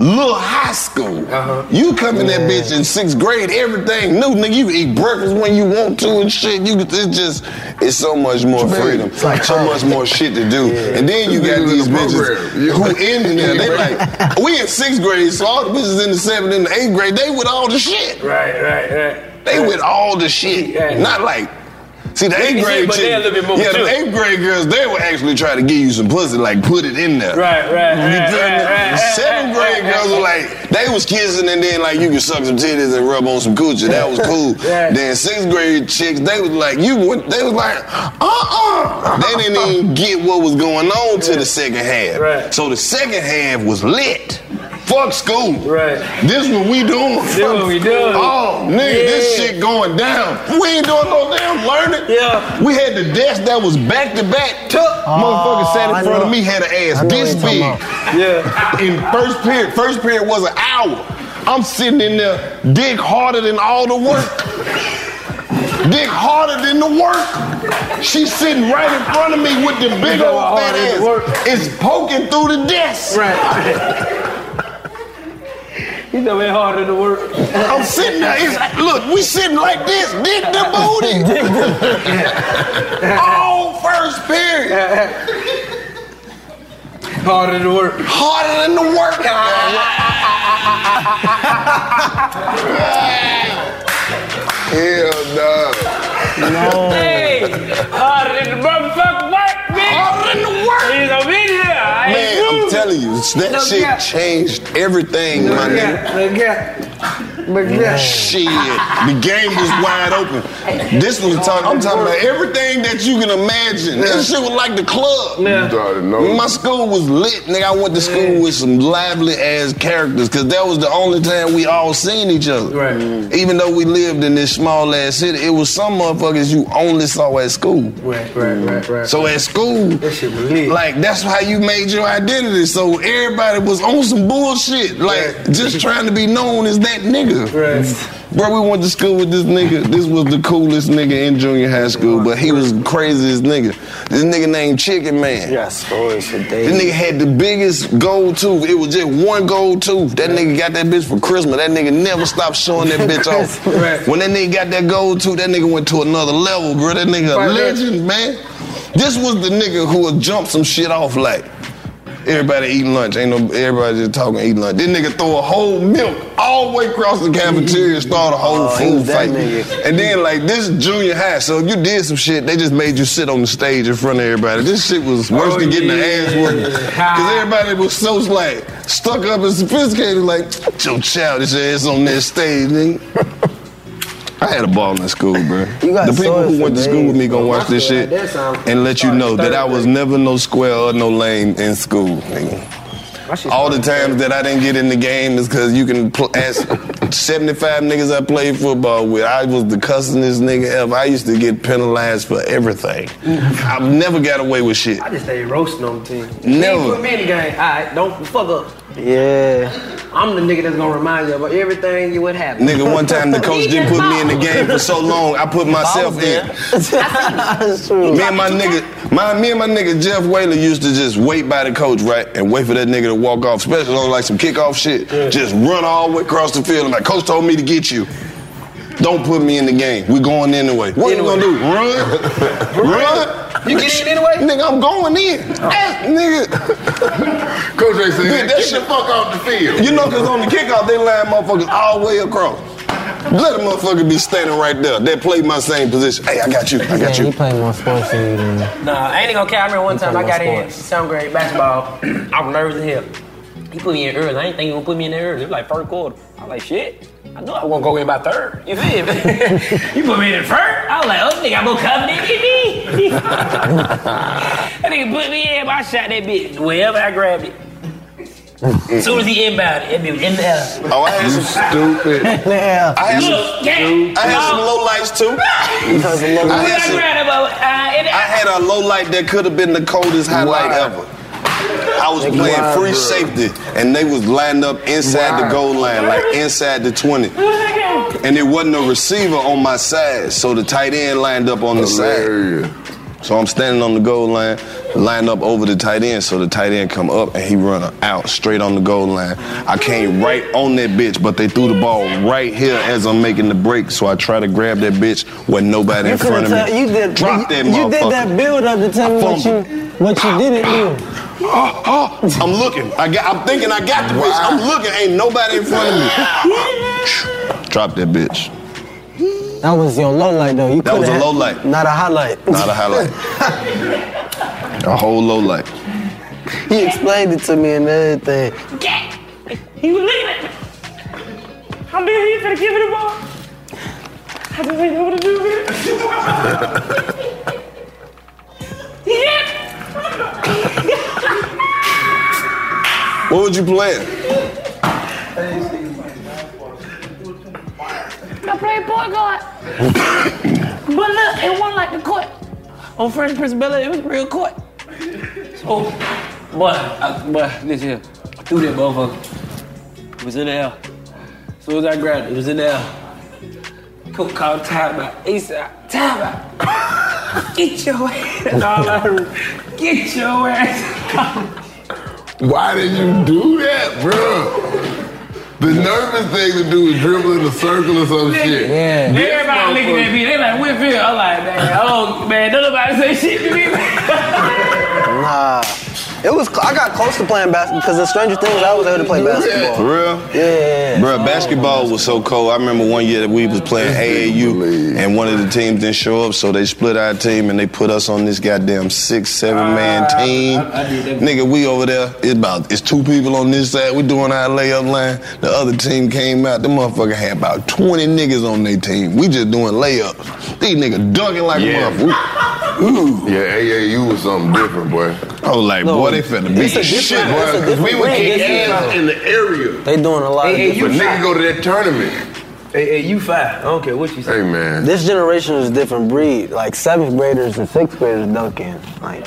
Speaker 2: little high school.
Speaker 3: Uh-huh.
Speaker 2: You come in that bitch in sixth grade, everything new, nigga. You can eat breakfast when you want to and shit. You could, it's just it's so much more
Speaker 28: Man,
Speaker 2: freedom,
Speaker 28: it's like
Speaker 2: so much more shit to do. And then you got
Speaker 28: Niggas in
Speaker 2: these
Speaker 28: the
Speaker 2: bitches
Speaker 28: program.
Speaker 2: who in there. They like we in sixth grade, so all the bitches in the seventh and the eighth grade, they with all the shit.
Speaker 3: Right, right, right.
Speaker 2: They with all the shit.
Speaker 3: Yeah.
Speaker 2: Not like see the
Speaker 3: They
Speaker 2: eighth
Speaker 3: can
Speaker 2: grade
Speaker 3: shit, but they a
Speaker 2: chick-
Speaker 3: little bit more
Speaker 2: yeah, the
Speaker 3: mature.
Speaker 2: eighth grade girls, they will actually try to give you some pussy, like put it in there.
Speaker 3: Right, right,
Speaker 2: You
Speaker 3: right,
Speaker 2: feel me?
Speaker 3: right, right, right,
Speaker 2: Seventh
Speaker 3: right,
Speaker 2: grade
Speaker 3: right,
Speaker 2: girls were
Speaker 3: right.
Speaker 2: like they was kissing and then like you could suck some titties and rub on some coochie. That was cool.
Speaker 3: Yeah.
Speaker 2: Then sixth grade chicks, they was like you. went- They was like uh uh. They didn't even get what was going on to the second half.
Speaker 3: Right.
Speaker 2: So the second half was lit. Fuck school.
Speaker 3: Right.
Speaker 2: This what we doing.
Speaker 3: This what we doing.
Speaker 2: Oh, nigga, this
Speaker 3: Yeah.
Speaker 2: shit going down. We ain't doing no damn learning. Yeah. We had the desk that was back to back. Tuck. Motherfucker sat in
Speaker 28: I
Speaker 2: front
Speaker 28: know.
Speaker 2: of me, had an
Speaker 28: I
Speaker 2: ass
Speaker 28: know
Speaker 2: this
Speaker 28: what
Speaker 2: big.
Speaker 28: you're talking
Speaker 2: Yeah. In first period, first period was an hour. I'm sitting in there, dick harder than all the work. Dick harder than the work. She's sitting right in front of me with the big
Speaker 3: go
Speaker 2: old fat
Speaker 3: harder than the work.
Speaker 2: ass. It's poking through the desk. Right.
Speaker 3: that. You know, it harder to work.
Speaker 2: I'm sitting there. It's like, look, we sitting like this, dick the booty. All first period.
Speaker 3: Harder to work.
Speaker 2: Harder than the work.
Speaker 28: Hell no.
Speaker 3: No. Hey, harder than the motherfucking work, bitch. Harder than the work. He's gonna be there. I
Speaker 2: Man, I'm telling you, that
Speaker 3: Look
Speaker 2: shit
Speaker 3: out.
Speaker 2: changed everything, my
Speaker 3: Look
Speaker 2: nigga.
Speaker 3: out, look out.
Speaker 2: Yeah. Shit, the game was wide open. This was the time I'm talking about everything that you can imagine. This shit was like the club.
Speaker 28: Yeah. You already know.
Speaker 2: My school was lit, nigga. I went to school with some lively ass characters, cause that was the only time we all seen each other. Right.
Speaker 28: Mm.
Speaker 2: Even though we lived in this small ass city, it was some motherfuckers you only saw at school.
Speaker 3: Right, right, right, right.
Speaker 2: So at school, like that's how you made your identity. So everybody was on some bullshit, like just trying to be known as that nigga. Bro, we went to school with this nigga. This was the coolest nigga in junior high school, but he was crazy as nigga. This nigga named Chicken Man.
Speaker 26: Yes, stories for days.
Speaker 2: This nigga had the biggest gold tooth. It was just one gold tooth. That nigga got that bitch for Christmas. That nigga never stopped showing that bitch off. When that nigga got that gold tooth, that nigga went to another level, bro. That nigga a
Speaker 28: Right.
Speaker 2: legend, man. This was the nigga who would jump some shit off like. Everybody eating lunch. Ain't no everybody just talking eating lunch. This nigga throw a whole milk all the way across the cafeteria and start a whole
Speaker 26: Oh, he was
Speaker 2: food
Speaker 26: that
Speaker 2: fight.
Speaker 26: nigga.
Speaker 2: And then like this is junior high, so if you did some shit, they just made you sit on the stage in front of everybody. This shit was worse
Speaker 28: Oh,
Speaker 2: than getting
Speaker 28: yeah.
Speaker 2: the ass working. Cause everybody was so like stuck up and sophisticated, like, "Get your childish ass on that stage, nigga. I had a ball in school, bro.
Speaker 28: got
Speaker 2: the people
Speaker 28: swords
Speaker 2: who
Speaker 28: for
Speaker 2: went to
Speaker 28: days.
Speaker 2: school with me gonna watch this
Speaker 28: I feel
Speaker 2: shit
Speaker 28: like that sound-
Speaker 2: and let you know that I was never no square or no lame in school, nigga. All the times that I didn't get in the game is because you can pl- ask 75 niggas I played football with. I was the cussingest nigga ever. I used to get penalized for everything. I've never got away with shit.
Speaker 3: I just stay roasting on the team.
Speaker 2: Never.
Speaker 3: You put me in the game. All right, don't fuck up.
Speaker 2: Yeah.
Speaker 3: I'm the nigga that's gonna remind you about everything you would have.
Speaker 2: Nigga, one time the coach didn't put me in the game for so long, I put myself in. Me and my nigga, my me and my nigga Jeff Whaler used to just wait by the coach, right, and wait for that nigga to walk off, especially on like some kickoff shit. Just run all the way across the field and like, coach told me to get you. Don't put me in the game. We going anyway. What you gonna do? Run, run.
Speaker 28: You get in
Speaker 2: anyway, nigga. I'm going in,
Speaker 3: Oh.
Speaker 2: Ass- nigga.
Speaker 28: Coach Ray said,
Speaker 2: Dude, that
Speaker 28: "Get
Speaker 2: shit-
Speaker 28: the fuck off the field."
Speaker 2: You know, because on the kickoff, they line motherfuckers all the way across. Let a motherfucker be standing right there. They played my same position. Hey, I got you. I got
Speaker 4: Man,
Speaker 2: you.
Speaker 4: he played more sports than you do.
Speaker 3: Nah, I ain't gonna care. I remember one time I got in seventh grade basketball. I was nervous as hell. He put me in early. I ain't think he gonna put me in there early. It was like first quarter. I was like, shit. I know I won't go in by third. You feel me? you put me in first. I was like, oh, this nigga, I'm gonna cover that me. that nigga put me in. I shot that bitch wherever I grabbed it. As soon as he inbounded, it, that bitch was in the air.
Speaker 2: Oh, I had some stupid. I had
Speaker 3: Look, yeah.
Speaker 2: some, I had some
Speaker 3: No.
Speaker 2: low lights too. I
Speaker 3: I
Speaker 2: uh, had, some- I had a low light that could have been the coldest highlight ever. I was playing
Speaker 28: Wow,
Speaker 2: free
Speaker 28: bro.
Speaker 2: safety, and they was lined up inside the goal line, like inside the 20. And there wasn't a receiver on my side, so the tight end lined up on the side. So I'm standing on the goal line, lined up over the tight end, so the tight end come up and he run out straight on the goal line. I came right on that bitch, but they threw the ball right here as I'm making the break, so I try to grab that bitch with nobody in front
Speaker 4: couldn't
Speaker 2: of
Speaker 4: tell-
Speaker 2: me.
Speaker 4: You did,
Speaker 2: Drop
Speaker 4: you,
Speaker 2: that
Speaker 4: You
Speaker 2: motherfucker.
Speaker 4: did that build up to tell me what you what you didn't do.
Speaker 2: Oh, oh, I'm looking. I got, I'm thinking I got the bitch. I'm looking. Ain't nobody in front of me. Drop that bitch.
Speaker 4: That was your low light though. You
Speaker 2: That was
Speaker 4: could've
Speaker 2: a
Speaker 4: had-
Speaker 2: low light.
Speaker 4: Not a highlight.
Speaker 2: Not a highlight. a whole low light.
Speaker 4: He explained it to me and everything.
Speaker 8: He was looking at me. I'm there, he finna give me the ball. I just ain't know what to do with it. yeah.
Speaker 2: What would you playing?
Speaker 8: I played point guard. but look, it wasn't like the court. On French Prince Bella, it was real court.
Speaker 3: Oh, boy, I, boy, listen here. I threw that motherfucker. It was in the air. As soon as I grabbed it, it was in the air. Cook called timeout. He said, timeout. Get your ass. That's all I heard. Get your ass.
Speaker 28: Why did you do that, bro? The nervous thing to do is dribble in a circle or some shit.
Speaker 3: Yeah. Everybody looking at me. They like, Whitfield. I'm like, man, oh, man, don't nobody say shit to me.
Speaker 26: Nah.
Speaker 4: It was. I got close to playing basketball because in Stranger Things I was able to play basketball.
Speaker 2: For real? Yeah. Bruh, basketball was so cold. I remember one year that we was playing AAU and one of the teams didn't show up, so they split our team and they put us on this goddamn six, seven man
Speaker 29: Ah, I-
Speaker 2: team.
Speaker 29: I did that.
Speaker 2: Nigga, we over there, it's about it's two people on this side, we doing our layup line. The other team came out, the motherfucker had about 20 niggas on their team. We just doing layups. These niggas dunking like
Speaker 19: Yeah.
Speaker 2: a motherfucker. Ooh.
Speaker 19: Yeah, AAU was something different, boy.
Speaker 2: I was like, boy, they finna be
Speaker 19: It's a
Speaker 2: shit,
Speaker 19: different-
Speaker 2: boy.
Speaker 19: it's a
Speaker 2: Cause we
Speaker 19: different
Speaker 2: would
Speaker 19: thing.
Speaker 2: kick
Speaker 19: It's
Speaker 2: ass
Speaker 19: different.
Speaker 2: in
Speaker 19: the area.
Speaker 30: They doing a lot.
Speaker 19: of
Speaker 2: Hey, hey,
Speaker 19: different-
Speaker 2: you
Speaker 19: But
Speaker 2: fat.
Speaker 19: nigga go to that tournament.
Speaker 30: you five. I don't care what you say.
Speaker 19: Hey man.
Speaker 4: This generation is a different breed. Like seventh graders and sixth graders dunking. Like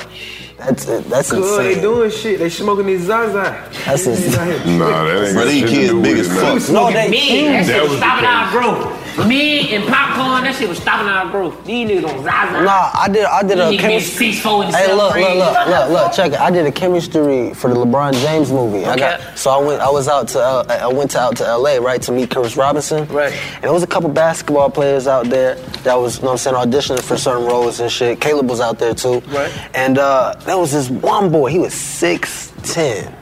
Speaker 4: that's it. That's
Speaker 3: Good, they
Speaker 4: insane.
Speaker 3: doing shit. They smoking these Zaza.
Speaker 4: That's insane.
Speaker 19: Nah, that ain't
Speaker 2: Bro,
Speaker 19: got
Speaker 2: these
Speaker 19: shit to
Speaker 2: kids
Speaker 19: do
Speaker 2: big as
Speaker 19: with it,
Speaker 2: fuck.
Speaker 19: man.
Speaker 2: You smoking
Speaker 31: That
Speaker 2: me.
Speaker 31: That
Speaker 2: That
Speaker 31: shit was
Speaker 2: was
Speaker 31: stopping
Speaker 2: the
Speaker 31: our growth. Me and popcorn, that shit was stopping our growth. These niggas on Zaza.
Speaker 30: Nah, I did. I
Speaker 4: did
Speaker 31: These
Speaker 4: a
Speaker 31: niggas
Speaker 4: chemi-
Speaker 31: been six four in the
Speaker 30: Hey,
Speaker 31: seventh
Speaker 30: look, look,
Speaker 31: grade.
Speaker 30: look, look, look, check it. I did a chemistry for the LeBron James movie. I got so I went. I was out to. L-
Speaker 4: uh,
Speaker 30: I went to, out to L.A. right to meet Chris Robinson. Right.
Speaker 4: And there was a couple basketball players out there that was, you know what I'm saying, auditioning for certain roles and shit. Caleb was out there too. Right. And uh, there was this one boy, he was 6'10.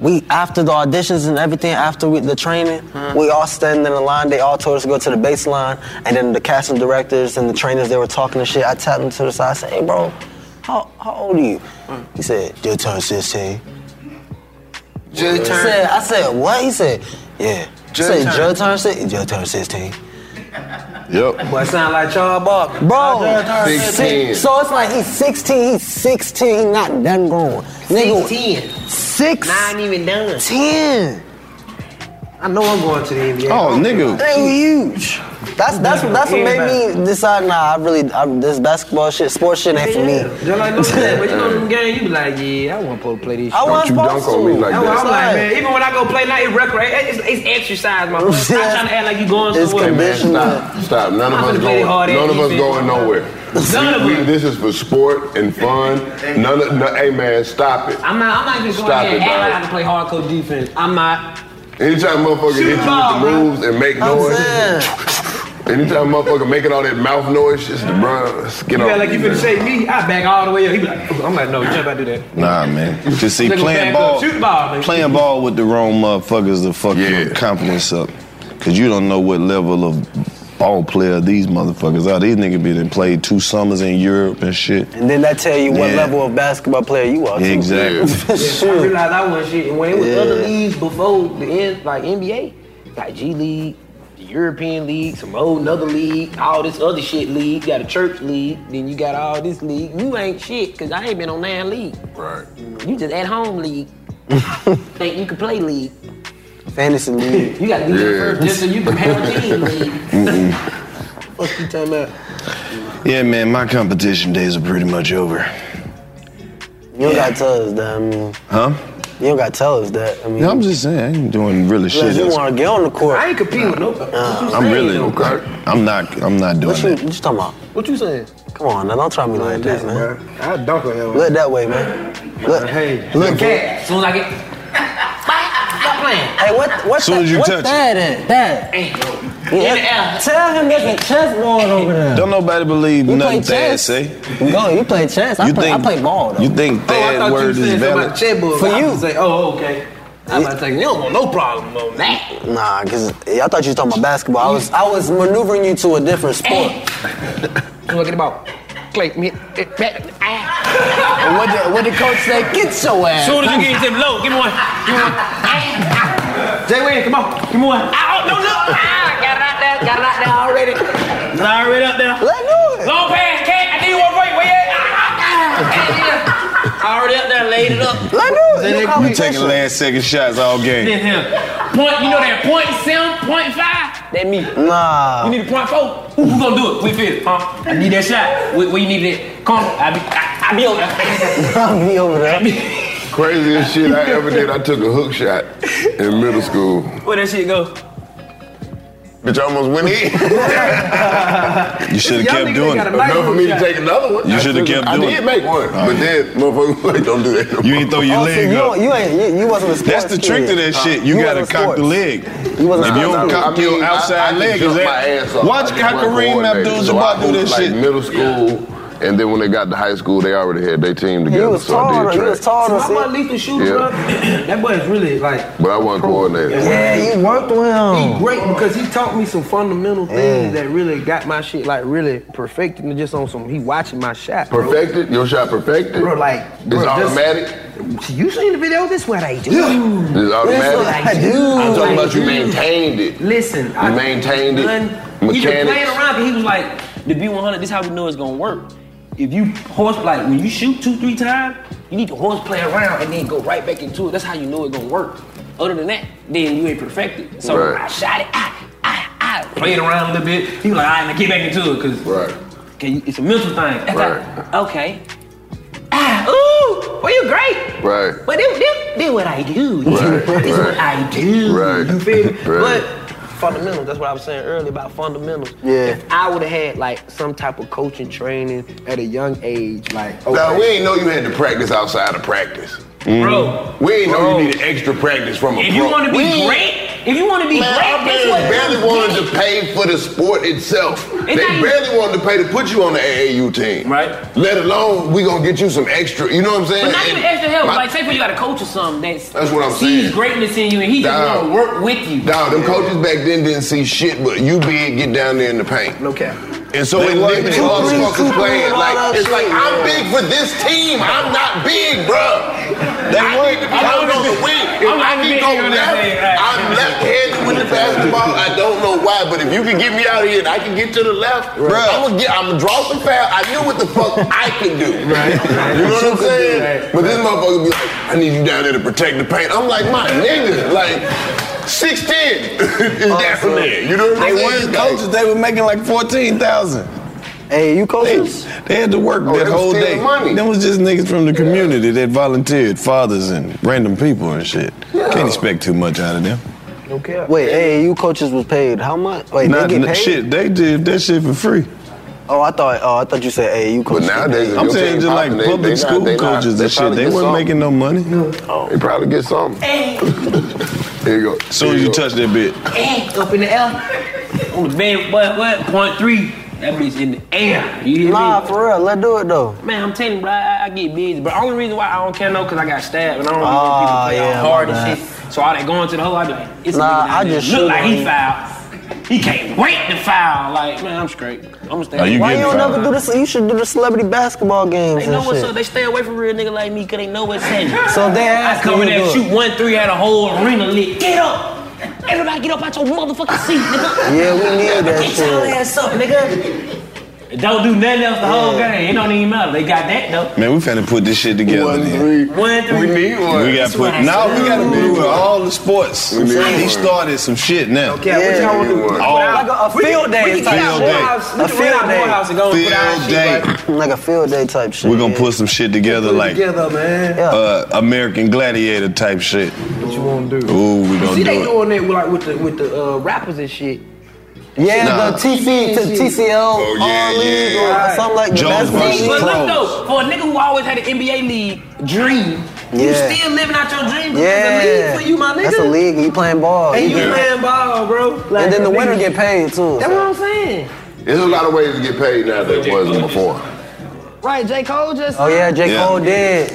Speaker 30: We after the auditions and everything, after we, the training,
Speaker 4: We all standing in a line, they all told us to go to the baseline, and then the casting directors and the trainers, they were talking and shit. I tapped him to the side, I said, hey bro, how, how old are you? He said, just turned 16.
Speaker 30: Just
Speaker 4: I
Speaker 30: turned-
Speaker 4: said, I said, what? He said, yeah.
Speaker 30: Just
Speaker 4: I said,
Speaker 30: turned-
Speaker 4: just turned 16? Just turned 16.
Speaker 2: Yep.
Speaker 3: Boy, sound like Charles Barkley.
Speaker 30: Bro,
Speaker 3: Sixteen.
Speaker 30: six- so it's like he's 16, he's 16, he not done grown. Nigga,
Speaker 3: 16.
Speaker 30: Six.
Speaker 3: Not even done.
Speaker 30: 10.
Speaker 3: I know I'm going to the NBA.
Speaker 2: Oh, nigga.
Speaker 4: They were huge. That's that's what that's what made me decide. Nah, I really I, this basketball shit, sports shit ain't for me.
Speaker 3: Just like no said, but you know them games, you be like, yeah, I want to play this.
Speaker 4: I
Speaker 3: shit.
Speaker 4: wasn't Don't you supposed dunk on me to. like
Speaker 3: I
Speaker 4: that.
Speaker 3: was- I'm like,
Speaker 4: Sorry.
Speaker 3: man, even when I go play, now it's recreation. It's, it's exercise, my. I'm not trying to act like you going
Speaker 19: It's
Speaker 3: somewhere.
Speaker 19: Stop, stop.
Speaker 3: I'm
Speaker 19: None of us
Speaker 3: finna play
Speaker 19: going.
Speaker 3: hard
Speaker 19: None of us
Speaker 3: defense.
Speaker 19: going nowhere.
Speaker 3: None of
Speaker 19: We-
Speaker 3: us.
Speaker 19: we- This is for sport and fun. None of. No, hey man, stop it.
Speaker 3: I'm not. I'm not even going
Speaker 19: Stop
Speaker 3: there and
Speaker 19: it,
Speaker 3: act like I
Speaker 19: dog.
Speaker 3: have to play hardcore defense. I'm not.
Speaker 19: Anytime motherfucker
Speaker 3: Shoot
Speaker 19: hit you
Speaker 3: ball,
Speaker 19: with the
Speaker 3: bro.
Speaker 19: moves and make
Speaker 3: I'm
Speaker 19: noise.
Speaker 3: saying.
Speaker 19: Anytime motherfucker making all that mouth noise, just bro, let's get
Speaker 3: You
Speaker 19: off.
Speaker 3: act like you finna shake me. I back all the way up. He be like, I'm like, no, you ain't about to do that.
Speaker 2: Nah, man. To see
Speaker 3: Nigga
Speaker 2: playing
Speaker 3: back up,
Speaker 2: ball,
Speaker 3: shoot the ball, nigga.
Speaker 2: playing ball with the wrong motherfuckers to fuck your confidence up, cause you don't know what level of ball player these motherfuckers are. These niggas been and played two summers in Europe and shit.
Speaker 4: And then that tell you what
Speaker 2: Yeah.
Speaker 4: level of basketball player you are. too.
Speaker 2: Exactly.
Speaker 3: I realized I wasn't shit. And when it was
Speaker 4: Yeah.
Speaker 3: other leagues before the end, like NBA, like G League, the European League, some old another league, all this other shit league, you got a church league, then you got all this league. You ain't shit, because I ain't been on nine league.
Speaker 19: Right.
Speaker 3: You just at home league. Think you can play league.
Speaker 4: Fantasy league.
Speaker 3: You gotta do that first just so you can have a team league.
Speaker 2: Mm-mm.
Speaker 3: Fuck you talking about?
Speaker 2: Yeah, man, my competition days are pretty much over.
Speaker 4: You don't gotta tell us that. I mean,
Speaker 2: Huh?
Speaker 4: you don't gotta tell us that. I mean,
Speaker 2: No, I'm just saying, I ain't doing really shit.
Speaker 4: unless you
Speaker 2: else.
Speaker 4: want to get on the court. I
Speaker 3: ain't competing with nobody.
Speaker 2: I'm really, I'm not, I'm not doing
Speaker 4: What you,
Speaker 2: that.
Speaker 4: what you talking about?
Speaker 3: What you saying?
Speaker 4: Come on, now don't try me like that, man.
Speaker 3: I dunk on him.
Speaker 4: Look that way, man. Look, hey, look,
Speaker 3: As soon as I get. Stop playing.
Speaker 4: Hey, what? What?
Speaker 30: Soon
Speaker 4: the-
Speaker 30: as you
Speaker 4: what
Speaker 30: touch it.
Speaker 4: that is? That.
Speaker 30: Yeah, tell him there's a chessboard over there.
Speaker 2: Don't nobody believe
Speaker 30: You
Speaker 2: nothing
Speaker 30: play
Speaker 2: Thad
Speaker 30: chess?
Speaker 2: say.
Speaker 30: No, you play chess. I, play, I play ball though.
Speaker 2: You think
Speaker 3: Oh,
Speaker 2: Thad word is valid?
Speaker 3: For you. Say, oh, okay. I'm about to take, you don't want no problem on that.
Speaker 4: Nah, cause I thought you was talking about basketball. I was I was maneuvering you to a different sport.
Speaker 3: Look at the ball. Click me. eh, ah. It, back.
Speaker 30: And what the, what the coach say? Get your ass.
Speaker 3: Soon as you get him low, give me one. Give me one. Jay Wayne, come on. Give me one. Ow, no, no. Ah, got it out there. Got it out there already. It's already up there. Let's do it. Long pass, cat. I need one right. Where you at? Ah, ah, ah. Yeah, yeah. Already up there, laid it up.
Speaker 4: Let's
Speaker 3: do
Speaker 2: You taking last second shots all game.
Speaker 3: Point, you know that point seven, point five? That me.
Speaker 4: Nah.
Speaker 3: You need a point four? Who, who gonna do it? We fit, huh? I need that shot. Where, where you need it? Come on. I be, I, I be over there.
Speaker 4: I'll be over there.
Speaker 19: Craziest shit I ever did. I took a hook shot in middle school.
Speaker 3: Where that shit go?
Speaker 19: Bitch, I almost went in.
Speaker 2: You should have kept doing it.
Speaker 19: Enough for me to take another one.
Speaker 2: You
Speaker 19: I
Speaker 2: should have
Speaker 19: took-
Speaker 2: kept
Speaker 19: I
Speaker 2: doing it.
Speaker 19: did make one,
Speaker 2: Oh,
Speaker 19: but then motherfucker, like, don't do that. No
Speaker 2: You ain't throw your
Speaker 19: Oh, so
Speaker 2: leg
Speaker 19: you
Speaker 2: up.
Speaker 19: don't- you
Speaker 4: ain't- you- you wasn't a
Speaker 2: That's the
Speaker 4: sports
Speaker 2: trick to
Speaker 4: kid.
Speaker 2: that
Speaker 4: Uh,
Speaker 2: shit. You,
Speaker 4: you
Speaker 2: gotta
Speaker 4: wasn't
Speaker 2: cock the
Speaker 4: sports.
Speaker 2: leg.
Speaker 4: You wasn't
Speaker 2: if you don't
Speaker 4: sports.
Speaker 2: cock
Speaker 4: I mean,
Speaker 2: your
Speaker 4: I-
Speaker 2: outside
Speaker 4: I
Speaker 2: leg,
Speaker 4: jumped
Speaker 2: is
Speaker 4: my
Speaker 2: that?
Speaker 4: ass off.
Speaker 2: Watch
Speaker 4: I
Speaker 2: how
Speaker 4: just wasn't
Speaker 2: Kareem
Speaker 4: coordinated,
Speaker 2: Abdul
Speaker 4: so I
Speaker 2: Jabbar do
Speaker 4: hooped
Speaker 2: this
Speaker 4: like
Speaker 2: shit.
Speaker 19: middle school
Speaker 2: And then when they got to high school, they already had their team
Speaker 4: He
Speaker 2: together.
Speaker 4: was
Speaker 2: so I
Speaker 4: taller,
Speaker 2: did
Speaker 4: he
Speaker 2: track.
Speaker 4: was taller,
Speaker 32: See, my lethal shooter,
Speaker 2: Yeah.
Speaker 32: bro, that boy is really like.
Speaker 2: But I wasn't coordinated.
Speaker 32: Yeah,
Speaker 33: he worked well.
Speaker 32: He great because he taught me some
Speaker 4: Mm.
Speaker 32: fundamental things that really got my shit like really perfected. And just on some, he watching my shot. bro.
Speaker 2: Perfected? Your shot perfected?
Speaker 32: Bro, like
Speaker 2: It's
Speaker 32: bro, just-
Speaker 2: automatic?
Speaker 32: you seen the video? This what I do.
Speaker 2: It's automatic?
Speaker 32: This what I do.
Speaker 2: I'm talking
Speaker 32: Like,
Speaker 2: about you maintained it.
Speaker 32: Listen.
Speaker 2: You maintained it.
Speaker 3: You just playing
Speaker 2: Mechanics.
Speaker 3: around. He was like, the B100. This how we know it's gonna work. If you horse like when you shoot two, three times, you need to horse play around and then go right back into it. That's how you know it's gonna work. Other than that, then you ain't perfected. So
Speaker 34: Right.
Speaker 3: I shot it. I, I, I played around a little bit. He was like, all right, now get back into it, cause okay, you- it's a mental thing. After I- okay.
Speaker 34: Ah, ooh, well, you great.
Speaker 2: Right.
Speaker 34: But this, this, this what I do.
Speaker 2: Right,
Speaker 34: this
Speaker 2: right.
Speaker 34: what I do.
Speaker 2: Right.
Speaker 32: You feel me?
Speaker 2: Right.
Speaker 32: But fundamentals, that's what I was saying earlier about fundamentals. Yeah. If I would have had like some type of coaching training at a young age, like
Speaker 2: Now, we ain't know you had to practice outside of practice.
Speaker 32: Bro.
Speaker 2: We ain't know you needed extra practice from a
Speaker 3: If
Speaker 2: pro.
Speaker 3: you want to be
Speaker 2: We ain't-
Speaker 3: great, if you want to be
Speaker 2: Man,
Speaker 3: great,
Speaker 2: our
Speaker 3: that's what
Speaker 2: parents barely wanted to pay for the sport itself. They
Speaker 3: not even-
Speaker 2: barely wanted to pay to put you on the AAU team. Right. Let alone we gonna get you some extra. You know what I'm saying?
Speaker 3: But not even
Speaker 2: And
Speaker 3: extra help.
Speaker 2: my-
Speaker 3: like, say, for you got a coach or something that's
Speaker 2: That's what I'm
Speaker 3: sees
Speaker 2: saying.
Speaker 3: greatness in you and he just
Speaker 2: Dog.
Speaker 3: want to work with you.
Speaker 2: Dog, them coaches back then didn't see shit, but you big get down there in the paint. No
Speaker 32: cap.
Speaker 2: And so
Speaker 34: They
Speaker 2: it
Speaker 34: wanted
Speaker 2: limited
Speaker 34: two, three, two,
Speaker 2: motherfuckers
Speaker 34: three,
Speaker 2: playing.
Speaker 34: all
Speaker 2: Like
Speaker 34: that
Speaker 2: it's like
Speaker 34: shit,
Speaker 2: I'm
Speaker 34: man.
Speaker 2: big for this team. I'm not big, bruh. They I need to be out on the wing. If
Speaker 34: I'm
Speaker 2: I
Speaker 34: not
Speaker 2: can
Speaker 34: big
Speaker 2: go
Speaker 34: on that
Speaker 2: left.
Speaker 34: thing, right.
Speaker 2: I'm left-handed with the basketball. I don't know why, but if you can get me out of here and I can get to the left,
Speaker 34: Right.
Speaker 2: I'm gonna get. I'm gonna draw some foul. I knew what the fuck I could do. Right. You know what I'm saying? But this motherfucker be like, I need you down there to protect the paint. I'm like, my nigga, like. 6'10 is down
Speaker 35: Awesome.
Speaker 2: there. You know what
Speaker 35: They
Speaker 2: I'm saying?
Speaker 35: weren't coaches. They were making like fourteen thousand. Hey, you coaches? They, they had to work
Speaker 2: Oh,
Speaker 35: that
Speaker 2: they was
Speaker 35: whole
Speaker 2: stealing
Speaker 35: day.
Speaker 2: money.
Speaker 35: Them was just niggas from the community that volunteered, fathers and random people and shit. Can't expect too much out of them.
Speaker 4: Wait, hey, you coaches was paid how much? Wait,
Speaker 35: Not-
Speaker 4: they get
Speaker 35: n-
Speaker 4: paid?
Speaker 35: Shit, they did that shit for free.
Speaker 4: Oh, I thought. Oh, I thought you said, hey, you coaches.
Speaker 2: nowadays,
Speaker 4: get paid.
Speaker 35: I'm saying just like public school coaches and shit, they weren't making no money.
Speaker 2: They probably get something. There you go.
Speaker 35: Soon as you touch that bit.
Speaker 3: Eh, up in the air. On the band, what, what? Point three. That bitch in the air. You hear
Speaker 4: Nah,
Speaker 3: me?
Speaker 4: for real, let's do it though.
Speaker 3: Man, I'm telling you, bro, I, I get busy. But only reason why I don't care no, because I got stabbed and I don't
Speaker 4: Ah,
Speaker 3: oh, people play
Speaker 4: yeah,
Speaker 3: out hard
Speaker 4: my
Speaker 3: and
Speaker 4: bad.
Speaker 3: shit. So all that going to the hole, I be like, it's
Speaker 4: Nah,
Speaker 3: a nigga down
Speaker 4: I
Speaker 3: there.
Speaker 4: just shoot
Speaker 3: look like
Speaker 4: on
Speaker 3: he
Speaker 4: you.
Speaker 3: fouled. He can't wait to foul. Like, man, I'm straight. I'm gonna stay.
Speaker 4: Why you don't never do this? You should do the celebrity basketball games
Speaker 3: They know
Speaker 4: and
Speaker 3: what's
Speaker 4: shit.
Speaker 3: up. They stay away from real nigga like me because they know what's happening.
Speaker 4: So they
Speaker 3: I
Speaker 4: ask
Speaker 3: come in
Speaker 4: you
Speaker 3: there
Speaker 4: to do
Speaker 3: shoot one three at a whole arena lit. Get up! Everybody get up out your motherfucking seat, nigga.
Speaker 4: Yeah, we need that
Speaker 3: Get your
Speaker 4: shit.
Speaker 3: ass up, nigga. Don't do nothing else the whole game. It don't even matter. They got that though.
Speaker 35: Man, we finna put this shit together.
Speaker 3: One,
Speaker 35: then.
Speaker 3: three. One, three. We need one.
Speaker 35: We got
Speaker 3: That's
Speaker 35: put.
Speaker 3: what I
Speaker 35: Now
Speaker 3: said.
Speaker 35: we got to
Speaker 3: We
Speaker 35: do
Speaker 3: need
Speaker 35: with
Speaker 3: one.
Speaker 35: all the sports.
Speaker 2: We need
Speaker 35: He
Speaker 2: one.
Speaker 35: started some shit now.
Speaker 32: Okay, what y'all want to
Speaker 35: Oh.
Speaker 32: do?
Speaker 35: All-
Speaker 32: Like a- a field day
Speaker 35: Field day.
Speaker 32: A field day. Morehouse and go and put our
Speaker 35: Field
Speaker 32: shit
Speaker 35: day.
Speaker 4: Like a field day type shit.
Speaker 35: We're gonna put some shit together like
Speaker 32: together, man.
Speaker 35: uh, American Gladiator type shit. What
Speaker 32: you wanna do?
Speaker 35: Ooh, we
Speaker 32: You
Speaker 35: gonna
Speaker 32: see,
Speaker 35: do
Speaker 32: they
Speaker 35: it.
Speaker 32: doing that with like with the with the uh, rappers and shit.
Speaker 4: Yeah, the TC, to TCL,
Speaker 32: Oh, yeah,
Speaker 4: all league or something like that. That's
Speaker 3: But look
Speaker 4: the
Speaker 3: though, for a nigga who always had an NBA league dream, you
Speaker 4: Yeah.
Speaker 3: still living out your dream. 'cause
Speaker 4: Yeah,
Speaker 3: There's a league for you, my nigga.
Speaker 4: That's a league. You playing ball.
Speaker 3: And you
Speaker 4: get-
Speaker 3: playing ball, bro.
Speaker 4: and then the
Speaker 3: nigga-
Speaker 4: winner get paid too.
Speaker 3: That's what I'm saying.
Speaker 2: There's a lot of ways to get paid now that wasn't before.
Speaker 3: Right, J. Cole just.
Speaker 4: Oh yeah, J Cole did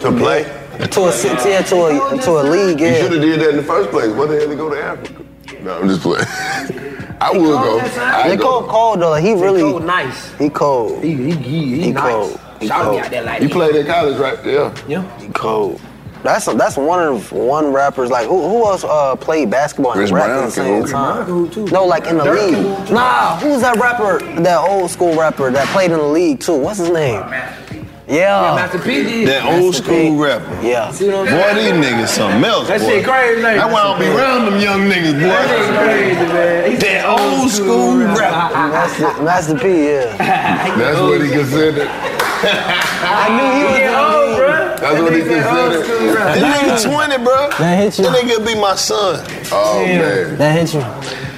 Speaker 2: To play?
Speaker 4: to a city, yeah, to a to a league.
Speaker 2: You
Speaker 4: Yeah.
Speaker 2: should have did that in the first place. Why the hell they go to Africa? No, I'm just playing. I would go. I
Speaker 4: J
Speaker 2: go.
Speaker 4: Cole cold though. Like, he really
Speaker 2: Cole
Speaker 32: nice.
Speaker 4: He cold.
Speaker 32: He he he,
Speaker 2: nice.
Speaker 4: cold. He
Speaker 2: Shout out
Speaker 4: cold.
Speaker 2: out there like You that. played at college, right? Yeah.
Speaker 32: Yeah.
Speaker 4: He cold. That's that's one of one rappers like who, who else uh, played basketball and
Speaker 2: Chris
Speaker 4: rap
Speaker 2: Brown
Speaker 4: at the
Speaker 2: can
Speaker 4: same
Speaker 2: hoop.
Speaker 4: time? No, like in the
Speaker 2: Dirk can
Speaker 4: league. Nah, who's that rapper? That old school rapper that played in the league too. What's his name? Yeah.
Speaker 32: Master P did.
Speaker 35: That old school rapper.
Speaker 4: Yeah.
Speaker 32: See what I'm
Speaker 35: Boy,
Speaker 32: saying?
Speaker 35: these niggas something else.
Speaker 32: That
Speaker 35: boy.
Speaker 32: shit crazy, like-
Speaker 35: That's why I don't be around them young niggas, boy.
Speaker 32: That shit crazy, man. "Oh, He's
Speaker 35: That
Speaker 32: an old
Speaker 35: old school rapper.
Speaker 4: Master, Master P, yeah.
Speaker 2: That's what he considered.
Speaker 4: I knew he was
Speaker 32: old, bro.
Speaker 2: That's what he
Speaker 32: "Oh,
Speaker 2: considered.
Speaker 35: This nigga 20, bro. That hit you. That nigga be my son.
Speaker 2: Oh, man.
Speaker 35: That hit you.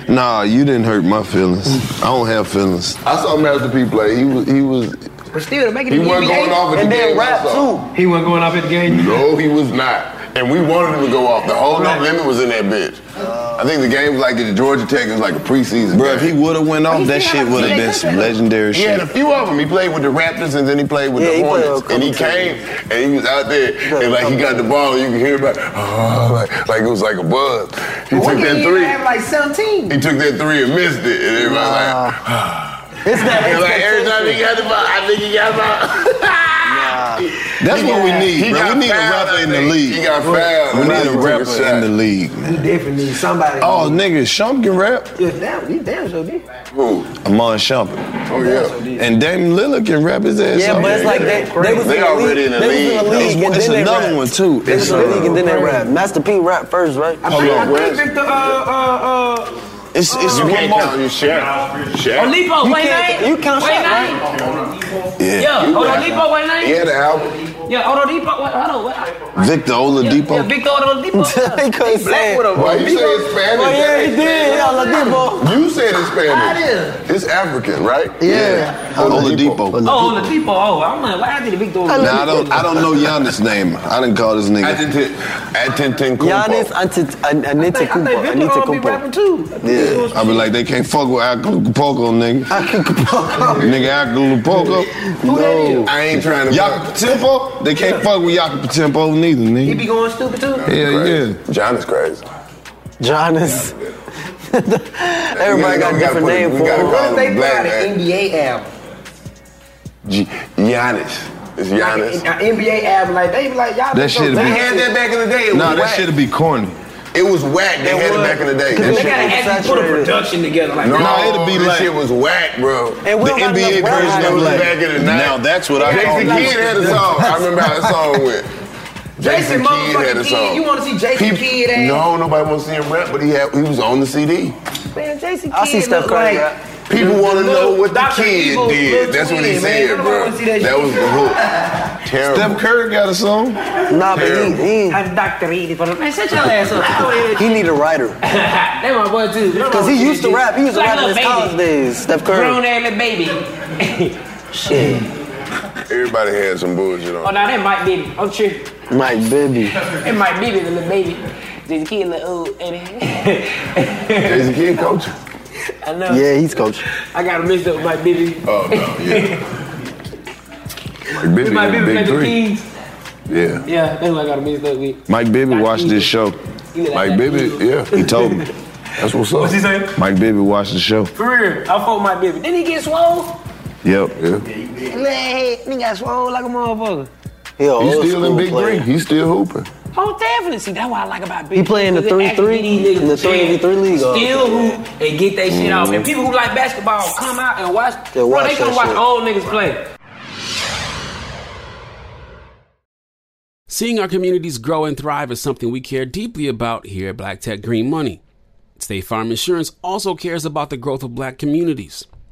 Speaker 35: Nah, you didn't hurt my feelings. I don't have feelings.
Speaker 2: I saw Master P play. He was. He was.
Speaker 32: But still, to make it
Speaker 2: He
Speaker 32: to the
Speaker 2: wasn't
Speaker 32: NBA,
Speaker 2: going off at the game. I saw.
Speaker 32: He wasn't going off at the game.
Speaker 2: No, he was not. And we wanted him to go off. The whole no limit was in that bitch. I think the game was like the Georgia Tech. It was like a preseason.
Speaker 36: Bro,
Speaker 2: game.
Speaker 36: if he would have went off, that shit would have been some legendary
Speaker 2: He
Speaker 36: shit.
Speaker 2: had a few of them. He played with the Raptors and then he played with
Speaker 36: Yeah, he
Speaker 2: the
Speaker 36: played
Speaker 2: Hornets.
Speaker 36: a
Speaker 2: And he
Speaker 36: couple
Speaker 2: came and he was out there and like he got the ball. You could hear about oh, like, like it was like a buzz. He took
Speaker 37: He
Speaker 2: that three.
Speaker 37: had like 17.
Speaker 2: He took that three and missed it. And everybody like, ah.
Speaker 37: It's that
Speaker 2: And, like every time he
Speaker 37: expectation.
Speaker 2: got the ball, I think he got the ball.
Speaker 36: That's what we need,
Speaker 2: He
Speaker 36: bro.
Speaker 2: got
Speaker 36: We need a
Speaker 2: fouled,
Speaker 36: rapper
Speaker 2: I
Speaker 36: in the
Speaker 2: think.
Speaker 36: league.
Speaker 2: He got fouled.
Speaker 36: We
Speaker 2: I
Speaker 36: need
Speaker 2: think
Speaker 36: a
Speaker 2: he took
Speaker 36: rapper
Speaker 2: shot.
Speaker 36: in the league, man.
Speaker 37: We definitely need somebody.
Speaker 36: Oh, nigga, Shump can rap.
Speaker 37: Yeah, damn, he damn sure did.
Speaker 2: Who?
Speaker 36: Amon Shump.
Speaker 2: Oh, yeah.
Speaker 36: And Damon Lillard can rap his ass
Speaker 38: Yeah,
Speaker 36: off.
Speaker 38: but it's like they, they was in the league. they was in the league, and
Speaker 36: It's,
Speaker 38: then they
Speaker 36: another
Speaker 38: rapped.
Speaker 36: one, too.
Speaker 38: They was in the league, and then they rapped.
Speaker 36: Master P rap first, right?
Speaker 37: I think, I think that the, uh, uh, uh,
Speaker 36: It's, it's
Speaker 37: You
Speaker 36: one
Speaker 37: can't
Speaker 36: more.
Speaker 37: count, you
Speaker 2: Shaq.
Speaker 3: Olippo,
Speaker 37: You
Speaker 3: wait
Speaker 37: can't-
Speaker 3: nine.
Speaker 37: you count
Speaker 3: wait
Speaker 37: Shaq,
Speaker 3: nine.
Speaker 36: Yeah.
Speaker 3: Yeah,
Speaker 36: You rap.
Speaker 3: Oladipo, wait nine.
Speaker 36: He had an album.
Speaker 3: Yeah, Oladipo, wait, hold on. Wait,
Speaker 36: Victor
Speaker 2: Oh.
Speaker 36: Oladipo.
Speaker 3: yeah, Victor Oladipo.
Speaker 36: He couldn't say it.
Speaker 2: Why you say it's Spanish?
Speaker 36: Well, eh, yeah,
Speaker 2: That
Speaker 36: he
Speaker 2: ain't
Speaker 36: did.
Speaker 2: Spanish.
Speaker 36: Oladipo.
Speaker 2: You said it's
Speaker 3: I
Speaker 2: Spanish.
Speaker 3: did.
Speaker 2: It's African, right?
Speaker 36: Yeah. Oladipo.
Speaker 3: Oh, Oladipo. Oh, I'm like, why I did Victor Oladipo?
Speaker 36: Nah, I don't. I don't know Giannis' name. I didn't call this nigga.
Speaker 2: Antetokounmpo.
Speaker 36: Giannis
Speaker 37: Victor Oladipo be rapping too.
Speaker 36: Yeah, I be like, they can't fuck with Acapulco, nigga. Acapulco, nigga, Acapulco. No,
Speaker 2: I ain't trying to.
Speaker 36: Tempo, they can't fuck with Tempo neither,
Speaker 37: He
Speaker 36: nigga.
Speaker 37: be going stupid too.
Speaker 36: Yeah, yeah.
Speaker 2: John is crazy.
Speaker 36: John is. Everybody
Speaker 2: got different name for him.
Speaker 37: What if they
Speaker 2: Black
Speaker 37: put out an
Speaker 2: man.
Speaker 37: NBA album?
Speaker 2: G- Giannis. It's Giannis.
Speaker 37: An NBA album like they be like y'all.
Speaker 36: That
Speaker 37: be so
Speaker 36: shit.
Speaker 37: bad.
Speaker 36: Nah, that shit'd be corny.
Speaker 2: It was whack. They had it back in the day. That shit was saturated.
Speaker 3: together.
Speaker 2: no,
Speaker 36: Nah, it'd be
Speaker 2: this
Speaker 36: like-
Speaker 2: shit was whack, bro.
Speaker 36: And we
Speaker 2: the
Speaker 36: don't got
Speaker 2: NBA
Speaker 36: enough rap
Speaker 2: version that was
Speaker 36: albums.
Speaker 2: back in the night.
Speaker 36: Now that's what I
Speaker 2: Jason
Speaker 36: call
Speaker 2: Kidd
Speaker 36: music.
Speaker 2: had a song. I remember how that song went.
Speaker 37: Jason
Speaker 2: Jason Kidd had a
Speaker 37: motherfucking
Speaker 2: song.
Speaker 37: Kidd. You want to see Jason
Speaker 2: Peop-
Speaker 37: Kidd? ass?
Speaker 2: No, nobody wants to see him rap, but he had he was on the CD.
Speaker 37: Man, Jason Kidd.
Speaker 2: I see Steph
Speaker 37: look
Speaker 2: Curry,
Speaker 37: Like,
Speaker 2: People want to know what the
Speaker 37: Dr.
Speaker 2: kid
Speaker 37: Evil's
Speaker 2: did.
Speaker 37: little
Speaker 2: That's what he
Speaker 37: twin,
Speaker 2: said,
Speaker 37: man. Nobody
Speaker 2: bro.
Speaker 37: wanna see that
Speaker 2: That
Speaker 37: shit.
Speaker 2: was the hook. Terrible.
Speaker 36: Steph Curry got a song.
Speaker 4: Nah, but he,
Speaker 2: Terrible.
Speaker 4: he
Speaker 37: I'm Dr. Evil.
Speaker 3: Man, shut your ass up. Go ahead.
Speaker 4: he need a writer.
Speaker 3: That my boy too.
Speaker 4: Cause he used to rap. He used to
Speaker 3: Like
Speaker 4: rap in
Speaker 3: little
Speaker 4: his college
Speaker 3: baby.
Speaker 4: days. Steph
Speaker 3: Grown
Speaker 4: Curry.
Speaker 3: ass little baby.
Speaker 4: Shit.
Speaker 2: Everybody had some bullshit
Speaker 3: Oh,
Speaker 2: on.
Speaker 3: now that might be. I'm true.
Speaker 4: Mike Bibby.
Speaker 3: It might be the little baby. Just kid, little old, and
Speaker 2: Jason Kidd coach.
Speaker 3: I know.
Speaker 4: Yeah, he's coaching.
Speaker 3: I gotta mix up my baby.
Speaker 2: Oh no, yeah. Like Bibby
Speaker 3: my
Speaker 2: and the
Speaker 3: baby
Speaker 2: big
Speaker 3: played the
Speaker 2: three.
Speaker 3: Kings.
Speaker 2: Yeah.
Speaker 3: Yeah, that's what I gotta mix up with.
Speaker 36: Mike Bibby watched this show.
Speaker 2: Mike Bibby, yeah.
Speaker 36: He told me.
Speaker 2: That's what's up. What's
Speaker 3: he saying?
Speaker 36: Mike Bibby watched the show.
Speaker 3: For real, I fought my baby. Then he get swole.
Speaker 36: Yep.
Speaker 3: Hey, he got swole like a motherfucker.
Speaker 4: He a
Speaker 2: He's
Speaker 4: old
Speaker 2: still in
Speaker 4: school
Speaker 2: Big
Speaker 4: player.
Speaker 2: Three. He's still hooping.
Speaker 3: Oh, definitely. See, that's what I like about Big
Speaker 4: He play in the
Speaker 3: Because it actually
Speaker 4: 3-3?
Speaker 3: these niggas
Speaker 4: In the 3-3 league,
Speaker 3: Still
Speaker 4: oh,
Speaker 3: hoop and get that shit off.
Speaker 2: Mm-hmm.
Speaker 3: And
Speaker 4: Mhm.
Speaker 3: people who like basketball come out and watch.
Speaker 4: They
Speaker 3: bro,
Speaker 4: watch
Speaker 3: they
Speaker 4: that
Speaker 3: come watch
Speaker 4: shit.
Speaker 3: old niggas play.
Speaker 18: Seeing our communities grow and thrive is something we care deeply about here at Black Tech Green Money. State Farm Insurance also cares about the growth of black communities.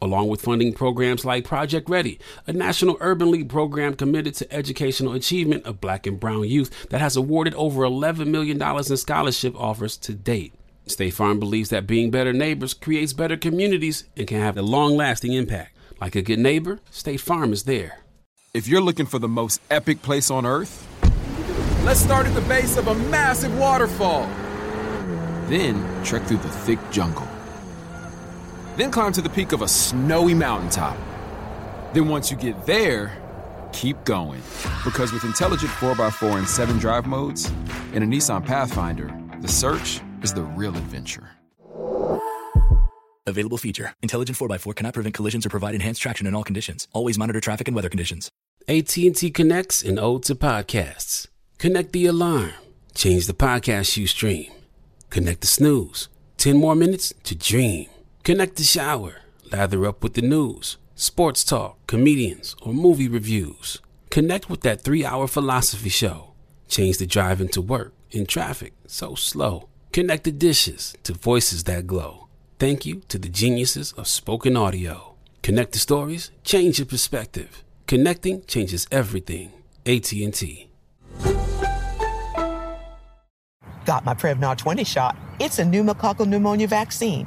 Speaker 18: along with funding programs like Project Ready, a national urban league program committed to educational achievement of black and brown youth that has awarded over $11 million in scholarship offers to date. State Farm believes that being better neighbors creates better communities and can have a long lasting impact. Like a good neighbor, State Farm is there.
Speaker 23: If you're looking for the most epic place on earth, let's start at the base of a massive waterfall. Then trek through the thick jungle. Then climb to the peak of a snowy mountaintop. Then once you get there, keep going. Because with intelligent 4x4 and 7 drive modes and a Nissan Pathfinder, the search is the real adventure.
Speaker 39: Available feature. Intelligent 4x4 cannot prevent collisions or provide enhanced traction in all conditions. Always monitor traffic and weather conditions.
Speaker 18: AT&T connects and ode to podcasts. Connect the alarm. Change the podcast you stream. Connect the snooze. 10 more minutes to dream. Connect the shower. Lather up with the news, sports talk, comedians, or movie reviews. Connect with that three hour philosophy show. Change the drive into work in traffic so slow. Connect the dishes to voices that glow. Thank you to the geniuses of spoken audio. Connect the stories, change your perspective. Connecting changes everything. AT&T.
Speaker 10: Got my Prevnar 20 shot. It's a pneumococcal pneumonia vaccine.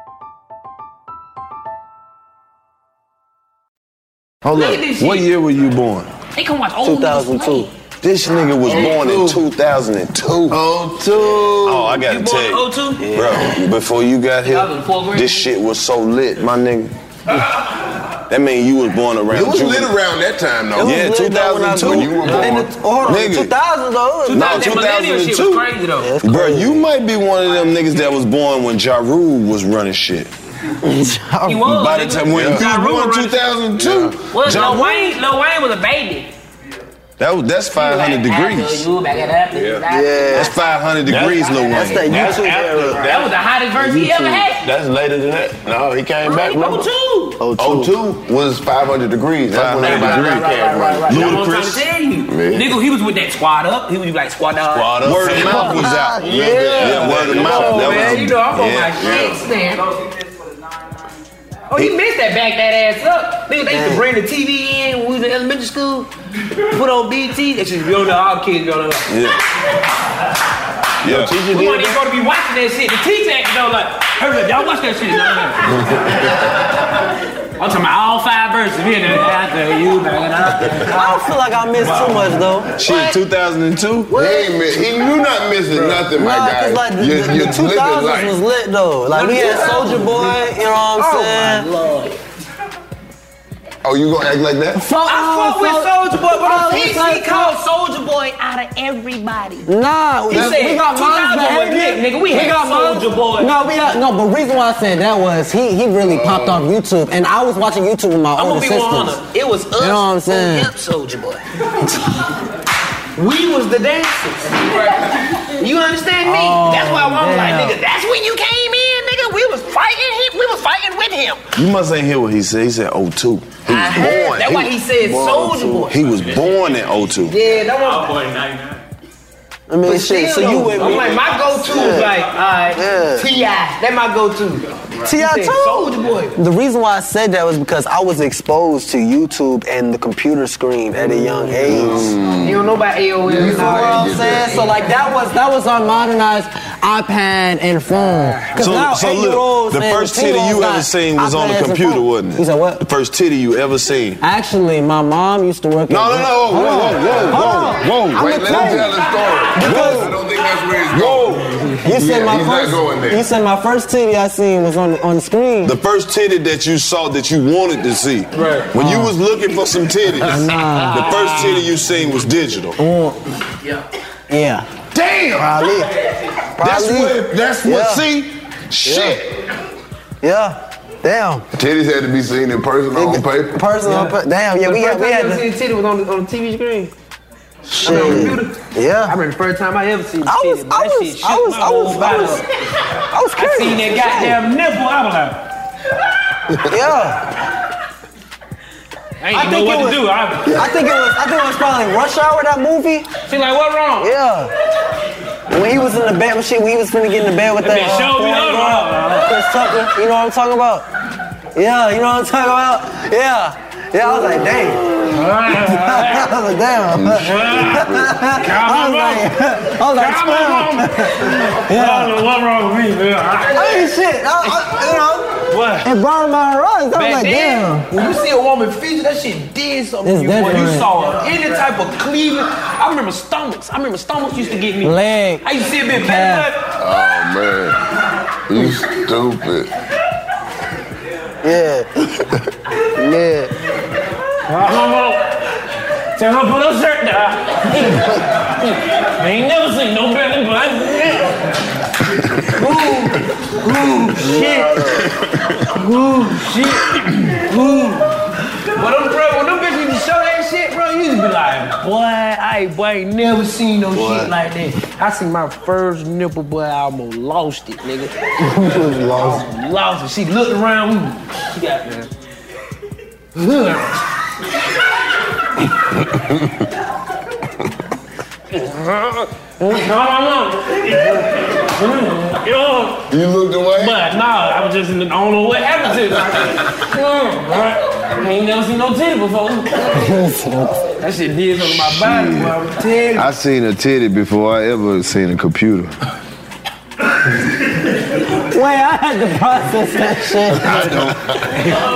Speaker 2: Hold
Speaker 3: Look at
Speaker 2: up.
Speaker 3: this
Speaker 2: What
Speaker 3: shit.
Speaker 2: year were you born?
Speaker 3: They can watch old niggas
Speaker 2: 2002.
Speaker 3: play.
Speaker 2: This nigga was
Speaker 40: Oh,
Speaker 2: born in 2002.
Speaker 3: Oh,
Speaker 2: two. Oh, I gotta
Speaker 3: You born
Speaker 2: tell
Speaker 3: in
Speaker 2: you.
Speaker 3: oh two?
Speaker 2: Bro, before you got here,
Speaker 3: I was in fourth grade.
Speaker 2: this shit was so lit, my nigga. That mean you was born around.
Speaker 40: It was lit
Speaker 2: Juvie.
Speaker 40: around that time, though.
Speaker 2: Yeah, 2002.
Speaker 40: When you were
Speaker 2: In the-
Speaker 40: born.
Speaker 4: Oh,
Speaker 2: hold on, 2000
Speaker 40: though.
Speaker 2: No, 2002. Bro, you might be one of them niggas that was born when Ja Rule was running shit.
Speaker 3: He was.
Speaker 2: By the time when
Speaker 3: Ja
Speaker 2: you
Speaker 3: Rule
Speaker 2: were born
Speaker 3: running-
Speaker 2: 2002,
Speaker 3: Well,
Speaker 2: Ja
Speaker 3: Lil
Speaker 2: Rule-
Speaker 3: Wayne, Lil Wayne was a baby.
Speaker 2: that was, that's 500 degrees.
Speaker 3: You back it up. Yeah.
Speaker 2: That's 500 degrees, Lil Wayne.
Speaker 3: that's that YouTube era. That was the hottest verse he ever had.
Speaker 40: That's later than that. No, he came back.
Speaker 3: Oh, two.
Speaker 40: Oh, 02 was 500 degrees. That's when everybody
Speaker 3: Right, right, right, right, right.
Speaker 40: came
Speaker 3: That's
Speaker 40: from.
Speaker 3: what I'm trying to tell you.
Speaker 40: Man.
Speaker 3: Nigga, he was with that squad up. He was like squad up.
Speaker 40: Squad Up. Word of mouth was out.
Speaker 3: Yeah.
Speaker 40: Yeah, word of
Speaker 3: Come
Speaker 40: mouth.
Speaker 3: on,
Speaker 40: That was-
Speaker 3: man. You know, I'm on
Speaker 40: Yeah,
Speaker 3: my
Speaker 40: yeah.
Speaker 3: shit, man. Oh, you missed that back that ass up. Nigga, they used to bring the TV in when we was in elementary school. Put on BT. They just real know all kids growing up.
Speaker 40: Yeah.
Speaker 3: We weren't even supposed to be watching that shit. The teacher acting though like, hurry up, y'all watch that shit. No, no, no. I'm talking about all five verses. We in there after you, man. I
Speaker 4: don't feel like I missed too much though.
Speaker 2: Shit, 2002?
Speaker 40: He, ain't miss, he knew not missing nothing, my
Speaker 4: Nah,
Speaker 40: guy.
Speaker 4: cause like the,
Speaker 40: You-
Speaker 4: the,
Speaker 40: you
Speaker 4: the
Speaker 40: living
Speaker 4: 2000s
Speaker 40: life.
Speaker 4: was lit though. Like we had Soldier Boy, you know what I'm saying?
Speaker 40: Oh, you gonna act like that?
Speaker 3: I fuck with Soldier Boy, but
Speaker 4: Oh,
Speaker 3: I'm- he,
Speaker 4: uh, it's like-
Speaker 3: he called Soldier Boy out of everybody.
Speaker 4: Nah,
Speaker 3: He said,
Speaker 4: we
Speaker 3: 2000
Speaker 4: got Mons
Speaker 3: was
Speaker 4: behind
Speaker 3: lit, nigga. We had
Speaker 4: Mons-
Speaker 3: Soulja Boy. Oh.
Speaker 4: No, we got no. But reason why I said that was he he really popped off YouTube, and I was watching YouTube with my
Speaker 3: I'm
Speaker 4: older
Speaker 3: gonna be
Speaker 4: sisters.
Speaker 3: 100. It was us.
Speaker 4: You know what I'm saying?
Speaker 3: Soldier Boy. we was the dancers. You understand me?
Speaker 41: Oh,
Speaker 3: that's why I'm like,
Speaker 41: damn.
Speaker 3: nigga, that's when you came in, nigga. We was fighting him. We was fighting with him.
Speaker 42: You must ain't hear what he said. He said 02.
Speaker 3: I heard. That's why he said Soldier Boy.
Speaker 42: He was born in 02.
Speaker 3: Yeah, that was.
Speaker 42: I mean,
Speaker 3: Still, though, I'm like, my go-to is like, all right, T.I. That my go-to. He
Speaker 4: T.I.
Speaker 3: said,
Speaker 4: too?
Speaker 3: Soldier Boy.
Speaker 43: The reason why I said that was because I was exposed to YouTube and the computer screen at a young age.
Speaker 3: Mm. You don't know about AOL.
Speaker 4: You know what I'm saying? So like that was that was our modernized iPad and phone. 'Cause now eight-year-olds,
Speaker 42: the
Speaker 4: man,
Speaker 42: first titty you
Speaker 4: 10-year-olds
Speaker 42: ever
Speaker 4: got
Speaker 42: seen was on
Speaker 4: iPads
Speaker 42: the
Speaker 4: and
Speaker 42: computer,
Speaker 4: phones.
Speaker 42: wasn't it?
Speaker 4: You said what?
Speaker 42: The first titty you ever seen.
Speaker 4: Actually, my mom used to work.
Speaker 42: No,
Speaker 4: at
Speaker 42: no, no, whoa,
Speaker 4: Hold
Speaker 42: whoa,
Speaker 4: on.
Speaker 42: whoa,
Speaker 4: Hold
Speaker 42: whoa,
Speaker 4: on.
Speaker 42: whoa.
Speaker 4: I'ma
Speaker 42: Wait, let him
Speaker 4: tell you.
Speaker 42: tell his story.
Speaker 4: Because
Speaker 40: I don't think that's where he's
Speaker 42: going.
Speaker 4: You said
Speaker 42: Yeah,
Speaker 4: my
Speaker 42: he's not
Speaker 4: first.
Speaker 42: going there.
Speaker 4: You said my first titty I seen was on on the screen.
Speaker 42: The first titty that you saw that you wanted to see. Right. When you was looking for some titties,
Speaker 4: Nah.
Speaker 42: the first titty you seen was digital.
Speaker 4: Yeah.
Speaker 42: Damn.
Speaker 4: Probably.
Speaker 42: That's
Speaker 4: Probably.
Speaker 42: what. That's what.
Speaker 4: Yeah.
Speaker 42: See, shit.
Speaker 4: Yeah. Damn.
Speaker 40: Titties had to be seen in person or on paper.
Speaker 4: Personal. Damn. Yeah, we
Speaker 44: the
Speaker 4: had
Speaker 44: first time
Speaker 4: we had.
Speaker 44: I ever
Speaker 4: the-
Speaker 44: seen titty was on the, on the TV screen.
Speaker 4: Shit.
Speaker 44: Yeah. I remember the first time I ever seen
Speaker 4: I
Speaker 44: titty.
Speaker 4: was, I was, I was, I was, I was, I was
Speaker 44: I
Speaker 4: curious.
Speaker 44: seen that goddamn nipple. I was like,
Speaker 4: yeah.
Speaker 3: I ain't know what
Speaker 4: it
Speaker 3: to do.
Speaker 4: was,
Speaker 3: I,
Speaker 4: I think it was. I think it was probably Rush Hour that movie.
Speaker 3: She like, what wrong?
Speaker 4: Yeah. When he was in the bed with shit, when he was finna get in the bed with
Speaker 3: That
Speaker 4: that.
Speaker 3: bitch showed me
Speaker 4: foreign
Speaker 3: love.
Speaker 4: girl, Chris Tucker. You know what I'm talking about? Yeah. You know what I'm talking about? Yeah. Yeah. I was like, damn. I was like, damn. I was like, I was like, damn. Yeah.
Speaker 3: what wrong with me,
Speaker 4: I ain't shit. I, I, you know. What? It brought my eyes. I was like, damn.
Speaker 18: When you see a woman feature, that shit did something to
Speaker 4: It's
Speaker 18: you. When you
Speaker 4: different.
Speaker 18: saw any type of cleavage, I remember stomachs. I remember stomachs used to get me.
Speaker 4: Leg.
Speaker 18: I used to see a bit better.
Speaker 2: Oh man, you stupid.
Speaker 45: Yeah. yeah.
Speaker 3: Tell her put her shirt down. I ain't never seen no better black
Speaker 18: Ooh, shit. Ooh, shit. Ooh. But them, bro, when them bitches used to show that shit, bro, you used to be like, boy, I, ain't- boy, I ain't never seen no shit like that. I seen my first nipple, boy, I almost lost it, nigga.
Speaker 45: lost
Speaker 18: I almost lost it. She looked around, we, she got there.
Speaker 2: You looked away?
Speaker 3: But nah, I was just in the, I don't know what happened to it. Mm, right. I ain't never seen no titty before. that shit did something to my body, boy. I'm telling you.
Speaker 46: I seen a titty before I ever seen a computer.
Speaker 4: Wait, I had to process that shit.
Speaker 2: I don't.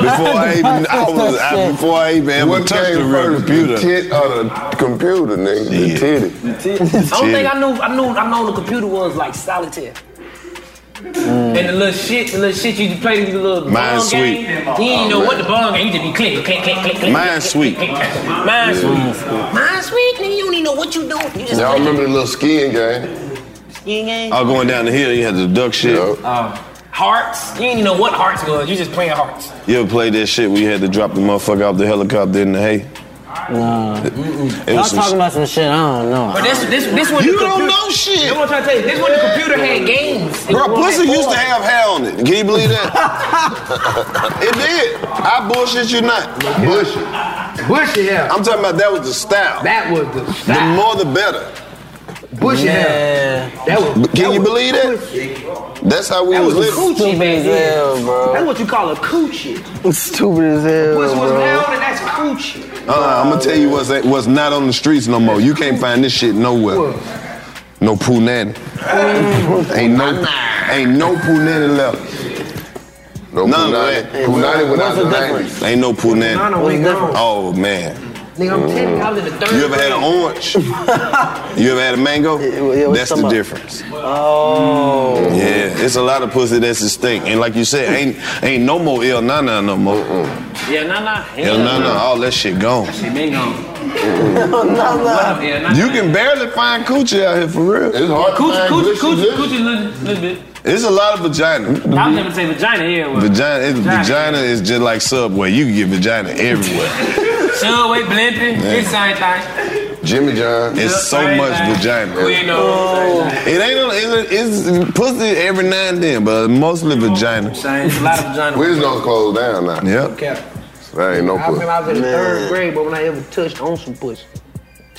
Speaker 2: Before I even, I was, I, before I even ever
Speaker 47: What
Speaker 2: touched
Speaker 47: came
Speaker 2: the real
Speaker 47: first, the
Speaker 2: computer.
Speaker 47: tit or the computer, nigga? The titty.
Speaker 18: I don't think I knew. I knew. I know the computer was like solitaire.
Speaker 3: And the little shit, the little shit you play with the little
Speaker 2: Mine's
Speaker 3: bong game.
Speaker 2: sweet.
Speaker 3: He ain't know what the bong game. He just be clicking, click, click, click, click.
Speaker 2: Mine's sweet.
Speaker 3: Mine's sweet.
Speaker 18: Mine's sweet, nigga. You don't even know what you doing. You just
Speaker 2: Y'all remember the little skiing game?
Speaker 18: yeah.
Speaker 2: Oh, going down the hill, you had to duck shit.
Speaker 3: Uh, Hearts. You ain't even know what hearts was. You just playing hearts.
Speaker 2: You ever played that shit where you had to drop the motherfucker off the helicopter in the hay?
Speaker 4: Nah.
Speaker 2: It
Speaker 4: Y'all
Speaker 2: was some
Speaker 4: talking about some shit I don't know.
Speaker 3: But this, this, this one.
Speaker 2: You
Speaker 3: the
Speaker 2: don't
Speaker 3: computer,
Speaker 2: know shit.
Speaker 3: That's what I'm trying to tell you. This one, the computer had games.
Speaker 2: Bro,
Speaker 3: It was
Speaker 2: pussy
Speaker 3: like
Speaker 2: used to
Speaker 3: porn.
Speaker 2: have hair on it. Can you believe that? it did. I bullshit you not. Bullshit.
Speaker 18: Bushy hair.
Speaker 2: I'm talking about that was the style.
Speaker 18: That was the
Speaker 2: The more the better.
Speaker 18: Bushy hair. That was.
Speaker 2: But Can you believe that? That's how we
Speaker 18: That
Speaker 2: was
Speaker 18: was a
Speaker 2: living.
Speaker 18: coochie back
Speaker 45: as
Speaker 18: then.
Speaker 45: hell, bro.
Speaker 18: That's what you call a coochie.
Speaker 45: Stupid as hell,
Speaker 18: Pussy was
Speaker 45: bro.
Speaker 18: loud and that's coochie.
Speaker 2: Uh, I'm gonna tell you what's what's not on the streets no more. You can't find this shit nowhere. No poo nanny.
Speaker 18: Mm.
Speaker 2: ain't no ain't no poo nanny left. No None
Speaker 47: Poo
Speaker 2: of
Speaker 47: Nanny.
Speaker 2: that.
Speaker 47: Poo Nanny went out in the 90s.
Speaker 2: Ain't no poo nanny.
Speaker 18: None of it, no.
Speaker 2: Oh man.
Speaker 18: Nigga, I'm telling you, I was in the third.
Speaker 2: You ever had an orange? you ever had a mango?
Speaker 45: what
Speaker 2: that's
Speaker 45: you
Speaker 2: the
Speaker 45: talking
Speaker 2: difference. Oh. Yeah, it's a lot of pussy that's a stink. And like you said, ain't ain't no more El Nana no more.
Speaker 3: Yeah, nah, nah.
Speaker 2: El Nana, all that shit gone.
Speaker 3: She been gone. Yeah, nah,
Speaker 2: You can barely find coochie out here for real. It's hard
Speaker 3: Coochie, coochie, coochie, coochie, little, little bit.
Speaker 2: It's a lot of vagina.
Speaker 3: I was gonna say vagina here. was-
Speaker 2: Vagina, it, vagina is just like Subway. You can get vagina everywhere.
Speaker 3: Subway, blimping,
Speaker 2: Yeah.
Speaker 3: it's same thing.
Speaker 2: Jimmy John. It's so
Speaker 3: Same
Speaker 2: much
Speaker 3: thing.
Speaker 2: vagina.
Speaker 3: We know. Same thing.
Speaker 2: It ain't no, it's, it's pussy every now and then, but mostly vagina.
Speaker 3: Same, a lot of vagina.
Speaker 2: We're just gonna close down now. Yep.
Speaker 18: Okay.
Speaker 2: There ain't no
Speaker 18: I remember I was in the
Speaker 2: Man.
Speaker 18: third grade, but when I ever touched on some pussy.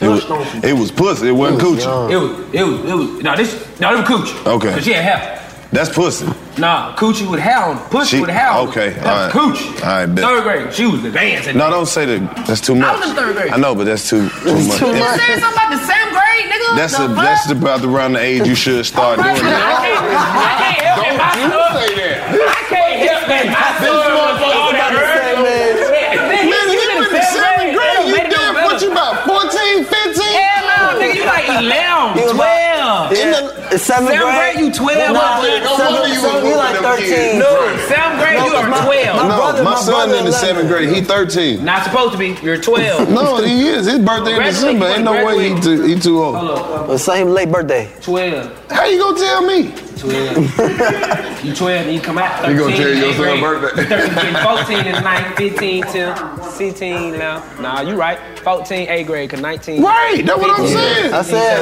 Speaker 2: It was, it was pussy. It wasn't coochie.
Speaker 3: It was, it was, it was. No, this, no, it was coochie.
Speaker 2: Okay.
Speaker 3: Cause she had hair.
Speaker 2: That's pussy.
Speaker 3: Nah, coochie with hair on. it. Pussy
Speaker 2: She-
Speaker 3: with hair on. it.
Speaker 2: Okay.
Speaker 3: That
Speaker 2: all right.
Speaker 3: was coochie.
Speaker 2: All right, bet.
Speaker 3: Third grade, she was advancing.
Speaker 2: No, don't say that. That's too much.
Speaker 3: was in third grade.
Speaker 2: I know, but that's too too much.
Speaker 3: You just said something about the same grade, nigga.
Speaker 2: That's
Speaker 3: the
Speaker 2: a, that's about around the age you should start doing
Speaker 3: I
Speaker 2: that.
Speaker 3: can't, I can't help it. My son- I can't help that. My
Speaker 2: This
Speaker 3: son was
Speaker 2: motherfucker
Speaker 3: all that
Speaker 2: about to say,
Speaker 3: Man,
Speaker 2: Man,
Speaker 3: you
Speaker 2: you
Speaker 3: in
Speaker 2: been in seventh grade. You
Speaker 3: It don't
Speaker 2: damn,
Speaker 3: matter.
Speaker 2: what you about, 14, 15?
Speaker 3: Hell no, nigga, you like 11, 12.
Speaker 2: In the-
Speaker 3: seventh grade, you
Speaker 2: Nah,
Speaker 3: 12.
Speaker 2: no wonder you was whooping them kids.
Speaker 3: No, seventh grade, you are 12.
Speaker 2: no, my, son in the seventh grade. He 13.
Speaker 3: Not supposed to be. You're 12.
Speaker 2: no, he is. His birthday in
Speaker 3: Graduate,
Speaker 2: December. Ain't no way he
Speaker 3: graduate.
Speaker 2: too, he too old.
Speaker 45: The same late birthday.
Speaker 3: 12.
Speaker 2: How you gonna tell me?
Speaker 3: 12. you 12 and you come out 13.
Speaker 25: You gonna tell
Speaker 3: in
Speaker 25: your
Speaker 3: eighth
Speaker 25: son
Speaker 3: grade.
Speaker 25: birthday.
Speaker 3: 13, 14 is 9, 15 till 16 now. Nah, you right. 14, 8th grade, cause 19.
Speaker 2: Right, that's what I'm
Speaker 3: 15,
Speaker 2: saying.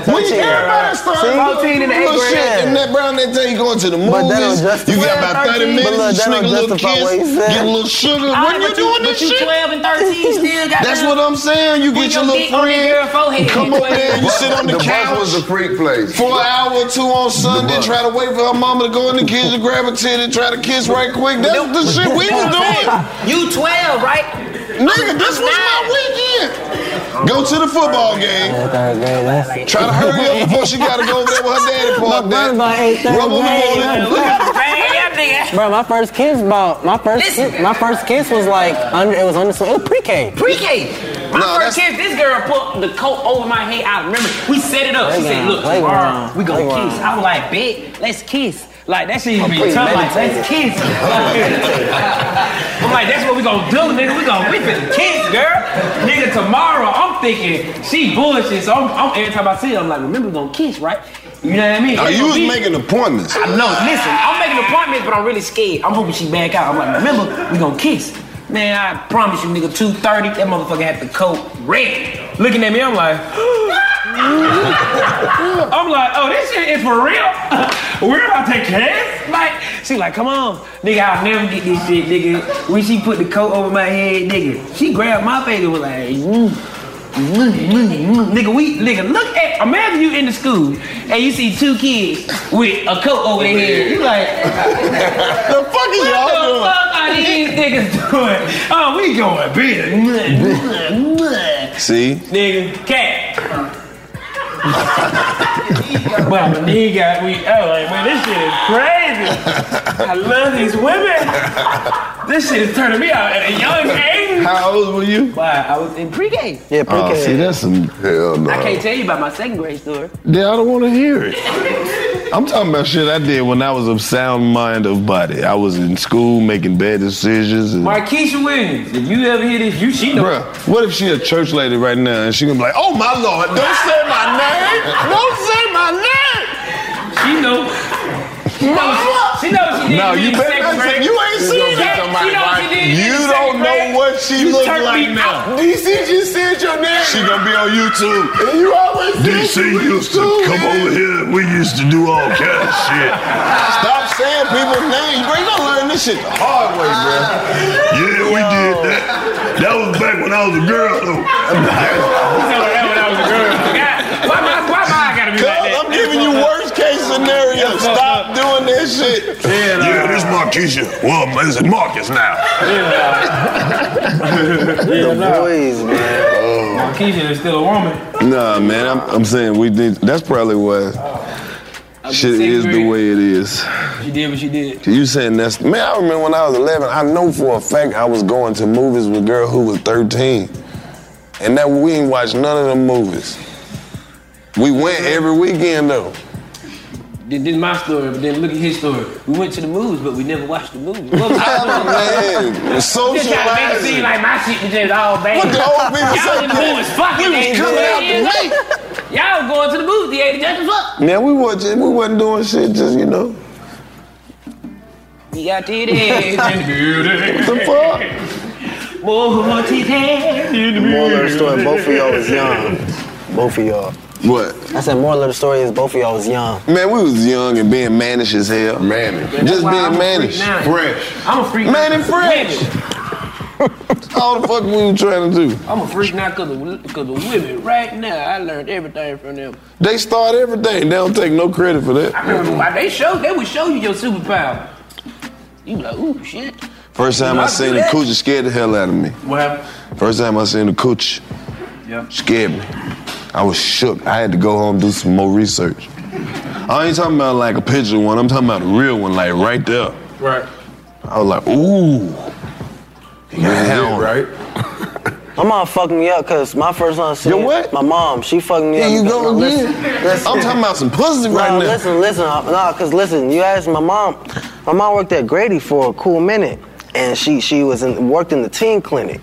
Speaker 3: 17,
Speaker 2: we everybody started
Speaker 3: 14 in the 8th
Speaker 2: little
Speaker 3: grade.
Speaker 2: shit. And that brown that day, you going to the movies.
Speaker 3: But that don't
Speaker 2: you
Speaker 3: justify-
Speaker 2: got about 30
Speaker 3: But
Speaker 2: minutes.
Speaker 3: look,
Speaker 2: you
Speaker 3: that
Speaker 2: sneak a
Speaker 3: don't
Speaker 2: little
Speaker 3: justify
Speaker 2: kiss,
Speaker 3: what he said.
Speaker 2: get a little sugar.
Speaker 3: All
Speaker 2: What
Speaker 3: right,
Speaker 2: you
Speaker 3: but you-
Speaker 2: doing
Speaker 3: but
Speaker 2: this
Speaker 3: you
Speaker 2: shit?
Speaker 3: 12 and 13 still got
Speaker 2: That's
Speaker 3: them-
Speaker 2: what I'm saying. You
Speaker 3: Put
Speaker 2: get
Speaker 3: your
Speaker 2: your little
Speaker 3: dick on that
Speaker 2: friend.
Speaker 3: girl forehead.
Speaker 2: you Come over there. You
Speaker 25: Bus-
Speaker 2: sit on the,
Speaker 25: the
Speaker 2: couch.
Speaker 25: bus was a freak place.
Speaker 2: For an hour or two on Sunday,
Speaker 25: bus.
Speaker 2: try to wait for her mama to go in the kitchen, grab a titty, try to kiss right quick. That's the shit we was doing.
Speaker 3: You 12, right?
Speaker 2: Nigga, this was my weekend. Go to the football game.
Speaker 4: Third grade, last
Speaker 2: Try to hurry up before she gotta go over there with her daddy parked there. Rubber molded.
Speaker 4: Bro, my first kiss about my first kiss, my first kiss was like under it was under so it was pre-K.
Speaker 3: Pre-K. My
Speaker 4: No,
Speaker 3: first kiss, this girl put the coat over my head. I remember we set it up. She said,
Speaker 4: Playground,
Speaker 3: "Look, tomorrow
Speaker 4: playground,
Speaker 3: we gonna
Speaker 4: playground.
Speaker 3: kiss." I was like, "Bet, let's kiss." Like that shit used to
Speaker 4: Oh,
Speaker 3: be tough. Like let's kiss. I'm like, that's what we gonna do, nigga. We gonna we finna kiss, girl. Nigga, tomorrow I'm thinking she bullshit. So I'm, I'm every time I see her, I'm like, remember we gonna kiss, right? You know what I mean?
Speaker 2: Oh, you was
Speaker 3: We-
Speaker 2: making appointments.
Speaker 3: I know. Listen, I'm making appointments, but I'm really scared. I'm hoping she back out. I'm like, remember, we gonna kiss. Man, I promise you, nigga, 2.30, that motherfucker had the coat red. Looking at me, I'm like, I'm like, oh, this shit is for real? We're about to kiss? Like, she like, come on. Nigga, I'll never get this shit, nigga. When she put the coat over my head, nigga, she grabbed my face and was like, mm. Mm, mm, mm. Nigga, we nigga, look at imagine you in the school and you see two kids with a coat over their head. You like the
Speaker 2: fuck is
Speaker 3: y'all doing? What the fuck are these niggas doing? Oh, we going big.
Speaker 2: See?
Speaker 3: Nigga, cat. but when he got we oh like man, this shit is crazy. I love these women. This shit is turning me out at a young age.
Speaker 2: How old were you?
Speaker 3: Why I was in pre-K.
Speaker 2: Yeah,
Speaker 3: pre-K.
Speaker 2: Oh, see, that's some hell no.
Speaker 3: I can't tell you about my second grade story.
Speaker 2: Yeah, I don't want to hear it. I'm talking about shit I did when I was of sound mind of body. I was in school making bad decisions. And,
Speaker 3: Markeisha Williams, if you ever hear this, you she know.
Speaker 2: Bruh, what if she a church lady right now and she gonna be like, oh my lord, don't say my name, don't say my name.
Speaker 3: She know. She knows. She knows she did.
Speaker 2: No, you
Speaker 3: in
Speaker 2: better
Speaker 3: second
Speaker 2: not say-
Speaker 3: grade.
Speaker 2: you ain't
Speaker 3: She
Speaker 2: seen
Speaker 3: knows
Speaker 2: that.
Speaker 3: She knows she did. in
Speaker 2: You
Speaker 3: second
Speaker 2: don't know
Speaker 3: grade.
Speaker 2: what she
Speaker 3: You
Speaker 2: look
Speaker 3: turned
Speaker 2: like
Speaker 3: me
Speaker 2: now.
Speaker 3: out.
Speaker 2: DC just said your name. She gonna be on YouTube. And you always
Speaker 28: DC Houston, come over here. We used to do all kinds of shit.
Speaker 2: Stop saying people's names, bro. You gonna learn this shit the hard way, bro.
Speaker 28: Yeah, we did that. That was back when I was a girl, though.
Speaker 3: Why my, why my I gotta be like that?
Speaker 2: I'm giving you worst case scenario. Stop doing this shit.
Speaker 28: Yeah, this is Marquisha. Well, this is Marcus now.
Speaker 2: The boys, man.
Speaker 3: Markeisha is still a woman.
Speaker 2: Nah, man. I'm, I'm saying we did. That's probably why. Shit is the way it is.
Speaker 3: She did what she did.
Speaker 2: You saying that's man? I remember when I was 11. I know for a fact I was going to movies with a girl who was 13, and that we ain't watched none of them movies. We went every weekend though.
Speaker 3: This this is my story, but then look at his story. We went to the movies, but we never watched the movies.
Speaker 2: Oh,
Speaker 3: What was
Speaker 2: Man,
Speaker 3: Just trying to make it seem
Speaker 2: socializing.
Speaker 3: like my shit was just all bad.
Speaker 2: What the old people
Speaker 3: Y'all
Speaker 2: say,
Speaker 3: in the
Speaker 2: kid?
Speaker 3: movies fucking.
Speaker 2: We was
Speaker 3: ain't
Speaker 2: coming out
Speaker 3: doing
Speaker 2: the
Speaker 3: shit. Y'all going to the movies, theater just to fuck.
Speaker 2: Now we wasn't we wasn't doing shit. Just you know.
Speaker 3: We got titties in the building.
Speaker 2: What the fuck?
Speaker 3: More titties in the building.
Speaker 26: Moral of the story, both of y'all was young.
Speaker 2: Both of y'all. What?
Speaker 4: I said moral of the story is both of y'all was young.
Speaker 2: Man, we was young and being mannish as hell. Mannish. Just being mannish.
Speaker 3: I'm a freak.
Speaker 2: Man and fresh. All the fuck we were trying to do.
Speaker 3: I'm a freak now because of, because of women. Right now, I learned everything from them.
Speaker 2: They start everything. They don't take no credit for that.
Speaker 3: I remember why they show they would show you your superpower. You be like, ooh, shit.
Speaker 2: First time I
Speaker 3: Y'all
Speaker 2: seen
Speaker 3: do
Speaker 2: the
Speaker 3: that?
Speaker 2: coochie scared the hell out of me.
Speaker 3: What happened?
Speaker 2: First time I seen the coochie
Speaker 3: Yep.
Speaker 2: scared me. I was shook. I had to go home do some more research. I ain't talking about like a picture one. I'm talking about a real one, like right there.
Speaker 3: Right.
Speaker 2: I was like, ooh. You got hell, right?
Speaker 27: My mom fucked me up because my first time seeing Your what? My mom, she fucked me
Speaker 2: Here
Speaker 27: up.
Speaker 2: you
Speaker 27: because-
Speaker 2: go
Speaker 27: no,
Speaker 2: again. I'm talking about some pussy
Speaker 27: No,
Speaker 2: right now.
Speaker 27: Listen, listen, uh, nah, cause listen, you asked my mom. My mom worked at Grady for a cool minute, and she she was in, worked in the teen clinic.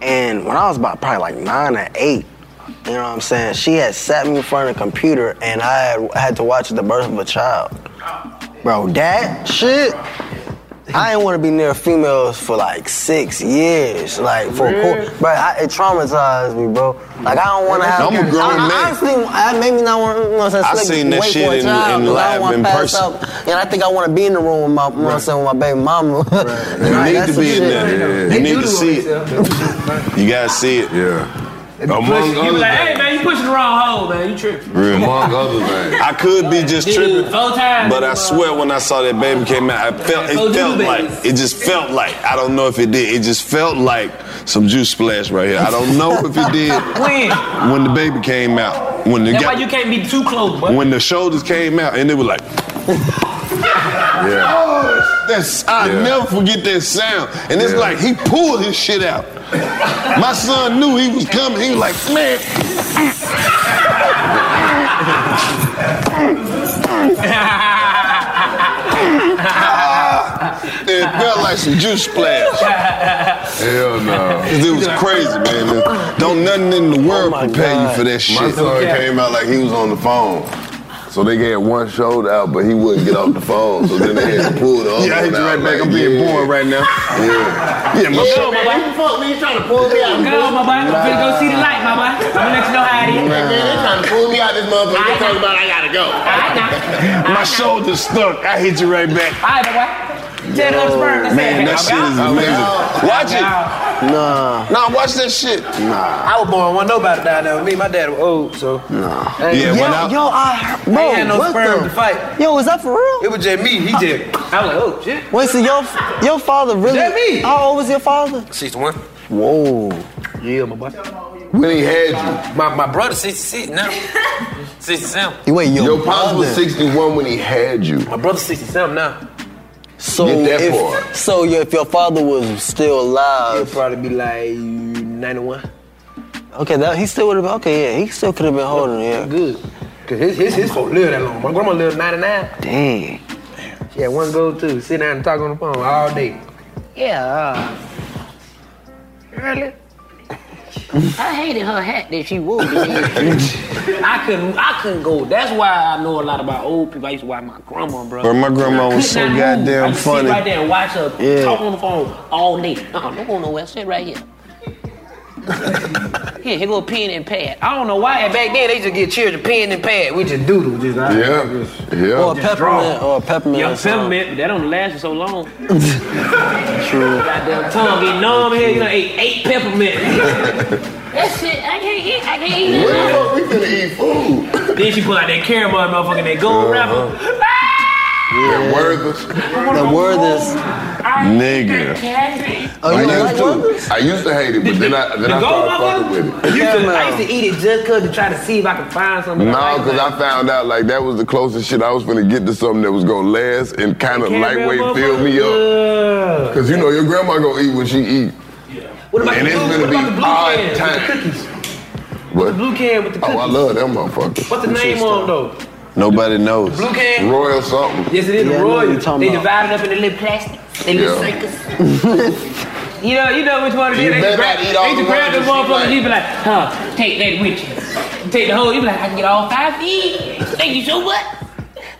Speaker 27: And when I was about probably like nine or eight, you know what I'm saying? She had sat me in front of a computer, and I had, had to watch the birth of a child.
Speaker 4: Bro, that shit. I didn't want to be near females for like six years, like for a
Speaker 48: Really?
Speaker 4: quarter. Bro, I, it traumatized me, bro. Like I don't want to have.
Speaker 48: I'm a grown
Speaker 4: I,
Speaker 48: man.
Speaker 4: I honestly, I maybe not want. You know, what I'm saying,
Speaker 48: I
Speaker 4: slick
Speaker 48: seen that
Speaker 4: wait
Speaker 48: shit
Speaker 4: for a
Speaker 48: in-
Speaker 4: child,
Speaker 48: in
Speaker 4: 'cause I
Speaker 48: live,
Speaker 4: don't wanna
Speaker 48: in
Speaker 4: pass
Speaker 48: person.
Speaker 4: out. And I think I want to be in the room with my, you know what I'm saying, with my baby mama.
Speaker 2: You
Speaker 4: Right,
Speaker 2: need
Speaker 4: that's
Speaker 2: to be
Speaker 4: some
Speaker 2: in
Speaker 4: shit.
Speaker 2: there.
Speaker 4: They
Speaker 2: You
Speaker 4: do
Speaker 2: need
Speaker 4: do
Speaker 2: to see it. You gotta see it. Yeah. Among
Speaker 9: you
Speaker 2: other
Speaker 9: like,
Speaker 2: things.
Speaker 9: hey man, you pushing the wrong hole, man. You tripping.
Speaker 2: Among other things. I could be just
Speaker 9: Dude,
Speaker 2: tripping.
Speaker 9: four times.
Speaker 2: But I swear when I saw that baby came out, I felt it
Speaker 9: Four dude
Speaker 2: felt
Speaker 9: babies.
Speaker 2: like it just felt like. I don't know if it did. It just felt like some juice splash right here. I don't know if it did. when? When the baby came out. When the
Speaker 9: That's
Speaker 2: guy,
Speaker 9: why you can't be too close, boy.
Speaker 2: when the shoulders came out and it was like Yeah. That's Oh, I never forget that sound. And it's like he pulled his shit out. My son knew he was coming. He was like, man. it felt like some juice splash. Hell no. It was crazy, man. Don't nothing in the
Speaker 3: Oh
Speaker 2: world prepare you for that shit.
Speaker 5: My son came out like he was on the phone. So they had one shoulder out, but he wouldn't get off the phone. So then they had to pull the other
Speaker 2: Yeah, I hit
Speaker 5: one
Speaker 2: you
Speaker 5: out,
Speaker 2: right back.
Speaker 5: like,
Speaker 2: I'm being
Speaker 5: yeah.
Speaker 2: born right now.
Speaker 5: Yeah.
Speaker 2: Yeah, my son-
Speaker 5: man,
Speaker 9: fuck me? You trying to pull me out? Go, my boy. I'm finna go see the light, my boy. I'm gonna let you know how it is.
Speaker 2: Man, they trying
Speaker 9: to pull me out this motherfucker.
Speaker 2: They talking about I
Speaker 9: gotta go.
Speaker 2: My shoulder's stuck. I hit you right back.
Speaker 9: All right, my boy. Jet up sperm. That's
Speaker 2: Man,
Speaker 9: it.
Speaker 2: that shit is amazing. Watch it.
Speaker 4: Nah.
Speaker 2: Nah, watch that shit. Nah.
Speaker 3: I was born one nobody down there with me. My dad was old, so. Nah.
Speaker 4: yo, yo, I heard, bro,
Speaker 3: ain't had no
Speaker 4: what
Speaker 3: sperm
Speaker 4: the-
Speaker 3: to fight.
Speaker 4: Yo, was that for real?
Speaker 3: It was just me. He just. I was like, oh shit.
Speaker 4: Wait, so your your father really?
Speaker 3: That me.
Speaker 4: How old was your father?
Speaker 3: 61.
Speaker 4: Whoa.
Speaker 3: Yeah, my boy.
Speaker 5: When he had
Speaker 3: you. My, my brother, 66 now. 67.
Speaker 4: You wait,
Speaker 5: your, pops was
Speaker 3: brother.
Speaker 5: 61 when he had you.
Speaker 3: My brother's 67 now.
Speaker 4: So
Speaker 5: Get that
Speaker 4: if
Speaker 5: part.
Speaker 4: so, your- if your father was still alive,
Speaker 3: he'd probably be like 91.
Speaker 4: Okay, that he still would have. been. Okay, yeah, he still could have been holding. Yeah,
Speaker 3: good. Cause his his his folk live that long. My grandma lived 99.
Speaker 4: Dang.
Speaker 3: She had one go too. Sit down and talk on the phone all day.
Speaker 1: Yeah.
Speaker 3: Ah.
Speaker 1: Uh, really? I hated her hat that she wore.
Speaker 9: I couldn't, I couldn't go. That's why I know a lot about old people. I used to watch my grandma, bro.
Speaker 2: Bro, my grandma
Speaker 9: I
Speaker 2: was
Speaker 9: could
Speaker 2: so
Speaker 9: not move.
Speaker 2: goddamn
Speaker 9: I used to
Speaker 2: funny.
Speaker 9: Sit right there and watch her
Speaker 2: Yeah.
Speaker 9: talk on the phone all day. Uh-uh, don't go nowhere. Sit right here.
Speaker 1: Here, here go a pen and pad.
Speaker 3: I don't know why. And back then they just get children pen and pad. We just doodle just. all right,
Speaker 5: Yeah.
Speaker 3: just-
Speaker 5: Yeah. Or a
Speaker 3: just
Speaker 5: peppermint,
Speaker 3: draw.
Speaker 4: or a peppermint
Speaker 9: Yeah,
Speaker 3: or something.
Speaker 9: peppermint, but that don't last for so long.
Speaker 4: True.
Speaker 9: Goddamn tongue get numb here. You done ate eight peppermint.
Speaker 1: That shit, I can't eat. I can't eat
Speaker 9: Where the fuck
Speaker 1: that.
Speaker 9: we
Speaker 5: finna eat food? Uh-huh.
Speaker 9: then she pull out that caramel motherfucker and that gold
Speaker 2: Uh-huh.
Speaker 9: wrapper.
Speaker 5: That Werther's.
Speaker 4: That Werther's.
Speaker 5: Nigga.
Speaker 4: Oh, you
Speaker 5: I
Speaker 4: don't like
Speaker 5: used to. I used to hate it, but then I then
Speaker 3: The
Speaker 5: I
Speaker 3: gold
Speaker 5: started fucking with it.
Speaker 3: You could, I used to eat it just cause to try to see if I could find something.
Speaker 5: No,
Speaker 3: I
Speaker 5: because I found out like that was the closest shit I was gonna get to something that was gonna last and kind of
Speaker 3: Caramel
Speaker 5: lightweight fill me up. Cause you know your grandma gonna eat what she eat.
Speaker 3: What about
Speaker 5: and
Speaker 3: the
Speaker 5: it's
Speaker 3: blue-
Speaker 5: gonna
Speaker 3: what
Speaker 5: be
Speaker 3: about the blue
Speaker 5: odd
Speaker 3: can with the
Speaker 5: times. What?
Speaker 3: blue can with the
Speaker 5: Oh, I
Speaker 3: cookies.
Speaker 5: love them motherfuckers.
Speaker 3: What's the name on though?
Speaker 2: Nobody knows.
Speaker 3: Blue can?
Speaker 5: Royal something.
Speaker 3: Yes, it is
Speaker 5: Yeah, I
Speaker 3: the
Speaker 5: know what
Speaker 3: royal.
Speaker 5: you're talking
Speaker 3: They
Speaker 5: about.
Speaker 3: divide it up into little plastics, they little
Speaker 5: Yeah.
Speaker 3: circles. you know, you know which one it is.
Speaker 9: You
Speaker 3: They
Speaker 9: better
Speaker 3: just grab,
Speaker 9: not eat all
Speaker 3: they
Speaker 9: the
Speaker 3: just grab the
Speaker 9: ones that she
Speaker 3: motherfucker.
Speaker 9: like.
Speaker 3: and You be
Speaker 1: like, huh? Take that with you. Take the whole. You be like, I can get all five feet. Thank you so much.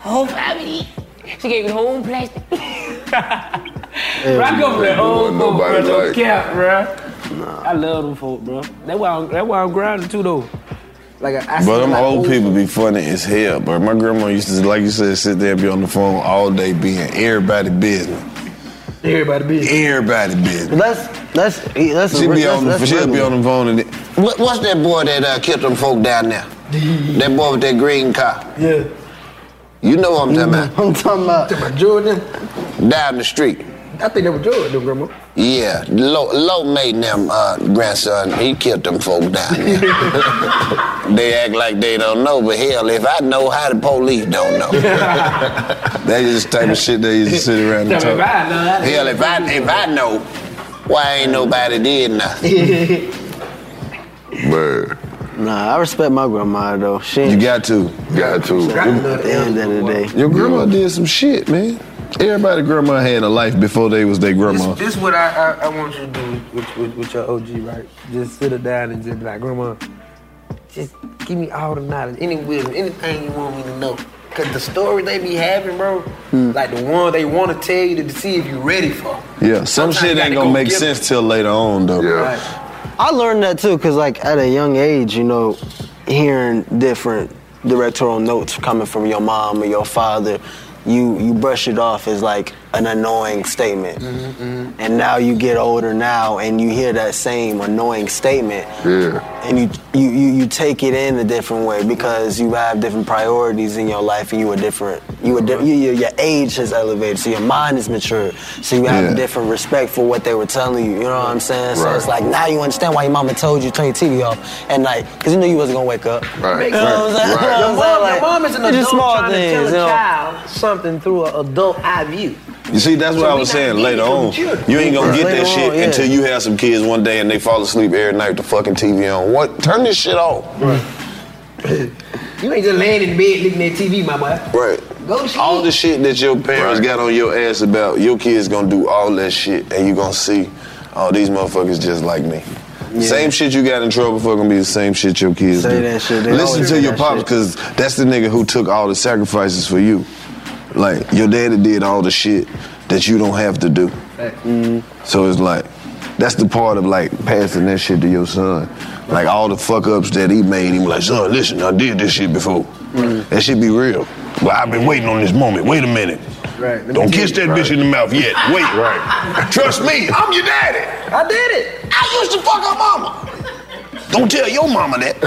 Speaker 1: Whole five feet. She gave me the whole plastic.
Speaker 9: Bro, I come from that old folk, bro.
Speaker 5: nobody
Speaker 9: No
Speaker 5: like.
Speaker 9: cap, bro. I love them folk, bro. That's why I'm, that's why I'm grinding too, though.
Speaker 3: Like I,
Speaker 2: But them old people be funny as hell, bro. My grandma used to, like you said, sit there and be on the phone all day being everybody business.
Speaker 3: Everybody business.
Speaker 2: Everybody business.
Speaker 4: That's that's that's.
Speaker 2: She be
Speaker 4: that's-
Speaker 2: on the
Speaker 4: that's
Speaker 2: she'll be
Speaker 4: regular.
Speaker 2: on the phone and it-
Speaker 4: What, what's that boy that uh, killed them folk down there?
Speaker 2: Mm-hmm.
Speaker 5: That boy with that green car.
Speaker 3: Yeah.
Speaker 5: You know what I'm talking about.
Speaker 4: I'm talking about.
Speaker 3: Jordan.
Speaker 5: Down the street.
Speaker 3: I think they were Jordan, them grandma.
Speaker 5: Yeah, low, low made them uh, grandson. He killed them folk down there.
Speaker 4: They act like they don't know, but hell, if I know how the police don't know.
Speaker 5: that is the type of shit they used to sit around
Speaker 4: Tell me about it, no, that-
Speaker 5: Hell, if I if I know, why ain't nobody did nothing?
Speaker 4: Nah, I respect my grandma though. She you
Speaker 2: got to,
Speaker 5: got to.
Speaker 4: At the end of the day,
Speaker 2: Your grandma did some shit, man. Everybody grandma had a life before they was their grandma.
Speaker 3: This is what I, I, I want you to do with, with, with your OG, right? Just sit her down and just be like, Grandma, just give me all the knowledge, any wisdom, anything you want me to know. Cause the story they be having, bro,
Speaker 5: Hmm.
Speaker 3: like the one they want to tell you to see if you ready for.
Speaker 2: Yeah, some
Speaker 3: Sometimes
Speaker 2: shit
Speaker 3: you
Speaker 2: ain't
Speaker 3: gotta
Speaker 2: gonna
Speaker 3: go
Speaker 2: make
Speaker 3: get
Speaker 2: sense till later on though.
Speaker 4: I learned that too, cause like at a young age, you know, hearing different directorial notes coming from your mom or your father, you you brush it off as like an annoying statement. And now you get older now, and you hear that same annoying statement,
Speaker 2: Yeah.
Speaker 4: and you, you you you take it in a different way because you have different priorities in your life, and you are different. You are
Speaker 2: Uh-huh.
Speaker 4: di- you, you- your age has elevated, so your mind is mature, so you have
Speaker 2: Yeah.
Speaker 4: a different respect for what they were telling you. You know what I'm saying? So
Speaker 2: Right.
Speaker 4: it's like now you understand why your mama told you to turn your TV off at night because you knew you wasn't gonna wake up.
Speaker 2: Right.
Speaker 4: You know what I'm saying? You know
Speaker 3: Your,
Speaker 4: what I'm
Speaker 3: mom,
Speaker 4: saying?
Speaker 3: your mom is an
Speaker 4: Like,
Speaker 3: adult
Speaker 4: it's just small
Speaker 3: trying
Speaker 4: things,
Speaker 3: to
Speaker 4: you
Speaker 3: tell a
Speaker 4: know?
Speaker 3: child something through an adult eye view.
Speaker 2: You see, that's what
Speaker 3: So
Speaker 2: I
Speaker 3: we
Speaker 2: was
Speaker 3: not
Speaker 2: saying
Speaker 3: getting
Speaker 2: later
Speaker 3: from
Speaker 2: on.
Speaker 3: children.
Speaker 2: You ain't gonna get
Speaker 3: Later
Speaker 2: that
Speaker 3: on,
Speaker 2: shit
Speaker 3: yeah.
Speaker 2: until you have some kids one day and they fall asleep every night with the fucking TV on. What? Turn this shit off.
Speaker 3: You ain't just laying in bed looking at TV, my boy.
Speaker 2: Right. All the shit that your parents got on your ass about, your kids gonna do all that shit, and you gonna see, oh, these motherfuckers just like me. Same shit you got in trouble for gonna be the same shit your kids
Speaker 4: Say
Speaker 2: do.
Speaker 4: that shit, they
Speaker 2: Listen
Speaker 4: always
Speaker 2: to
Speaker 4: say
Speaker 2: your
Speaker 4: that
Speaker 2: pops,
Speaker 4: shit.
Speaker 2: cause that's the nigga who took all the sacrifices for you. Like your daddy did all the shit that you don't have to do. So it's like, that's the part of like passing that shit to your son. Like all the fuck ups that he made, him like, son, listen, I did this shit before.
Speaker 4: Mm.
Speaker 2: That shit be real. But I've been waiting on this moment. Wait a minute.
Speaker 3: Right.
Speaker 2: Don't kiss that bitch in the mouth yet. Wait. Right. Trust me, I'm your daddy.
Speaker 3: I did it.
Speaker 2: I used to fuck her mama. Don't tell your mama that.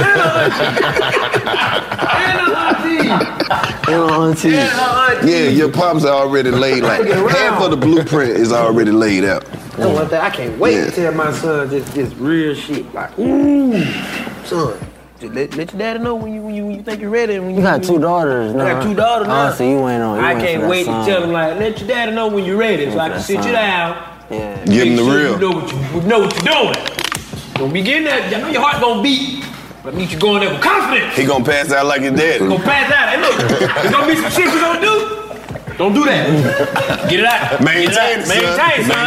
Speaker 2: Yeah, your pops are already laid like half of the blueprint is already laid out.
Speaker 3: That's
Speaker 20: Mm.
Speaker 3: one thing I can't wait to tell my son just this real shit. Like, ooh, son. just Let, let your daddy know when you when you, when you think you're ready. and When
Speaker 20: You got two daughters.
Speaker 3: I got
Speaker 20: nah.
Speaker 3: two daughters now.
Speaker 20: Oh, so you ain't on. You
Speaker 3: I
Speaker 20: went for
Speaker 3: can't
Speaker 20: that
Speaker 3: wait
Speaker 20: song.
Speaker 3: to tell him like, let your daddy know when you're ready, so I can
Speaker 20: that
Speaker 3: sit you
Speaker 20: song.
Speaker 3: down.
Speaker 20: Yeah.
Speaker 2: Give him
Speaker 3: Make
Speaker 2: the
Speaker 3: sure
Speaker 2: real.
Speaker 3: You know what you know what you're doing. Don't be getting that. I know your heart gonna beat, but I need you going there with confidence.
Speaker 2: He gonna pass out like his daddy.
Speaker 3: Gonna pass out. Hey, look, there's gonna be some shit we gonna do. Don't do that. Get it out.
Speaker 2: Maintain
Speaker 3: Get it out.
Speaker 2: it, son.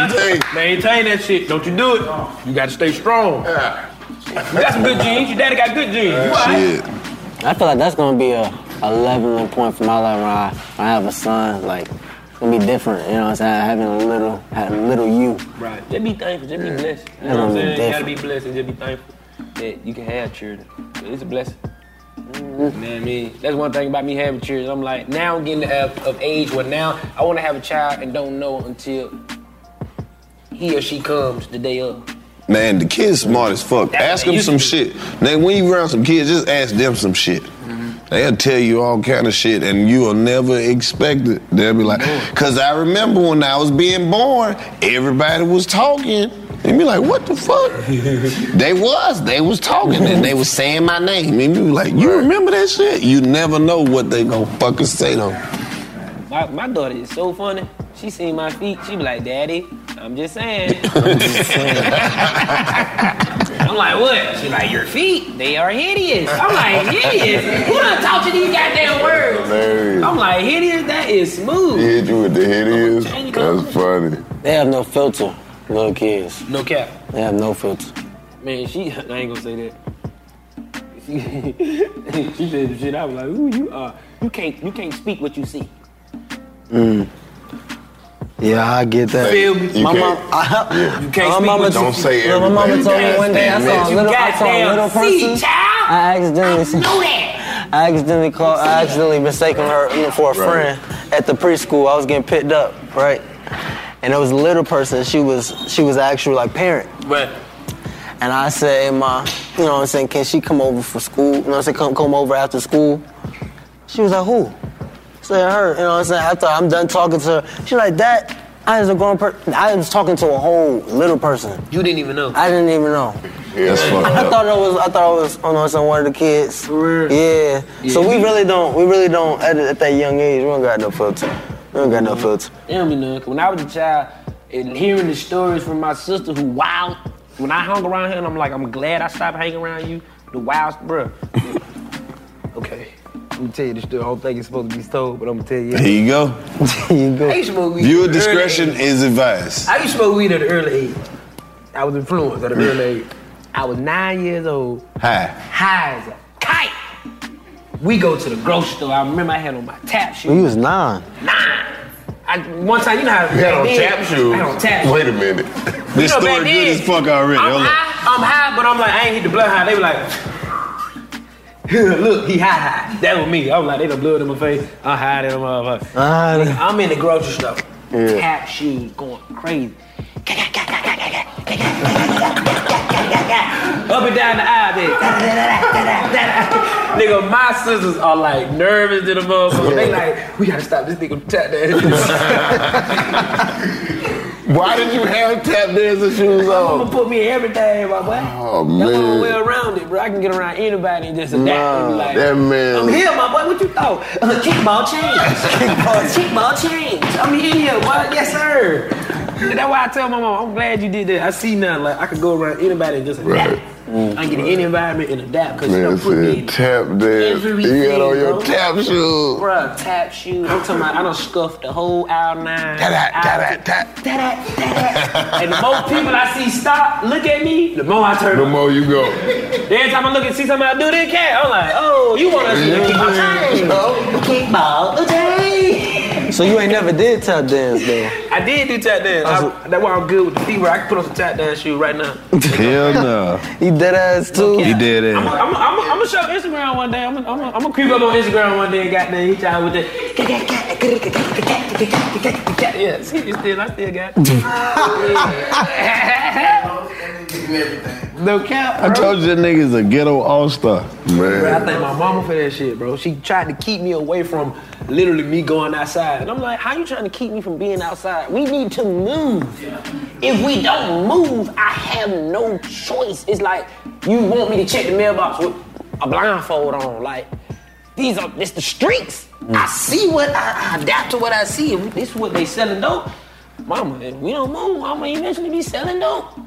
Speaker 3: Maintain, son. Maintain. that shit. Don't you do it. You gotta stay strong. You got some good genes. Your daddy got good genes. You all right?
Speaker 20: I feel like that's gonna be a, a leveling point for my life when I, when I have a son. Like, it's gonna be different. You know what I'm saying? Having a little, had a little you.
Speaker 5: Right. Just be thankful. Just be blessed. You know what I'm
Speaker 20: Yeah.
Speaker 5: saying? You gotta be blessed and just be thankful that you can have children. It's a blessing. You know what I mean? That's one thing about me having children. I'm like, now I'm getting of, of age where now I want to have a child and don't know until he or she comes the day of.
Speaker 2: Man, the kids smart as fuck. ask them some shit. Now, when you around some kids, just ask them some shit.
Speaker 4: Mm-hmm.
Speaker 2: They'll tell you all kind of shit, and you'll never expect it. They'll be like, "Cause I remember when I was being born, everybody was talking." And be like, "What the fuck?" they was, they was talking, and they was saying my name. And you be like, "You remember that shit?" You never know what they gonna fucking say though.
Speaker 5: My, my daughter is so funny. She seen my feet. She be like, Daddy, I'm just saying. I'm just saying. I'm like, what? She like, your feet, they are hideous. I'm like, hideous? Who done taught you these goddamn words? I'm like, hideous? That is smooth.
Speaker 2: Hit you with the hideous.
Speaker 5: That's
Speaker 2: funny.
Speaker 20: They have no filter, little kids.
Speaker 5: No cap.
Speaker 20: They have no filter.
Speaker 5: Man, she, I ain't gonna say that. She, she said some shit. I was like, ooh, you are, you can't, you can't speak what you see.
Speaker 4: Mm. Yeah, I get that.
Speaker 5: Feel me? You
Speaker 4: My
Speaker 5: can't-
Speaker 4: mom, I,
Speaker 5: You can't
Speaker 4: my
Speaker 5: speak
Speaker 4: mama
Speaker 5: with- Don't
Speaker 4: t-
Speaker 5: say
Speaker 4: look, My mama
Speaker 5: everything.
Speaker 4: told me
Speaker 5: You
Speaker 4: one day I
Speaker 5: can't
Speaker 4: saw a
Speaker 5: speak
Speaker 4: little,
Speaker 5: what you
Speaker 4: I saw a
Speaker 5: goddamn
Speaker 4: little
Speaker 5: see,
Speaker 4: person. I accidentally
Speaker 20: know
Speaker 5: that.
Speaker 4: I accidentally called. I accidentally mistaken her for a
Speaker 20: Right.
Speaker 4: friend at the preschool. I was getting picked up, right? And it was a little person. She was she was actually like parent.
Speaker 5: Right.
Speaker 4: And I said, hey, ma, you know what I'm saying? Can she come over for school? You know what I'm saying? Come come over after school. She was like, who? I said her. You know what I'm saying? After I'm done talking to her, she like that. I was a grown person. I was talking to a whole little person.
Speaker 3: You didn't even know.
Speaker 4: I didn't even know.
Speaker 2: That's fucked
Speaker 4: I
Speaker 2: up.
Speaker 4: thought it was. I thought it was. Oh no, it's on one of the kids. Yeah. So we really don't. We really don't. At, at that young age, we don't got no filter. We don't got no filter.
Speaker 5: You know what I mean? uh, 'cause When I was a child, and hearing the stories from my sister who wild, when I hung around her, and I'm like, I'm glad I stopped hanging around you. The wild, bruh.
Speaker 3: Okay. I'm gonna tell you this story. I don't think it's supposed to be told, but I'm gonna tell you.
Speaker 2: Here you go.
Speaker 4: Here you
Speaker 3: I used to smoke weed.
Speaker 2: Viewer
Speaker 3: at an early
Speaker 2: discretion
Speaker 3: age.
Speaker 2: is advised.
Speaker 3: I used to smoke weed at an early age. I was influenced at an early age. I was nine years old,
Speaker 2: Hi.
Speaker 3: high as a kite. We go to the grocery store. I remember I had on my tap shoes.
Speaker 26: We was nine.
Speaker 3: I, one time, you know how
Speaker 2: You had on
Speaker 3: back then,
Speaker 2: tap shoes.
Speaker 3: I had on tap shoes.
Speaker 2: Wait a minute.
Speaker 3: You
Speaker 2: This
Speaker 3: know, back
Speaker 2: story good
Speaker 3: then,
Speaker 2: as fuck already.
Speaker 3: I'm
Speaker 2: Hold on.
Speaker 3: high, I'm high, but I'm like, I ain't hit the blood high. They were like, look, he high high. That was me. I'm like, they done blood in my face. I'm high in the motherfucker. Nigga, I'm in the grocery store.
Speaker 26: Yeah.
Speaker 3: Tap shoes going crazy. Up and down the aisle, there. nigga, my sisters are like nervous to the motherfucker. They like, we gotta stop this nigga from tap dancing.
Speaker 2: Why did you have tap dancing shoes
Speaker 3: I'm
Speaker 2: on?
Speaker 3: gonna put me in everything, my boy.
Speaker 2: Oh
Speaker 3: That's the only way
Speaker 2: man.
Speaker 3: around it, bro. I can get around anybody and just adapt and be like,
Speaker 2: that man.
Speaker 3: I'm here, my boy. What you thought? Uh, kickball change. kickball, kickball change. I'm here, boy. Yes, sir. That's why I tell my mom, I'm glad you did that. I see nothing. Like, I could go around anybody and just adapt.
Speaker 2: Right.
Speaker 3: mm. I can get in any environment and adapt because you
Speaker 2: Man
Speaker 3: don't put me in
Speaker 2: said tap dance. You
Speaker 3: everything,
Speaker 2: got on your
Speaker 3: bro.
Speaker 2: tap shoes.
Speaker 3: Bruh, tap shoe. I'm talking about, I done scuffed the whole aisle nine.
Speaker 2: Ta-da, ta-da,
Speaker 3: Aisle- Ta-da, ta-da. And the more people I see stop, look at me, the more I turn.
Speaker 2: The more you go.
Speaker 3: Every time I look and see somebody do this cat, I'm like, oh, you want to see the kickball change, bro? Kickball change.
Speaker 26: So you ain't never did tap dance though.
Speaker 3: I did do tap dance. I- That's why I'm good with the fever. I can put on some tap dance shoe right now.
Speaker 6: Hell no.
Speaker 26: He dead ass too.
Speaker 6: He dead ass.
Speaker 3: I'm gonna show Instagram one day. I'm gonna creep up on Instagram one day and goddamn, he tried with that. Yeah, see, you still, I still got it. No cap.
Speaker 6: I told you that nigga's a ghetto all star.
Speaker 3: Bro, I thank my mama for that shit, bro. She tried to keep me away from literally me going outside. And I'm like, how you trying to keep me from being outside? We need to move. If we don't move, I have no choice. It's like you want me to check the mailbox with a blindfold on. Like, these are it's the streets. I see what I, I adapt to what I see. If this is what they selling dope, mama, if we don't move, I'ma eventually be selling dope.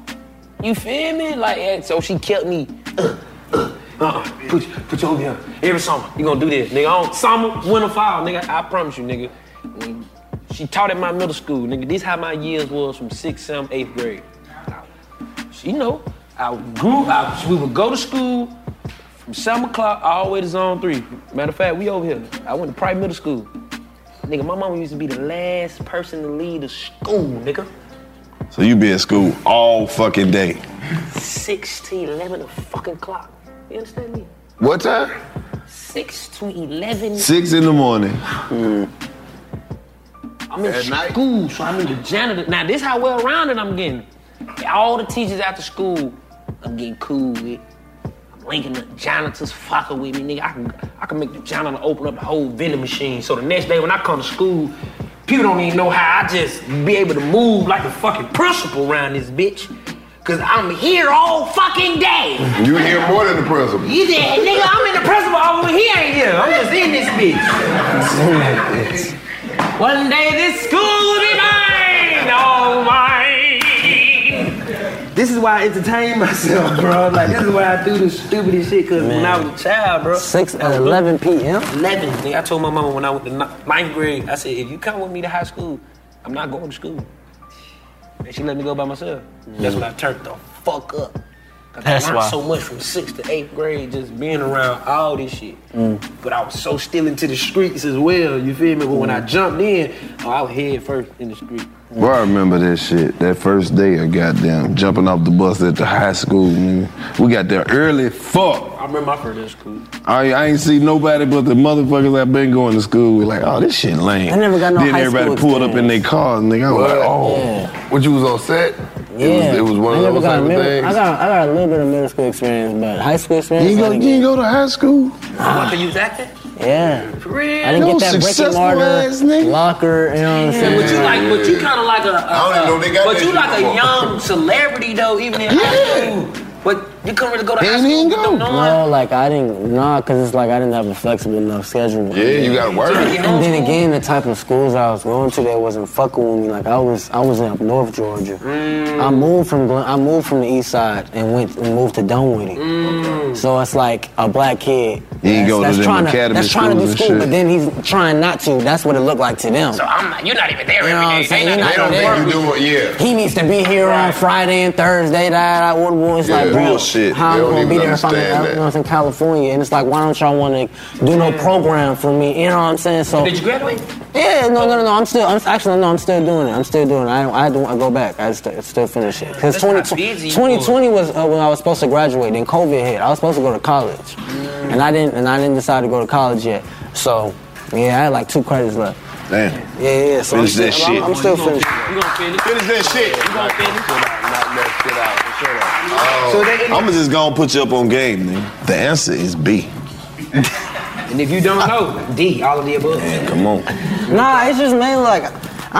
Speaker 3: You feel me? Like, and so she kept me uh-uh. Put, put you over here. Every summer, you gonna do this, nigga. I don't, summer, winter, fall, nigga. I promise you, nigga. Mm, She taught at my middle school, nigga. This how my years was from sixth, seventh, eighth grade. She know. I grew. I, we would go to school from seven o'clock all the way to zone three. Matter of fact, we over here. I went to private middle school. Nigga, my mama used to be the last person to leave the school, nigga.
Speaker 6: So you be at school all fucking day.
Speaker 3: 16, 11 the fucking clock. You understand me?
Speaker 6: What time?
Speaker 3: Six to eleven.
Speaker 6: Six in the morning.
Speaker 3: I'm in school, so I'm in the janitor. Now this how well rounded I'm getting. All the teachers after school, I'm getting cool with. I'm linking the janitors fucking with me, nigga. I can I can make the janitor open up the whole vending machine. So the next day when I come to school, people don't even know how I just be able to move like the fucking principal around this bitch. Cause I'm here all fucking day.
Speaker 2: You hear more than the principal.
Speaker 3: You did, nigga, I'm in the principal office, he ain't here. I'm just in this bitch. One day this school will be mine, Oh, all mine. This is why I entertain myself, bro. Like, this is why I do the stupidest shit, cause when I was a child, bro. 6 at 11 p.m.? 11. Nigga, I told my mama when I went to ni- ninth grade, I said, if you come with me to high school, I'm not going to school. And she let me go by myself. That's when I turned the fuck up. 'Cause
Speaker 27: That's
Speaker 3: I learned
Speaker 27: why.
Speaker 3: so much from sixth to eighth grade just being around all this shit.
Speaker 4: Mm.
Speaker 3: But I was so still into the streets as well, you feel me? But when I jumped in, oh, I was head first in the street.
Speaker 6: Bro, I remember that shit. That first day of goddamn jumping off the bus at the high school. nigga. We got there early. Fuck.
Speaker 3: I remember my first day of school.
Speaker 6: I, I ain't see nobody but the motherfuckers I've been going to school with. Like, oh, this shit lame.
Speaker 2: I never got no
Speaker 6: Then
Speaker 2: high
Speaker 6: everybody
Speaker 2: school
Speaker 6: pulled up in their cars, nigga. I was like, oh.
Speaker 2: What you was on set? It was, it was one
Speaker 4: I
Speaker 2: of
Speaker 4: never
Speaker 2: those
Speaker 4: got
Speaker 2: type
Speaker 4: a
Speaker 2: of
Speaker 4: middle-
Speaker 2: things.
Speaker 4: I got, I got a little bit of middle school experience, but high school experience.
Speaker 2: You ain't go- you
Speaker 4: didn't Ah,
Speaker 6: go to high school?
Speaker 3: What, cause you was acting?
Speaker 4: Yeah.
Speaker 3: For real?
Speaker 4: I didn't get that brick and mortar locker. You know what I'm saying?
Speaker 3: But you like, but you kind of like a. a-
Speaker 4: I don't even know they got
Speaker 3: But
Speaker 4: that
Speaker 3: you
Speaker 4: shit
Speaker 3: like a
Speaker 4: before.
Speaker 3: young celebrity though, even in high school. But you couldn't really go to high school. with them knowing-
Speaker 4: No, like I didn't, nah, cause it's like I didn't have a flexible enough schedule.
Speaker 2: Yeah, you gotta work.
Speaker 4: And then again, the type of schools I was going to, they wasn't fucking with me. Like I was, I was in up North Georgia.
Speaker 3: Mm.
Speaker 4: I moved from, Glen- I moved from the East Side and went and moved to Dunwoody.
Speaker 3: Mm.
Speaker 4: So it's like a black kid.
Speaker 6: He ain't
Speaker 4: that's-
Speaker 6: go to
Speaker 4: that's
Speaker 6: them
Speaker 4: trying
Speaker 6: academy
Speaker 4: That's trying to do
Speaker 6: schools and
Speaker 4: school,
Speaker 6: shit.
Speaker 4: but then he's trying not to. That's what it looked like to them.
Speaker 3: So I'm not, you're not even there
Speaker 4: You know what I'm
Speaker 3: every
Speaker 4: saying?
Speaker 3: day.
Speaker 4: You're not
Speaker 3: They don't
Speaker 4: even
Speaker 3: work with
Speaker 4: there.
Speaker 3: you.
Speaker 2: yeah.
Speaker 4: He needs to be here on Friday and Thursday. That, that, what, what. It's like,
Speaker 2: Yeah.
Speaker 4: bro,
Speaker 2: shit. They
Speaker 4: How I'm
Speaker 2: don't
Speaker 4: gonna be
Speaker 2: even
Speaker 4: there if I'm in,
Speaker 2: understand
Speaker 4: you know what I'm saying, California? And it's like, why don't y'all want to do no program for me? You know what I'm saying? So
Speaker 3: Did you graduate?
Speaker 4: Yeah, no, no, no, no. I'm still, I'm actually, no, I'm still doing it. I'm still doing it. I, don't- I don't want to go back. I still, still finish it. Because
Speaker 3: That's not
Speaker 4: 2020,
Speaker 3: busy,
Speaker 4: 2020 was uh, when I was supposed to graduate. Then COVID hit. I was supposed to go to college, and I didn't, and I didn't decide to go to college yet. So, yeah, I had like two credits left.
Speaker 2: Damn.
Speaker 4: Yeah, yeah. yeah. So
Speaker 2: Finish
Speaker 4: I'm,
Speaker 2: that
Speaker 4: still- I'm-
Speaker 2: shit.
Speaker 4: I'm, still finishing.
Speaker 2: You gonna finish? Finish that shit. You gonna finish?
Speaker 3: So they-
Speaker 2: I'm just gonna put you up on game, man. The answer is B.
Speaker 3: And if you don't know, D, all of the above.
Speaker 2: Come on.
Speaker 4: Nah, it's just mainly like I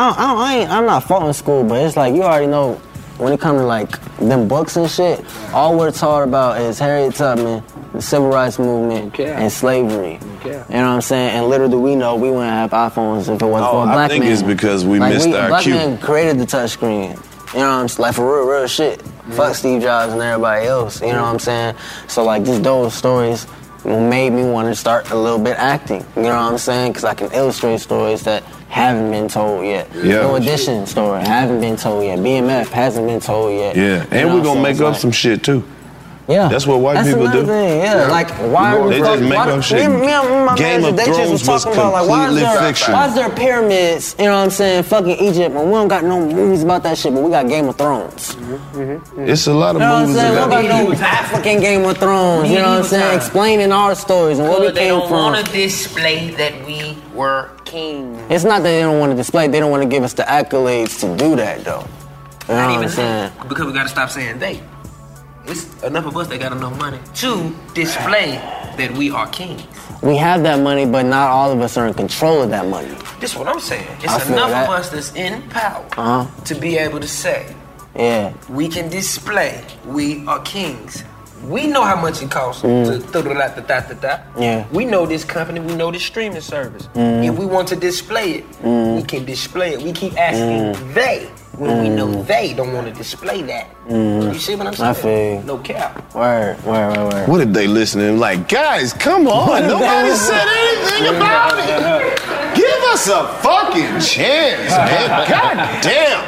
Speaker 4: don't, I don't, I ain't, I'm not faulting school, but it's like you already know when it comes to like them books and shit. All we're taught about is Harriet Tubman, the civil rights movement, and slavery. You know what I'm saying? And little do we know, we wouldn't have iPhones if it wasn't for a
Speaker 2: Oh, I
Speaker 4: black man.
Speaker 2: think it's because we
Speaker 4: like,
Speaker 2: missed
Speaker 4: we,
Speaker 2: our
Speaker 4: black
Speaker 2: cue.
Speaker 4: man created the touchscreen. You know what I'm saying? Like for real, real shit. Fuck Steve Jobs and everybody else. You know what I'm saying? So like just those stories made me want to start a little bit acting. You know what I'm saying? Because I can illustrate stories that haven't been told yet.
Speaker 2: Yeah.
Speaker 4: No addition story haven't been told yet. BMF hasn't been told yet.
Speaker 2: Yeah,
Speaker 4: You
Speaker 2: and
Speaker 4: know,
Speaker 2: we're gonna
Speaker 4: so
Speaker 2: make
Speaker 4: it's
Speaker 2: up
Speaker 4: like-
Speaker 2: some shit too.
Speaker 4: Yeah,
Speaker 2: that's what white
Speaker 4: That's
Speaker 2: people
Speaker 4: another
Speaker 2: do.
Speaker 4: thing, yeah. Like, why are we
Speaker 2: they just
Speaker 4: talking-
Speaker 2: make
Speaker 4: why-
Speaker 2: up shit?
Speaker 4: me- me and my
Speaker 2: Game
Speaker 4: manager,
Speaker 2: of
Speaker 4: they just was
Speaker 2: Thrones was
Speaker 4: talking about like why is,
Speaker 2: completely
Speaker 4: there,
Speaker 2: fiction.
Speaker 4: why is there pyramids? You know what I'm saying? Fucking Egypt, and we don't got no movies about that shit, but we got Game of
Speaker 2: It's
Speaker 4: Thrones.
Speaker 2: a lot
Speaker 4: You
Speaker 2: of
Speaker 4: know what I'm
Speaker 2: movies
Speaker 4: saying?
Speaker 2: that
Speaker 4: We don't got no African Game of Thrones. You know what I'm saying? Explaining our stories and where we
Speaker 49: they
Speaker 4: came
Speaker 49: don't want
Speaker 4: from.
Speaker 49: to display that we were kings.
Speaker 4: It's not that they don't want to display; they don't want to give us the accolades to do that, though. You know
Speaker 3: Not
Speaker 4: what
Speaker 3: even
Speaker 4: I'm saying?
Speaker 3: that, because we gotta stop saying they. It's enough of us that got enough money to display that we are kings.
Speaker 4: We have that money, but not all of us are in control of that money.
Speaker 3: This what I'm saying.
Speaker 4: I
Speaker 3: It's
Speaker 4: feel
Speaker 3: enough of
Speaker 4: that.
Speaker 3: us that's in power
Speaker 4: Uh huh.
Speaker 3: to be able to say
Speaker 4: Yeah.
Speaker 3: we can display we are kings. We know how much it costs
Speaker 4: Mm.
Speaker 3: to throw da da da da da.
Speaker 4: Yeah.
Speaker 3: We know this company. We know this streaming service.
Speaker 4: Mm.
Speaker 3: If we want to display it,
Speaker 4: Mm.
Speaker 3: we can display it. We keep asking
Speaker 4: Mm.
Speaker 3: they when we know
Speaker 4: Mm.
Speaker 3: they don't want to display that.
Speaker 2: Mm.
Speaker 3: You see what I'm saying?
Speaker 2: I feel you.
Speaker 3: No cap.
Speaker 4: Word, word, word,
Speaker 2: What if they listening? Like, guys, come on! Nobody said anything about it. Give us a fucking chance, man! God damn!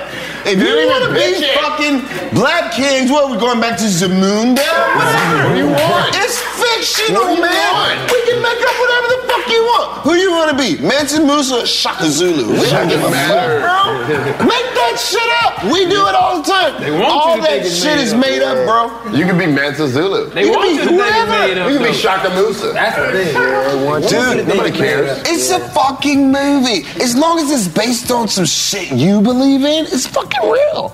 Speaker 2: If you want to be fucking black kings, what we going back to Zamunda? Whatever you want. It's
Speaker 28: What
Speaker 2: fictional,
Speaker 28: do you
Speaker 2: man.
Speaker 28: want?
Speaker 2: We can make up whatever the fuck you want. Who you want to be? Manson Musa or Shaka Zulu? We don't give a fuck, bro. Make that shit up. We do it all the time.
Speaker 28: They want you
Speaker 2: all
Speaker 28: to
Speaker 2: that
Speaker 28: think it's
Speaker 2: shit
Speaker 28: made
Speaker 2: is
Speaker 28: up.
Speaker 2: made up, bro.
Speaker 28: You can be Mansa Zulu.
Speaker 2: They You can want be you to think it's whoever. made up,
Speaker 28: You can be
Speaker 2: though.
Speaker 28: Shaka Musa. That's the thing. Dude, nobody cares.
Speaker 2: It's a fucking movie. As long as it's based on some shit you believe in, it's fucking real.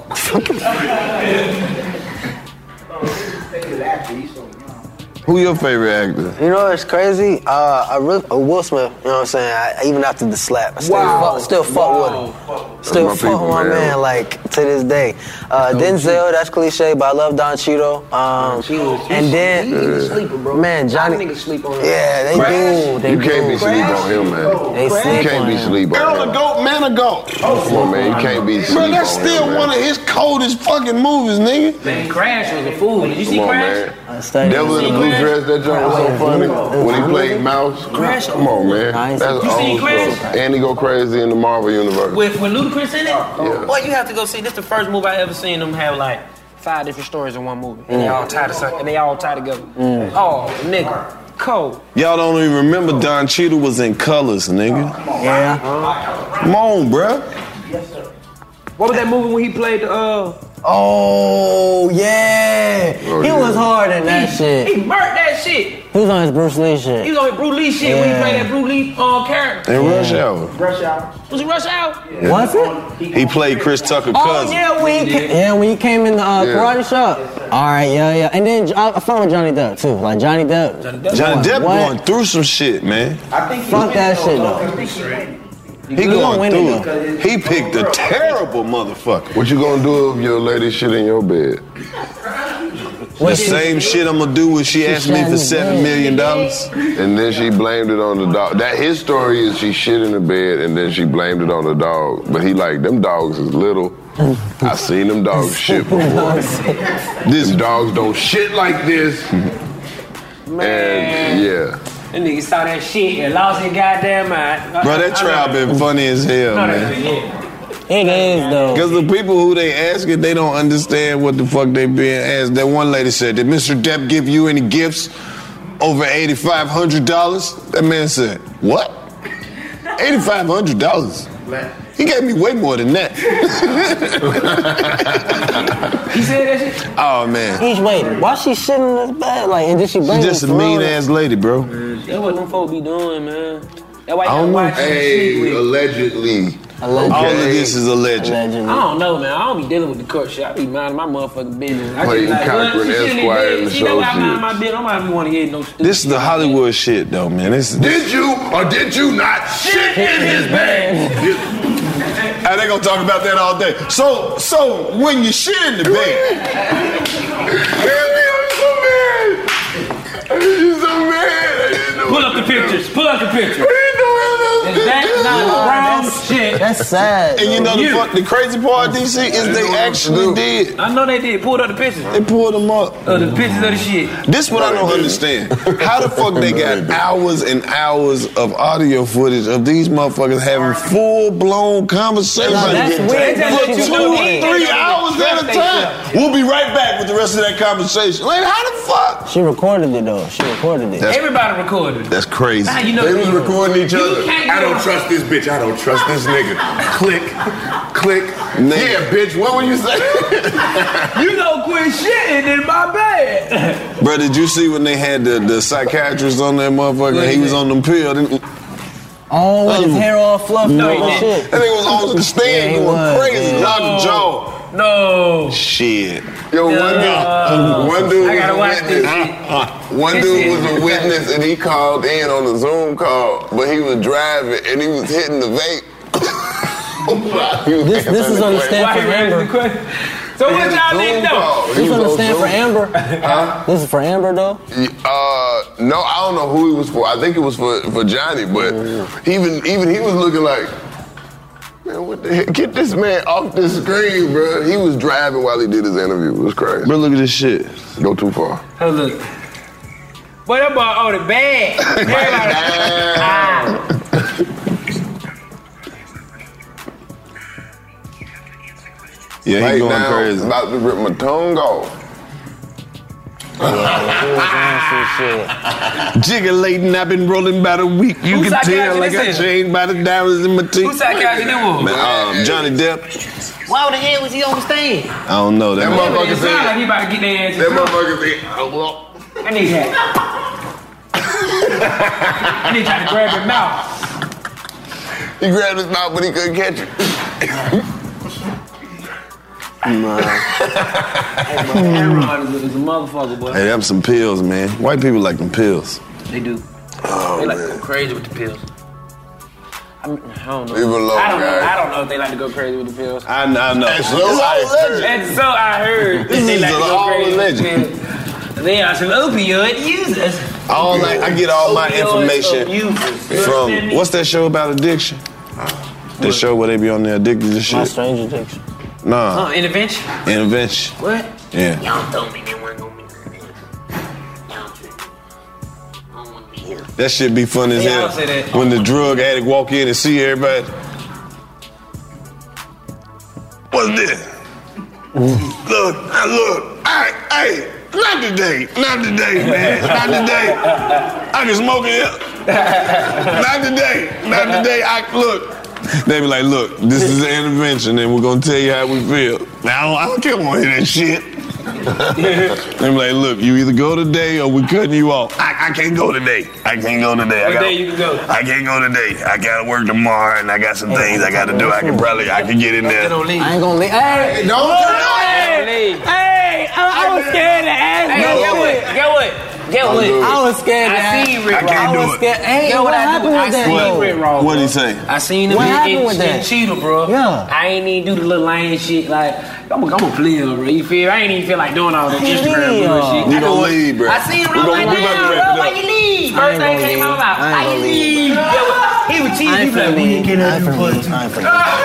Speaker 2: Who your favorite actor?
Speaker 26: You know it's crazy? Uh, I re- uh, Will Smith. You know what I'm saying? I, even after the slap, I still
Speaker 4: Wow.
Speaker 26: fuck, still fuck with him. Still
Speaker 4: my
Speaker 26: fuck
Speaker 4: people,
Speaker 26: with my
Speaker 4: man.
Speaker 26: man. Like to this day. Uh, Denzel, that's cliche, but I love Don Cheeto. Um, and then man, Johnny.
Speaker 3: Niggas sleep on
Speaker 26: Yeah, they do. They
Speaker 28: you can't
Speaker 26: do.
Speaker 28: be sleep on him, man.
Speaker 26: They
Speaker 28: you
Speaker 26: sleep
Speaker 28: can't
Speaker 26: on
Speaker 28: be
Speaker 26: him.
Speaker 28: sleep on him.
Speaker 2: Earl the Goat, Man of Goat.
Speaker 28: Come on, man. You can't be sleep
Speaker 2: Bro, that's
Speaker 28: on him,
Speaker 2: still
Speaker 28: man.
Speaker 2: one of his coldest fucking movies, nigga.
Speaker 3: Man, Crash was a fool. Did you
Speaker 28: Come
Speaker 3: see
Speaker 28: on,
Speaker 3: Crash?
Speaker 28: man. Devil in the blue dress, that joint was so funny. When he played Mouse. Come on, man. That's
Speaker 3: You seen
Speaker 28: old
Speaker 3: Crash?
Speaker 28: stuff. And he go crazy in the Marvel universe.
Speaker 3: With, with Ludacris in it? Boy, you have to go see. This the first movie I ever seen them have like five different stories in one movie. And they all tied to something. And they all tied together.
Speaker 2: Mm.
Speaker 3: Oh, nigga. Cold.
Speaker 2: Y'all don't even remember Don Cheadle was in Colors, nigga.
Speaker 4: Yeah.
Speaker 2: Come on, bruh.
Speaker 3: What was that movie when he played the uh
Speaker 4: Oh yeah,
Speaker 3: Oh,
Speaker 4: he
Speaker 3: yeah.
Speaker 4: was hard in that
Speaker 3: he,
Speaker 4: shit.
Speaker 3: He murked that shit.
Speaker 4: He was on his Bruce Lee
Speaker 3: He
Speaker 4: shit.
Speaker 3: was on his Bruce Lee shit when he
Speaker 4: Yeah.
Speaker 3: played that Bruce Lee uh, character.
Speaker 2: And Rush Hour.
Speaker 3: Rush Hour. Was it Rush Hour?
Speaker 4: Was
Speaker 2: it? He played Chris Tucker
Speaker 4: Oh
Speaker 2: cousin.
Speaker 4: yeah, when he ca- yeah when he came in the uh,
Speaker 2: Yeah.
Speaker 4: karate shop. All right, yeah, yeah, and then I, I found Johnny Depp too. Like Johnny Depp. Johnny
Speaker 2: Johnny Depp
Speaker 4: what?
Speaker 2: going through some shit, man.
Speaker 3: I think
Speaker 4: Fuck that shit though.
Speaker 2: He going through. He picked a terrible motherfucker.
Speaker 28: What you gonna do if your lady shit in your bed?
Speaker 2: The same shit I'm gonna do when she asked me for seven million dollars.
Speaker 28: And then she blamed it on the dog. That his story is she shit in the bed and then she blamed it on the dog. But he like them dogs is little. I seen them
Speaker 2: Oh,
Speaker 28: dogs shit before. These dogs don't shit like this. And yeah.
Speaker 3: That nigga saw that shit and lost his goddamn mind.
Speaker 2: Bro, that trial been funny as hell,
Speaker 3: No,
Speaker 2: man.
Speaker 3: that- yeah.
Speaker 4: It is though.
Speaker 2: Because the people who they ask it, they don't understand what the fuck they being asked. That one lady said, "Did Mr. Depp give you any gifts over eighty five hundred dollars?" That man said, "What? Eighty five hundred dollars? He gave me way more than that."
Speaker 4: He said that shit.
Speaker 2: Oh man,
Speaker 4: He's waiting. Why she shitting this bad? Like, and did she
Speaker 2: she's
Speaker 4: bring
Speaker 2: just a
Speaker 4: this
Speaker 2: mean
Speaker 4: through?
Speaker 2: ass lady, bro.
Speaker 3: That's what them folk be doing, man. That's why you
Speaker 2: I
Speaker 3: gotta
Speaker 2: don't know.
Speaker 3: watch who you sleep with.
Speaker 2: allegedly. All of this is alleged.
Speaker 3: I don't know, man. I don't be dealing with the court shit. I be minding my motherfucking business. I
Speaker 2: Clayton
Speaker 3: well,
Speaker 2: Cochran,
Speaker 3: she shouldn't have
Speaker 2: Esquire,
Speaker 3: did
Speaker 2: in
Speaker 3: it.
Speaker 2: the
Speaker 3: She know
Speaker 2: show
Speaker 3: I
Speaker 2: shit.
Speaker 3: mind my business. I don't even want to hear no stupid.
Speaker 2: This is the Hollywood shit, though, man. This, this
Speaker 19: Did you or did you not shit in his bag?
Speaker 2: Hey, they gonna talk about that all day. So, so when you shit in the bed,
Speaker 3: Pull up the pictures. Pull up the pictures. Is that
Speaker 2: Oh,
Speaker 3: not brown
Speaker 2: that's-
Speaker 3: shit?
Speaker 4: That's sad.
Speaker 2: and you know the, fuck, the crazy part, DC, is they actually did.
Speaker 3: I know they did. Pulled up the pictures.
Speaker 2: They pulled them up.
Speaker 3: Uh, the pictures of the shit.
Speaker 2: This what I don't understand. How the fuck they got hours and hours of audio footage of these motherfuckers having full blown conversations
Speaker 23: That's weird.
Speaker 2: for
Speaker 23: That's
Speaker 2: two
Speaker 23: what
Speaker 2: or
Speaker 23: you
Speaker 2: three
Speaker 23: do.
Speaker 2: hours at a time. We'll be right back with the rest of that conversation. Like, how the fuck?
Speaker 4: She recorded it though. She recorded it.
Speaker 2: That's-
Speaker 3: Everybody recorded.
Speaker 2: That's crazy.
Speaker 3: How you know They was that?
Speaker 19: recording each other. I don't trust this bitch. I don't trust this nigga. Click, click. Yeah, bitch. What would you say?
Speaker 3: you know, quit shitting in my bed.
Speaker 2: Bro, did you see when they had the, the psychiatrist on that motherfucker? He was on them pill. Then,
Speaker 4: Oh, with his hair all fluffed
Speaker 2: No,
Speaker 4: up
Speaker 2: he
Speaker 4: and
Speaker 2: didn't.
Speaker 4: shit.
Speaker 2: That nigga was on the stand
Speaker 4: Yeah, he
Speaker 2: going
Speaker 4: was,
Speaker 2: crazy,
Speaker 4: yeah.
Speaker 2: knocked the jaw.
Speaker 3: No.
Speaker 2: Shit. Yo,
Speaker 19: one
Speaker 2: dude,
Speaker 19: one dude
Speaker 2: I gotta
Speaker 19: was a
Speaker 2: watch this
Speaker 19: witness. One
Speaker 2: This
Speaker 19: dude
Speaker 2: is
Speaker 19: was a
Speaker 2: insane.
Speaker 19: witness, and he called in on a Zoom call, but he was driving and he was hitting the vape.
Speaker 4: This, this is on the stand for Amber.
Speaker 3: So what y'all need to know?
Speaker 4: This is on the stand for Amber. Huh? This is for Amber though.
Speaker 19: Uh, no, I don't know who he was for. I think it was for, for Johnny, but
Speaker 4: Mm-hmm.
Speaker 19: even even he was looking like, man, what the heck? Get this man off the screen, bro. He was driving while he did his interview. It was crazy. Bro,
Speaker 2: look at this shit.
Speaker 19: Go too far.
Speaker 3: Oh, look. Boy, that boy on the bag. Everybody. Ah.
Speaker 2: Yeah, he
Speaker 19: right
Speaker 2: going
Speaker 19: now,
Speaker 2: crazy.
Speaker 19: About to rip my tongue off.
Speaker 2: Jiggulating, I've been rolling about a week. You
Speaker 19: Who
Speaker 2: can
Speaker 19: psychiatrist
Speaker 2: tell like I
Speaker 19: this is?
Speaker 2: changed by the diamonds in my teeth.
Speaker 50: Who psychiatrist that was?
Speaker 2: Man, um, Johnny Depp.
Speaker 50: Why the hell was he on the stand?
Speaker 2: I don't know. That,
Speaker 50: That
Speaker 2: motherfucker
Speaker 50: motherfucker
Speaker 2: said-
Speaker 50: sound like
Speaker 3: he about to get their ass.
Speaker 19: That motherfucker said,
Speaker 2: "Oh,
Speaker 19: I will
Speaker 3: I need that. I need y'all to grab your mouth.
Speaker 19: He grabbed his mouth, but he couldn't catch it.
Speaker 3: Aaron is a motherfucker, boy.
Speaker 2: Hey, them some pills, man. White people like them pills.
Speaker 3: They do.
Speaker 19: Oh,
Speaker 3: they
Speaker 2: Oh,
Speaker 3: like to go crazy with the pills. I, mean, I don't know.
Speaker 2: Leave it alone,
Speaker 3: I don't know.
Speaker 2: guys.
Speaker 3: I don't know if they like to go crazy with the pills.
Speaker 2: I, I know.
Speaker 3: And
Speaker 2: And
Speaker 3: so
Speaker 2: so
Speaker 3: I
Speaker 2: I
Speaker 3: heard.
Speaker 2: heard. This
Speaker 3: they
Speaker 2: is
Speaker 3: like to go
Speaker 2: all
Speaker 3: crazy
Speaker 2: legend.
Speaker 3: with the pills. They are some opioid users.
Speaker 2: All like I get all my
Speaker 3: Opioid
Speaker 2: information
Speaker 3: abusers. You understand
Speaker 2: from
Speaker 3: me?
Speaker 2: what's that show about addiction? The show where they be on there addicted to shit.
Speaker 4: My strange addiction.
Speaker 2: Nah,
Speaker 3: Oh, intervention.
Speaker 2: intervention.
Speaker 3: What?
Speaker 2: Yeah.
Speaker 51: Y'all told me they weren't gonna be
Speaker 2: That shit be fun as
Speaker 51: Yeah, I
Speaker 2: hell.
Speaker 51: don't say that.
Speaker 2: When the drug addict walk in and see everybody. What's this?
Speaker 19: Look, I look. Hey, hey, not today. Not today, man. Not today. I can smoke it. Not today. Not today. I look.
Speaker 2: They be like, look, this is an intervention, and we're gonna tell you how we feel. Now I don't care want to hear that shit. they be like, look, you either go today or we cutting you off.
Speaker 19: I, I can't go today. I can't go today. I
Speaker 2: What
Speaker 19: got,
Speaker 2: day you can go?
Speaker 19: I can't go today. I gotta work tomorrow, and I got some things I gotta do. I can probably, I can get in there.
Speaker 4: I ain't gonna leave. Hey,
Speaker 19: don't
Speaker 4: Hey, hey, I, I was scared to ask.
Speaker 3: Hey, get
Speaker 4: that shit.
Speaker 3: what? Get what? Get
Speaker 4: I'm
Speaker 3: what?
Speaker 4: good. I was scared,
Speaker 3: I
Speaker 4: man.
Speaker 3: seen Rick
Speaker 4: I
Speaker 3: Ross.
Speaker 4: can't do
Speaker 3: was
Speaker 4: it.
Speaker 3: scared. Hey,
Speaker 4: Yo,
Speaker 3: what,
Speaker 4: what
Speaker 3: I
Speaker 4: happened
Speaker 3: do?
Speaker 4: with
Speaker 3: I
Speaker 4: that,
Speaker 3: seen
Speaker 4: though?
Speaker 3: Rick Ross.
Speaker 2: What'd he say?
Speaker 3: I seen him
Speaker 4: What happened
Speaker 3: in,
Speaker 4: with
Speaker 3: in, in
Speaker 4: that?
Speaker 3: Cheetah, bro. Yeah. I ain't even do the little lame shit. Like, I'm a, I'm a player, bro. You feel? I ain't even feel like doing all that
Speaker 2: We
Speaker 3: Instagram bullshit.
Speaker 2: gonna
Speaker 3: I know it.
Speaker 2: leave, bro.
Speaker 3: I seen him.
Speaker 2: We
Speaker 3: I'm
Speaker 2: gonna-
Speaker 3: like,
Speaker 2: we about to wrap
Speaker 3: damn,
Speaker 2: it
Speaker 3: bro, why
Speaker 2: up."
Speaker 3: you
Speaker 2: I
Speaker 3: leave? First
Speaker 2: ain't
Speaker 3: thing
Speaker 2: gonna
Speaker 3: came out of
Speaker 2: leave.
Speaker 3: my mouth.
Speaker 2: I ain't
Speaker 3: Why you
Speaker 2: gonna
Speaker 3: leave?
Speaker 2: leave.
Speaker 3: Yeah, what- He was cheating. He was like, we
Speaker 2: can I do part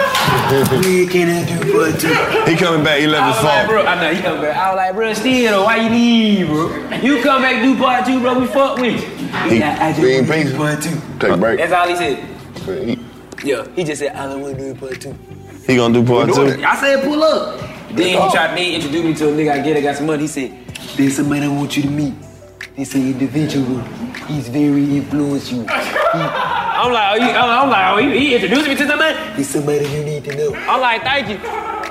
Speaker 2: We can do part two. He coming back, he
Speaker 3: I
Speaker 2: left
Speaker 3: was
Speaker 2: his phone.
Speaker 3: like, bro, I know you come back. I was like, bro, still, though, why you leave, bro? You come back, do part two, bro. We fuck with you. He like, I just
Speaker 19: Green
Speaker 3: wanna do
Speaker 19: peas.
Speaker 3: part two.
Speaker 19: Take a break.
Speaker 3: That's all he said. Yeah, he just said, I don't want to do part two.
Speaker 2: He gonna do part two.
Speaker 5: I said pull up. Then he tried. They introduced me to a nigga. I get. I got some money. He said, "There's somebody I want you to meet. He's an individual. He's very influential." I'm like, oh, you, I'm like, oh, he, he introduced me to somebody. He's somebody you need to know. I'm like, thank you.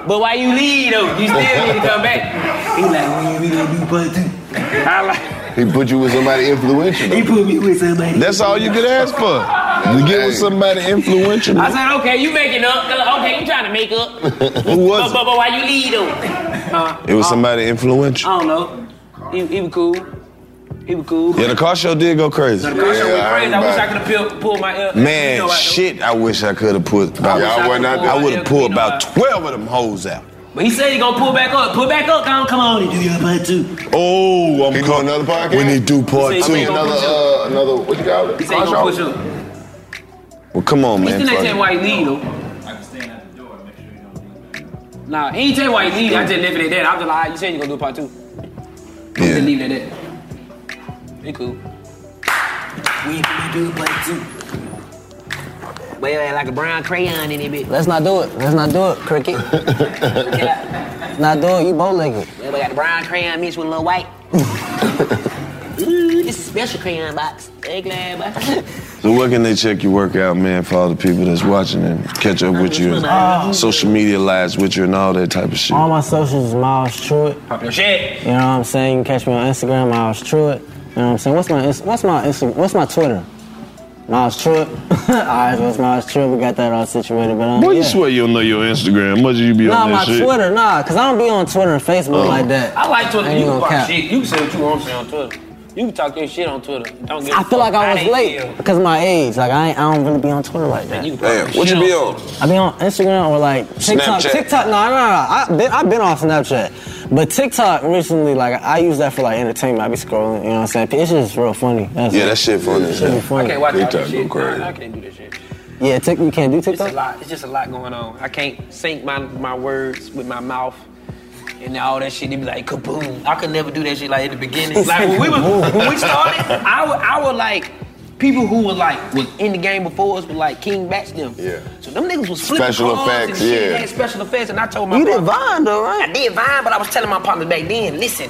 Speaker 5: But why you leave though? You still need to come back. He like, when we gonna do part two? I like.
Speaker 2: He put you with somebody influential.
Speaker 5: He put me with somebody.
Speaker 2: That's all you could ask for. To get with somebody influential.
Speaker 3: I said, okay, you making up. Okay, you trying to make up.
Speaker 2: Who
Speaker 3: But,
Speaker 2: was
Speaker 3: but,
Speaker 2: it?
Speaker 3: but why you leave though? Huh?
Speaker 2: It was somebody
Speaker 3: I
Speaker 2: influential.
Speaker 3: don't know. He, he was cool. He was cool.
Speaker 2: Yeah, the car show did go crazy.
Speaker 3: The car
Speaker 2: Yeah,
Speaker 3: show went
Speaker 2: I
Speaker 3: crazy. I wish I
Speaker 2: remember.
Speaker 3: could have pulled, pulled my L.
Speaker 2: Man,
Speaker 3: You know, I-
Speaker 2: shit, I wish I could have put about.
Speaker 3: Yeah, I wasn't out there.
Speaker 2: I would have pulled about 12 of them hoes out.
Speaker 3: But he said he gonna pull back up. Pull back up. Come, come on. Do your part two.
Speaker 2: Oh, I'm
Speaker 3: He do
Speaker 2: co-
Speaker 3: another podcast?
Speaker 2: When he do part
Speaker 3: He
Speaker 2: two.
Speaker 3: said he gonna push
Speaker 2: uh, another, what you call it?
Speaker 3: He said he gonna push up.
Speaker 2: Well, come on,
Speaker 3: He
Speaker 2: man.
Speaker 3: still ain't
Speaker 2: fuck
Speaker 3: tell you
Speaker 2: it.
Speaker 3: why he leave though. Nah, he ain't tell you why he leave. I just left it at that. I'm just like, "Ah, you said you gonna do part two. I'm just leaving it at that. He cool. We gonna do part two. Well, like a brown crayon in it, bitch.
Speaker 4: Let's not do it. Let's not do it, Cricket. not do it. You bootlegging.
Speaker 3: Well, we got the brown crayon mixed with a little white. Ooh, this is special crayon box. Hey, glad box.
Speaker 2: So where can they check your workout, man, for all the people that's watching and catch up with you and
Speaker 4: Oh.
Speaker 2: social media lives with you and all that type of shit?
Speaker 4: All my socials is Miles Truitt.
Speaker 3: Pop your shit.
Speaker 4: You know what I'm saying? You can catch me on Instagram, Miles Truitt. You know what I'm saying? What's my Inst- what's my Insta- what's my Twitter? Miles Truitt. Alright, what's Miles Truitt? We got that all situated, but um,
Speaker 2: Boy,
Speaker 4: yeah.
Speaker 2: you swear you don't know your Instagram. Much you be
Speaker 4: nah,
Speaker 2: on
Speaker 4: my
Speaker 2: that shit.
Speaker 4: Twitter, nah, cause I don't be on Twitter and Facebook
Speaker 2: Oh.
Speaker 4: like that.
Speaker 3: I like Twitter.
Speaker 4: Ain't
Speaker 3: You can
Speaker 4: gonna
Speaker 3: talk
Speaker 4: cap.
Speaker 3: shit. You can say what you want to say on Twitter. You can talk your shit on Twitter. Don't give a
Speaker 4: I feel like
Speaker 3: fuck how
Speaker 4: I was
Speaker 3: they feel.
Speaker 4: late because my age. Like I, ain't, I don't really be on Twitter like that.
Speaker 2: Damn, what you be on?
Speaker 4: I be on Instagram or like TikTok.
Speaker 2: Snapchat.
Speaker 4: TikTok, no, no, no. I been, I've been on Snapchat, but TikTok recently, like I use that for like entertainment. I be scrolling, you know what I'm saying? It's just real funny. That's
Speaker 2: Yeah, that shit funny.
Speaker 4: Shit be
Speaker 3: I
Speaker 4: funny.
Speaker 3: can't watch all that shit.
Speaker 2: crazy.
Speaker 3: I can't do that shit.
Speaker 4: Yeah, tick, you can't do
Speaker 3: It's a
Speaker 4: TikTok.
Speaker 3: lot. It's just a lot going on. I can't sync my, my words with my mouth. And all that shit, they be like kaboom. I could never do that shit like in the beginning. Like when we was, when we started, I would, I would like people who were like was in the game before us were like King Batch them. Yeah. So them niggas was flipping
Speaker 2: Special
Speaker 3: cars
Speaker 2: effects,
Speaker 3: and shit.
Speaker 2: yeah.
Speaker 3: They had special effects, and I told my you did
Speaker 4: Vine though, right?
Speaker 3: I did Vine, but I was telling my partner back then, listen,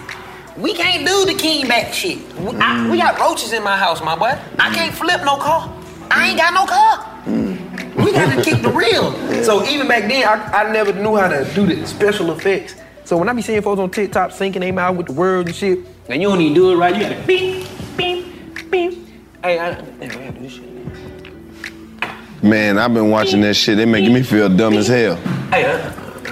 Speaker 3: we can't do the King Batch shit. We, I, we got roaches in my house, my boy. I can't flip no car. I ain't got no car. We gotta keep the real.
Speaker 19: So even back then, I, I never knew how to do the special effects. So when I be seeing folks on TikTok syncing their mouth with the words and shit,
Speaker 3: and you don't even do it right, you gotta beep, beep, beep. Hey, I, hey, I gotta do this shit.
Speaker 2: Man, I've been watching that shit. They making me feel dumb as hell.
Speaker 3: Hey, uh,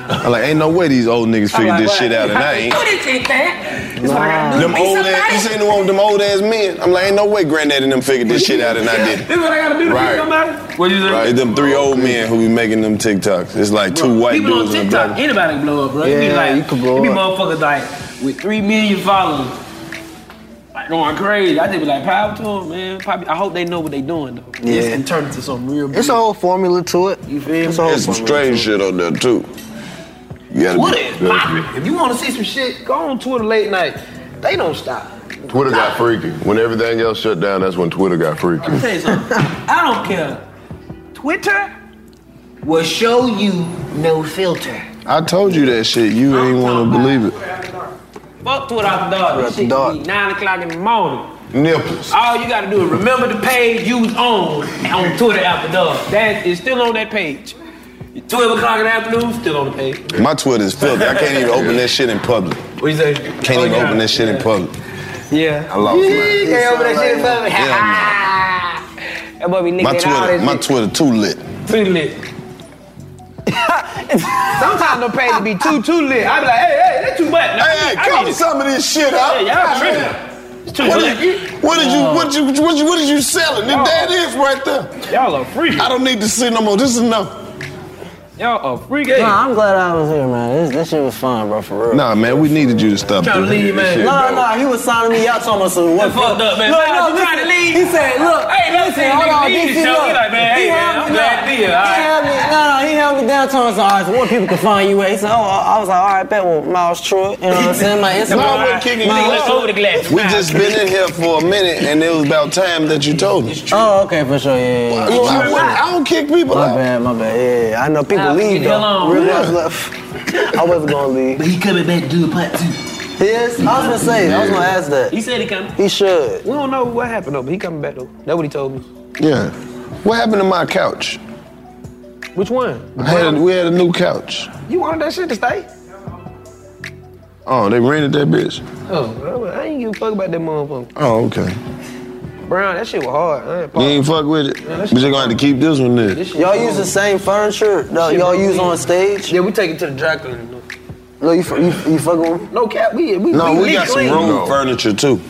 Speaker 2: I'm like, ain't no way these old niggas
Speaker 3: I'm
Speaker 2: figured
Speaker 3: like,
Speaker 2: this
Speaker 3: what?
Speaker 2: shit out, and I ain't.
Speaker 3: do this shit, man. It's like I do.
Speaker 2: Them
Speaker 3: Be
Speaker 2: old
Speaker 3: somebody.
Speaker 2: ass, you saying the one with them old ass men? I'm like, ain't no way granddaddy them figured this shit out, and I didn't.
Speaker 3: This is what I gotta do to be
Speaker 2: Right.
Speaker 3: somebody. What you say?
Speaker 2: Right, them three old men who be making them TikToks. It's like two white
Speaker 3: People on
Speaker 2: dudes and a black.
Speaker 3: TikTok, anybody can blow up, bro. it be
Speaker 2: Yeah,
Speaker 3: like,
Speaker 2: you can blow
Speaker 3: it be
Speaker 2: up.
Speaker 3: motherfuckers like with three million followers, like going crazy. I just be like, power to them, man. Probably, I hope they know what they doing though.
Speaker 52: Yeah.
Speaker 3: and turn it to something real.
Speaker 52: It's a whole formula to it. You feel me?
Speaker 2: There's some strange shit on there too. You gotta
Speaker 19: What
Speaker 2: be-
Speaker 19: is if you want to see some shit, go on Twitter late night. They don't stop.
Speaker 53: Twitter got freaky. When everything else shut down, that's when Twitter got freaky.
Speaker 3: Let me tell you something. I don't care. Twitter will show you no filter.
Speaker 2: I told you that shit. You ain't want to believe it.
Speaker 3: Fuck Twitter after dark. This shit be nine o'clock in the morning.
Speaker 2: Nipples.
Speaker 3: All you gotta do is remember the page you was on on Twitter after dark. That is still on that page. Twelve o'clock in the afternoon, still on the page.
Speaker 2: My Twitter is filthy. I can't even open that shit in public.
Speaker 3: What you say?
Speaker 2: Can't even open that shit in public.
Speaker 3: Yeah.
Speaker 2: I lost
Speaker 19: Yee,
Speaker 2: mine.
Speaker 19: can't open that shit in public.
Speaker 54: Ah.
Speaker 2: Yeah,
Speaker 3: That boy be
Speaker 2: man. My
Speaker 19: licking all
Speaker 2: Twitter,
Speaker 19: this
Speaker 2: my Twitter too lit.
Speaker 3: Too lit.
Speaker 19: Sometimes them pages be too too lit. I be like, hey, hey, that's too much.
Speaker 2: Hey, hey, cover some of this shit up.
Speaker 19: Yeah, y'all tripping.
Speaker 2: What did you? What did you? What you? What you? What is you selling? That- that is right there.
Speaker 3: Y'all are free.
Speaker 2: I don't need to see no more. This is enough.
Speaker 3: Y'all are free
Speaker 4: Nah, I'm glad I was here, man. This, this shit was fun, bro, for real.
Speaker 2: Nah, man, we needed you to stop.
Speaker 4: Tryna
Speaker 2: doing this
Speaker 4: leave, man.
Speaker 2: shit,
Speaker 4: Nah,
Speaker 2: bro.
Speaker 4: nah, he was signing me out, talking about some what?
Speaker 3: fucked up, man.
Speaker 4: Look,
Speaker 3: Nah,
Speaker 4: no,
Speaker 3: you trying to
Speaker 4: listen,
Speaker 3: leave?
Speaker 4: He said, look,
Speaker 3: Hey, look,
Speaker 4: listen,
Speaker 3: this
Speaker 4: hold
Speaker 3: nigga
Speaker 4: on,
Speaker 3: leave
Speaker 4: DC,
Speaker 3: the show.
Speaker 4: look.
Speaker 3: He like, man, hey, man,
Speaker 4: held
Speaker 3: I'm
Speaker 4: me
Speaker 3: glad
Speaker 4: down.
Speaker 3: to be here,
Speaker 4: He
Speaker 3: all right.
Speaker 4: held me, no, no, he held me down, telling us, all right, so where people can find you at? He said, oh, I I was like, all right, bet, well, Miles Troy, you know what I'm saying? My Instagram.
Speaker 2: Nah, we're kicking it.
Speaker 4: Miles Troy.
Speaker 2: We just been in here for a minute, and it was about time that you told me. Uh,
Speaker 4: Oh, okay, for sure, yeah, yeah, yeah.
Speaker 2: I, I don't kick people
Speaker 4: My
Speaker 2: out.
Speaker 4: bad, my bad. Yeah, yeah, I know people
Speaker 3: out,
Speaker 55: leave,
Speaker 3: get the hell
Speaker 55: though.
Speaker 3: on.
Speaker 55: Real
Speaker 3: Yeah.
Speaker 55: life left. I wasn't gonna leave. But he coming back to do a part two. He is? I was gonna say, I was gonna ask that.
Speaker 3: He said he coming.
Speaker 55: He should.
Speaker 54: We don't know what happened though, but he coming back though. That's what he told me.
Speaker 2: Yeah. What happened to my couch?
Speaker 54: Which one?
Speaker 2: I had a- we had a new couch.
Speaker 54: You wanted that shit to stay?
Speaker 2: Oh, they rented that bitch.
Speaker 54: Oh, I ain't give a fuck about that motherfucker.
Speaker 2: Oh, okay.
Speaker 54: Brown, that shit was hard. I ain't
Speaker 2: You ain't fuck with it. We just gonna have to keep this one there.
Speaker 55: Y'all use the same furniture that y'all use on stage? Yeah,
Speaker 54: we take it to the dry cleaner.
Speaker 55: No, you, fu- you, you fucking with me?
Speaker 54: No cap, we, we
Speaker 2: No, we
Speaker 55: lit
Speaker 2: got some
Speaker 55: clean.
Speaker 2: room furniture too.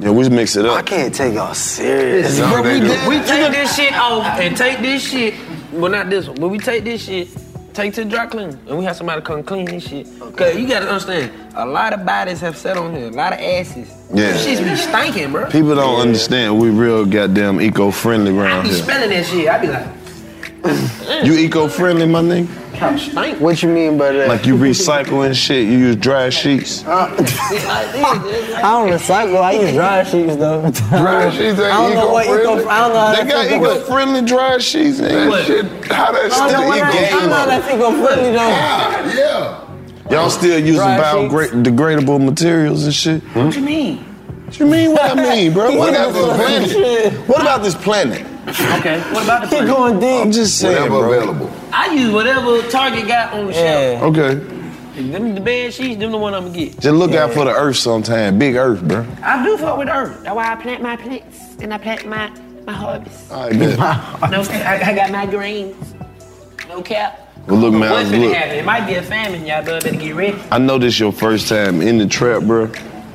Speaker 2: Yeah, we mix it up. I
Speaker 55: can't take y'all serious.
Speaker 54: Bro, we, did- we take this shit off and take this shit. Well, not this one, but we take this shit, take to the dry cleaner, and we have somebody come clean this shit. Cause you gotta understand, a lot of bodies have sat on here, a lot of asses.
Speaker 2: Yeah.
Speaker 54: This shit be stinking, bro.
Speaker 2: People don't understand. We real goddamn eco-friendly
Speaker 54: I
Speaker 2: around
Speaker 54: be
Speaker 2: here.
Speaker 54: smelling that shit. I be like,
Speaker 2: You eco-friendly, my nigga?
Speaker 54: couch stink.
Speaker 55: What you mean by that?
Speaker 2: Like you recycling shit. You use dry sheets.
Speaker 4: I don't recycle. I use dry sheets though.
Speaker 2: Dry sheets ain't
Speaker 4: I don't know what eco. I don't know. How
Speaker 2: They
Speaker 4: that
Speaker 2: got
Speaker 4: shit works.
Speaker 2: eco-friendly dry sheets. That
Speaker 4: What?
Speaker 2: shit, how that
Speaker 4: I don't know
Speaker 2: still
Speaker 4: what that- I don't know how that shit eco-friendly though.
Speaker 2: Y'all still using
Speaker 4: Dry sheets.
Speaker 2: biodegradable materials and shit?
Speaker 3: What you mean?
Speaker 2: What you mean? What I mean, bro? Hmm? What about this planet? What about this planet?
Speaker 3: Okay, what about the
Speaker 2: Keep going deep. I'm just saying,
Speaker 3: Whatever
Speaker 2: bro.
Speaker 3: I use whatever Target got on the shelf.
Speaker 2: Okay.
Speaker 3: Them the bed sheets, them the one I'ma get.
Speaker 2: Just look out for the Earth sometime. Big Earth, bro.
Speaker 3: I do fuck with earth. That's why I plant my plants and I plant my my hobbies.
Speaker 2: I bet.
Speaker 3: no, I, I got my greens. No cap.
Speaker 2: Well, look, man,
Speaker 3: What's
Speaker 2: look.
Speaker 3: finna happen? It might be a famine. Y'all better better get ready.
Speaker 2: I know this your first time in the trap, bro,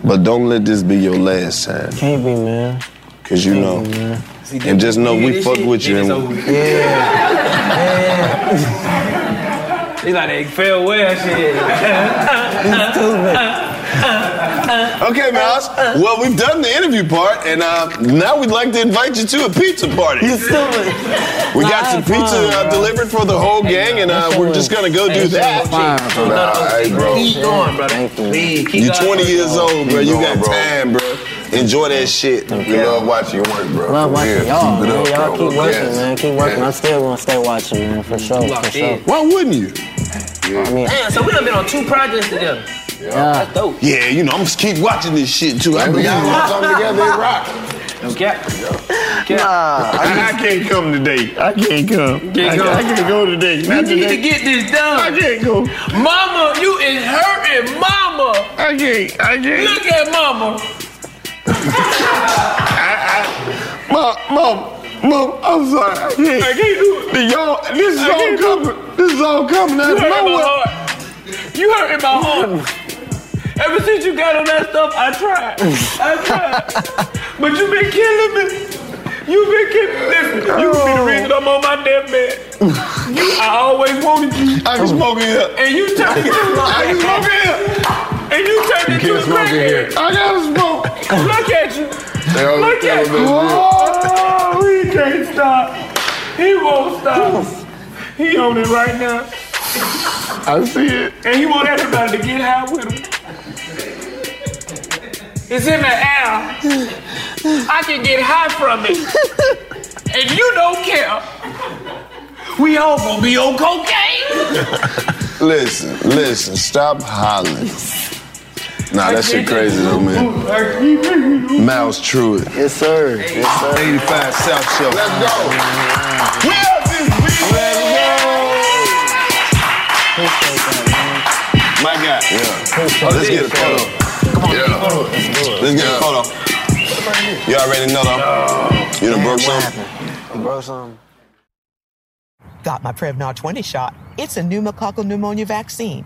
Speaker 2: but don't let this be your last time.
Speaker 4: Can't be, man.
Speaker 2: Cause you know, and just know we fuck with you. and-
Speaker 3: It's like they farewell shit.
Speaker 2: Okay, Mouse. Well, we've done the interview part, and uh, now we'd like to invite you to a pizza party.
Speaker 4: You stupid.
Speaker 2: We
Speaker 4: Nah,
Speaker 2: got
Speaker 4: I
Speaker 2: some
Speaker 4: had fun,
Speaker 2: pizza uh,
Speaker 4: bro.
Speaker 2: delivered for the whole gang, and uh, we're just gonna go do that.
Speaker 3: Nah,
Speaker 2: hey, bro.
Speaker 3: Keep going, brother. Please, keep
Speaker 2: You
Speaker 3: going.
Speaker 2: 20 years old, bro. You
Speaker 3: Keep
Speaker 2: got
Speaker 3: going, bro.
Speaker 2: time, bro. Enjoy that shit.
Speaker 3: We love
Speaker 2: watching your work, bro.
Speaker 4: Love watching y'all.
Speaker 2: keep it
Speaker 4: man.
Speaker 2: up,
Speaker 4: y'all
Speaker 2: bro.
Speaker 4: keep working,
Speaker 2: Yes.
Speaker 4: man. Keep working. I'm still gonna stay watching, man, for sure.
Speaker 3: You
Speaker 4: For
Speaker 3: locked
Speaker 4: sure.
Speaker 3: in.
Speaker 2: Why wouldn't you?
Speaker 4: I mean,
Speaker 3: Damn, so we done been on two projects together.
Speaker 2: Yeah. Yeah, you know, I'm just keep watching this shit too. I
Speaker 3: Yeah, we
Speaker 2: believe
Speaker 3: gotta
Speaker 2: it.
Speaker 3: watch
Speaker 2: something together and rock.
Speaker 3: No cap.
Speaker 2: I, I can't come today. I can't come.
Speaker 3: Can't
Speaker 2: I,
Speaker 3: go.
Speaker 2: I can't go today.
Speaker 3: You
Speaker 2: Not
Speaker 3: need
Speaker 2: today.
Speaker 3: to get this done. I
Speaker 2: can't go.
Speaker 3: Mama, you is hurting, mama.
Speaker 2: I can't. I can't.
Speaker 3: Look at mama.
Speaker 2: Mom, mom, mom, I'm sorry. I can't, I can't do it. The y'all, this is all coming. This is all coming out
Speaker 3: You
Speaker 2: of
Speaker 3: hurt my
Speaker 2: nowhere.
Speaker 3: heart. You hurt my heart. Ever since you got on that stuff, I tried. I tried. but you been killing me. you been killing Listen, you be the reason I'm on my deathbed. You, I always wanted you.
Speaker 2: I can smoke in here.
Speaker 3: And you turned it to
Speaker 2: I can smoke in here.
Speaker 3: And you turned it to a crackhead.
Speaker 2: I gotta smoke.
Speaker 3: Look at you.
Speaker 2: They always
Speaker 3: Look
Speaker 2: tell
Speaker 3: at
Speaker 2: us
Speaker 3: you. Oh, he can't stop. He won't stop. He on it right now.
Speaker 2: I see it.
Speaker 3: And he want everybody to get high with him. It's in the air. I can get high from it. And you don't care. We all gonna be on cocaine.
Speaker 2: Listen, listen, stop hollering. Nah, that shit crazy though, man. Miles Truitt.
Speaker 55: Yes, sir. Yes, sir.
Speaker 2: 85 South Show. Let's go. We up this beat. Let's go. My guy. Yeah. Oh, let's get a photo. Come on, yeah. let's get a photo. You already know though. You done broke something?
Speaker 55: Bro, some.
Speaker 10: Got my Prevnar 20 shot. It's a pneumococcal pneumonia vaccine.